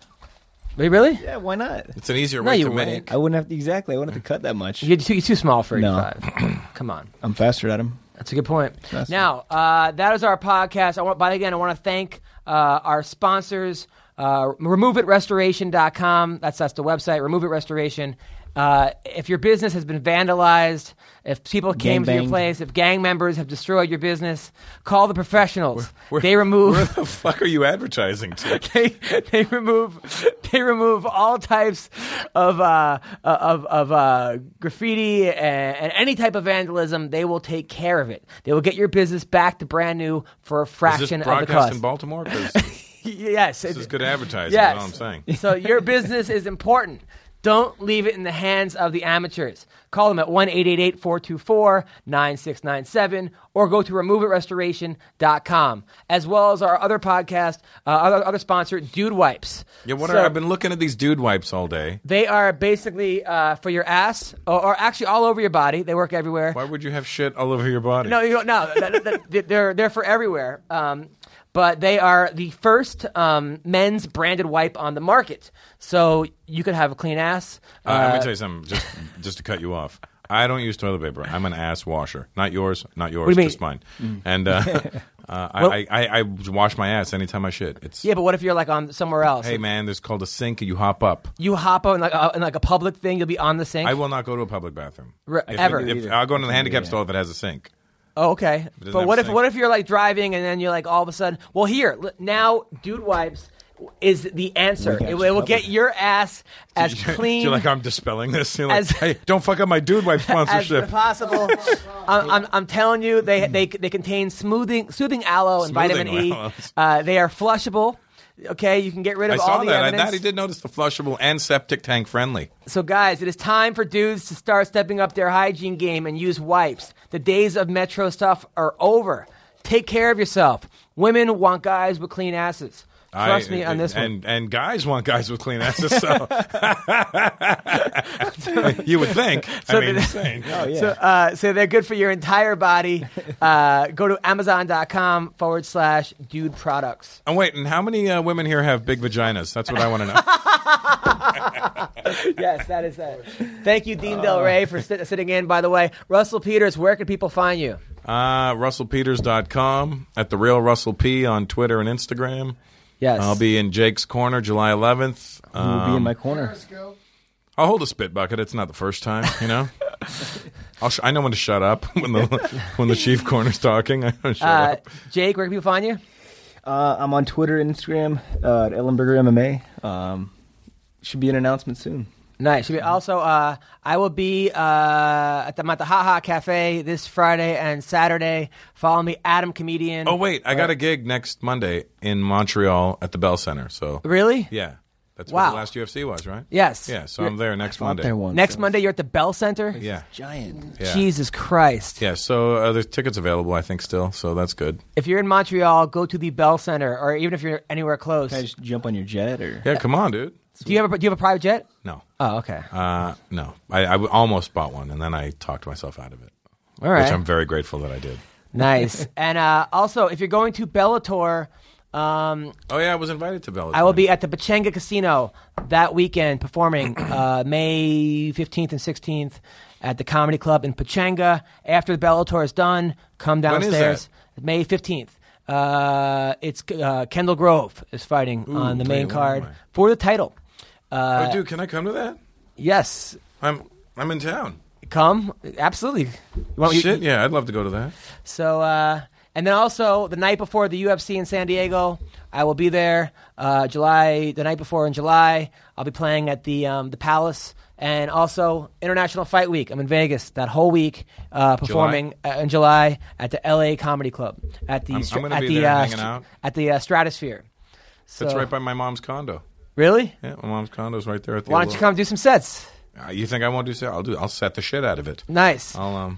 [SPEAKER 2] Wait, really?
[SPEAKER 4] Yeah, why not?
[SPEAKER 6] It's an easier
[SPEAKER 2] No,
[SPEAKER 6] way
[SPEAKER 2] you
[SPEAKER 6] to
[SPEAKER 2] wouldn't.
[SPEAKER 6] make.
[SPEAKER 4] I wouldn't have to, exactly. I wouldn't have to cut that much.
[SPEAKER 2] You're too, you're too small for
[SPEAKER 4] No.
[SPEAKER 2] 85. Come on.
[SPEAKER 4] I'm faster at him.
[SPEAKER 2] That's a good point.
[SPEAKER 4] That's-
[SPEAKER 2] now, uh, that is our podcast. I want, but again, I want to thank uh, our sponsors, uh, removeit.restoration.com. That's that's the website, Remove It Restoration. Uh, if your business has been vandalized, if people came to your
[SPEAKER 4] Gang-banged.
[SPEAKER 2] place, if gang members have destroyed your business, call the professionals.
[SPEAKER 6] Where-
[SPEAKER 2] they remove.
[SPEAKER 6] Where the fuck are you advertising to?
[SPEAKER 2] they they remove they remove all types of uh, of of uh, graffiti and, and any type of vandalism. They will take care of it. They will get your business back to brand new for a
[SPEAKER 6] Is this
[SPEAKER 2] fraction of the
[SPEAKER 6] broadcast
[SPEAKER 2] cost.
[SPEAKER 6] in Baltimore? 'Cause this
[SPEAKER 2] yes, it-
[SPEAKER 6] is good advertising.
[SPEAKER 2] Yes.
[SPEAKER 6] Is what I'm saying.
[SPEAKER 2] so your business is important. Don't leave it in the hands of the amateurs. Call them at 1 888 424 9697 or go to removeitrestoration.com. As well as our other podcast, uh, other, other sponsor, Dude Wipes.
[SPEAKER 6] Yeah, what
[SPEAKER 2] So-
[SPEAKER 6] are, I've been looking at these dude wipes all day.
[SPEAKER 2] They are basically uh, for your ass, or, or actually all over your body. They work everywhere.
[SPEAKER 6] Why would you have shit all over your body?
[SPEAKER 2] No, you don't, no, that, that- that- they're they're for everywhere. Um, but they are the first um, men's branded wipe on the market, so you could have a clean ass.
[SPEAKER 6] Uh, let me tell you something, just just to cut you off. I don't use toilet paper. I'm an ass washer. Not yours. Not yours.
[SPEAKER 2] What do you Mm.
[SPEAKER 6] just mine. And uh, uh, I, I, I, I wash my ass anytime I shit. It's
[SPEAKER 2] yeah, but what if you're like on somewhere else?
[SPEAKER 6] hey man, there's called a sink. You hop up.
[SPEAKER 2] You hop on like uh, in like a public thing, you'll be on the sink.
[SPEAKER 6] I will not go to a public bathroom
[SPEAKER 2] Re-
[SPEAKER 6] If it-
[SPEAKER 2] ever.
[SPEAKER 6] if- I'll go into the handicap stall if it has a sink.
[SPEAKER 2] Oh, okay.
[SPEAKER 6] doesn't
[SPEAKER 2] But
[SPEAKER 6] have
[SPEAKER 2] what
[SPEAKER 6] a
[SPEAKER 2] if
[SPEAKER 6] sink.
[SPEAKER 2] what if you're like driving and then you're like all of a sudden, well, here l- now, dude wipes is the answer. It, will- it will get your ass as clean
[SPEAKER 6] You're like I'm dispelling this. You're like,
[SPEAKER 2] As-
[SPEAKER 6] hey, don't fuck up my dude wipe
[SPEAKER 2] as
[SPEAKER 6] sponsorship.
[SPEAKER 2] possible. I'm, I'm, I'm telling you, they they they contain smoothing soothing aloe and
[SPEAKER 6] Smoothing
[SPEAKER 2] vitamin E.
[SPEAKER 6] aloes.
[SPEAKER 2] Uh, they are flushable. Okay, you can get rid
[SPEAKER 6] I
[SPEAKER 2] of all
[SPEAKER 6] saw
[SPEAKER 2] the
[SPEAKER 6] that. I
[SPEAKER 2] evidence.
[SPEAKER 6] thought he did notice the flushable and septic tank friendly.
[SPEAKER 2] So, guys, it is time for dudes to start stepping up their hygiene game and use wipes. The days of metro stuff are over. Take care of yourself. Women want guys with clean asses. Trust
[SPEAKER 6] I-
[SPEAKER 2] me on this one.
[SPEAKER 6] and, And guys want guys with clean asses, so you would think. I mean,
[SPEAKER 2] the-
[SPEAKER 6] insane.
[SPEAKER 2] So, uh, so they're good for your entire body. Uh, go to amazon.com forward slash dude products.
[SPEAKER 6] And wait, and how many uh, women here have big vaginas? That's what I want to know.
[SPEAKER 2] Yes, that is that. Thank you, Dean Del Rey, for sit- sitting in, by the way. Russell Peters, where can people find you?
[SPEAKER 6] Uh, RussellPeters.com at the real Russell P on Twitter and Instagram.
[SPEAKER 2] Yes.
[SPEAKER 6] I'll be in Jake's Corner July 11th.
[SPEAKER 4] He will be in
[SPEAKER 6] Um,
[SPEAKER 4] my corner.
[SPEAKER 6] I'll hold a spit bucket. It's not the first time, you know. I'll sh- I know when to shut up when the when the chief corner's talking. I don't shut
[SPEAKER 2] uh,
[SPEAKER 6] up.
[SPEAKER 2] Jake, where can people find you?
[SPEAKER 4] Uh, I'm on Twitter and Instagram uh, at Ellenberger MMA. Um, should be an announcement soon.
[SPEAKER 2] Nice. Should be- Also, uh, I will be uh, at the, I'm at the Ha Ha Cafe this Friday and Saturday. Follow me, Adam Comedian.
[SPEAKER 6] Oh wait, I got a gig next Monday in Montreal at the Bell Center. So
[SPEAKER 2] Really?
[SPEAKER 6] yeah, that's
[SPEAKER 2] Wow.
[SPEAKER 6] where the last UFC was, right?
[SPEAKER 2] Yes.
[SPEAKER 6] Yeah, so I'm there next Monday.
[SPEAKER 4] There once.
[SPEAKER 2] Next Monday, you're at the Bell Center?
[SPEAKER 6] Yeah,
[SPEAKER 4] Giant.
[SPEAKER 6] yeah.
[SPEAKER 2] Jesus Christ.
[SPEAKER 6] Yeah, so uh, there's tickets available, I think, still. So that's good.
[SPEAKER 2] If you're in Montreal, go to the Bell Center, or even if you're anywhere close.
[SPEAKER 4] Can I just jump on your jet or?
[SPEAKER 6] Yeah, come on, dude.
[SPEAKER 2] Do you have a, do you have a private jet?
[SPEAKER 6] No,
[SPEAKER 2] Oh, okay.
[SPEAKER 6] uh, no. I, I w- almost bought one, and then I talked myself out of it,
[SPEAKER 2] All right.
[SPEAKER 6] which I'm very grateful that I did.
[SPEAKER 2] Nice. and uh, also, if you're going to Bellator, um,
[SPEAKER 6] Oh yeah, I was invited to Bellator.
[SPEAKER 2] I will be at the Pachanga Casino that weekend performing uh, May 15th and 16th at the Comedy Club in Pachanga. After the Bellator is done, come
[SPEAKER 6] When is
[SPEAKER 2] downstairs. May 15th. Uh, it's uh, Kendall Grove is fighting on the main
[SPEAKER 6] wait,
[SPEAKER 2] card
[SPEAKER 6] where am I?
[SPEAKER 2] for the title. Uh,
[SPEAKER 6] oh, dude, can I come to that?
[SPEAKER 2] yes,
[SPEAKER 6] I'm I'm in town.
[SPEAKER 2] come absolutely. You want- Oh, you-
[SPEAKER 6] Shit, yeah, I'd love to go to that.
[SPEAKER 2] So, uh, and then also the night before the UFC in San Diego, I will be there. Uh, July, the night before in July, I'll be playing at the um, the Palace, and also International Fight Week. I'm in Vegas that whole week, uh, performing uh in July at the LA Comedy Club at the
[SPEAKER 6] I'm-
[SPEAKER 2] stra-
[SPEAKER 6] I'm gonna
[SPEAKER 2] at
[SPEAKER 6] be
[SPEAKER 2] the
[SPEAKER 6] there
[SPEAKER 2] uh,
[SPEAKER 6] hanging out.
[SPEAKER 2] at the uh, Stratosphere. So,
[SPEAKER 6] That's right by my mom's condo.
[SPEAKER 2] Really?
[SPEAKER 6] Yeah, my mom's condo's right there at the.
[SPEAKER 2] Why don't
[SPEAKER 6] old-
[SPEAKER 2] you come do some sets?
[SPEAKER 6] Uh, you think I won't do so? I'll do. I'll set the shit out of it.
[SPEAKER 2] Nice.
[SPEAKER 6] I'll um.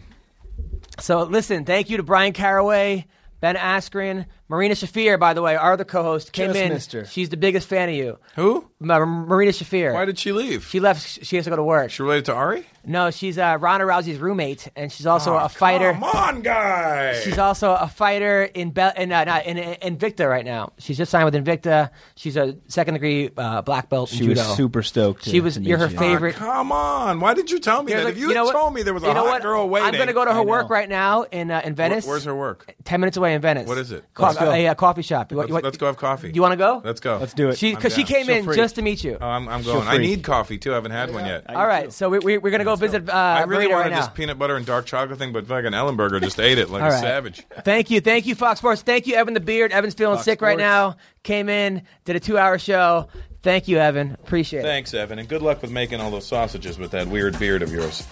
[SPEAKER 2] So listen, thank you to Brian Caraway, Ben Askren, Marina Shafir, by the way, our other co-host, came
[SPEAKER 4] Just
[SPEAKER 2] in.
[SPEAKER 4] missed her.
[SPEAKER 2] She's the biggest fan of you.
[SPEAKER 6] Who?
[SPEAKER 2] Ma- Marina Shafir.
[SPEAKER 6] Why did she leave?
[SPEAKER 2] she left? She has to go to work.
[SPEAKER 6] she related to Ari?
[SPEAKER 2] No, she's uh, Ronda Rousey's roommate, and she's also
[SPEAKER 6] Oh,
[SPEAKER 2] a fighter.
[SPEAKER 6] Come on, guy.
[SPEAKER 2] She's also a fighter in Be- in, uh, not, in, in Invicta right now. She's just signed with Invicta. She's a second degree uh, black belt. in
[SPEAKER 4] She was
[SPEAKER 2] judo.
[SPEAKER 4] super stoked. to-
[SPEAKER 2] She was-
[SPEAKER 4] to
[SPEAKER 2] you're
[SPEAKER 4] meet
[SPEAKER 2] her
[SPEAKER 4] you.
[SPEAKER 6] Oh,
[SPEAKER 2] favorite-
[SPEAKER 6] come on. Why did you tell me
[SPEAKER 2] There's
[SPEAKER 6] that?
[SPEAKER 2] like-
[SPEAKER 6] if you,
[SPEAKER 2] know
[SPEAKER 6] had
[SPEAKER 2] what?
[SPEAKER 6] told me there was a
[SPEAKER 2] You know
[SPEAKER 6] hot
[SPEAKER 2] what?
[SPEAKER 6] girl waiting.
[SPEAKER 2] I'm going to go to her
[SPEAKER 4] I
[SPEAKER 2] work
[SPEAKER 4] know.
[SPEAKER 2] right now in uh, in Venice.
[SPEAKER 6] Where's her work?
[SPEAKER 2] Ten minutes away in Venice.
[SPEAKER 6] What is it?
[SPEAKER 2] Co-
[SPEAKER 4] Let's go.
[SPEAKER 2] A, uh, coffee shop. You want-
[SPEAKER 6] Let's,
[SPEAKER 2] you want-
[SPEAKER 6] let's go have coffee.
[SPEAKER 2] You want to go?
[SPEAKER 6] Let's go.
[SPEAKER 4] Let's do it.
[SPEAKER 2] She because she
[SPEAKER 6] down.
[SPEAKER 2] came
[SPEAKER 4] She'll
[SPEAKER 2] in
[SPEAKER 4] freak.
[SPEAKER 2] just to meet you.
[SPEAKER 6] Oh, I'm, I'm going. I
[SPEAKER 4] freak.
[SPEAKER 6] need coffee too. I haven't had one yet.
[SPEAKER 2] All right, so we, we, we're going to go visit uh,
[SPEAKER 6] I really
[SPEAKER 2] Marina
[SPEAKER 6] wanted
[SPEAKER 2] right now.
[SPEAKER 6] this peanut butter and dark chocolate thing, but fucking Ellenberger just ate it like
[SPEAKER 2] All
[SPEAKER 6] a
[SPEAKER 2] right.
[SPEAKER 6] savage.
[SPEAKER 2] Thank you, thank you, Fox Sports. Thank you, Evan the Beard. Evan's feeling sick right now. Came in, did a two-hour show. Thank you, Evan. Appreciate it.
[SPEAKER 6] Thanks, Evan, and good luck with making all those sausages with that weird beard of yours.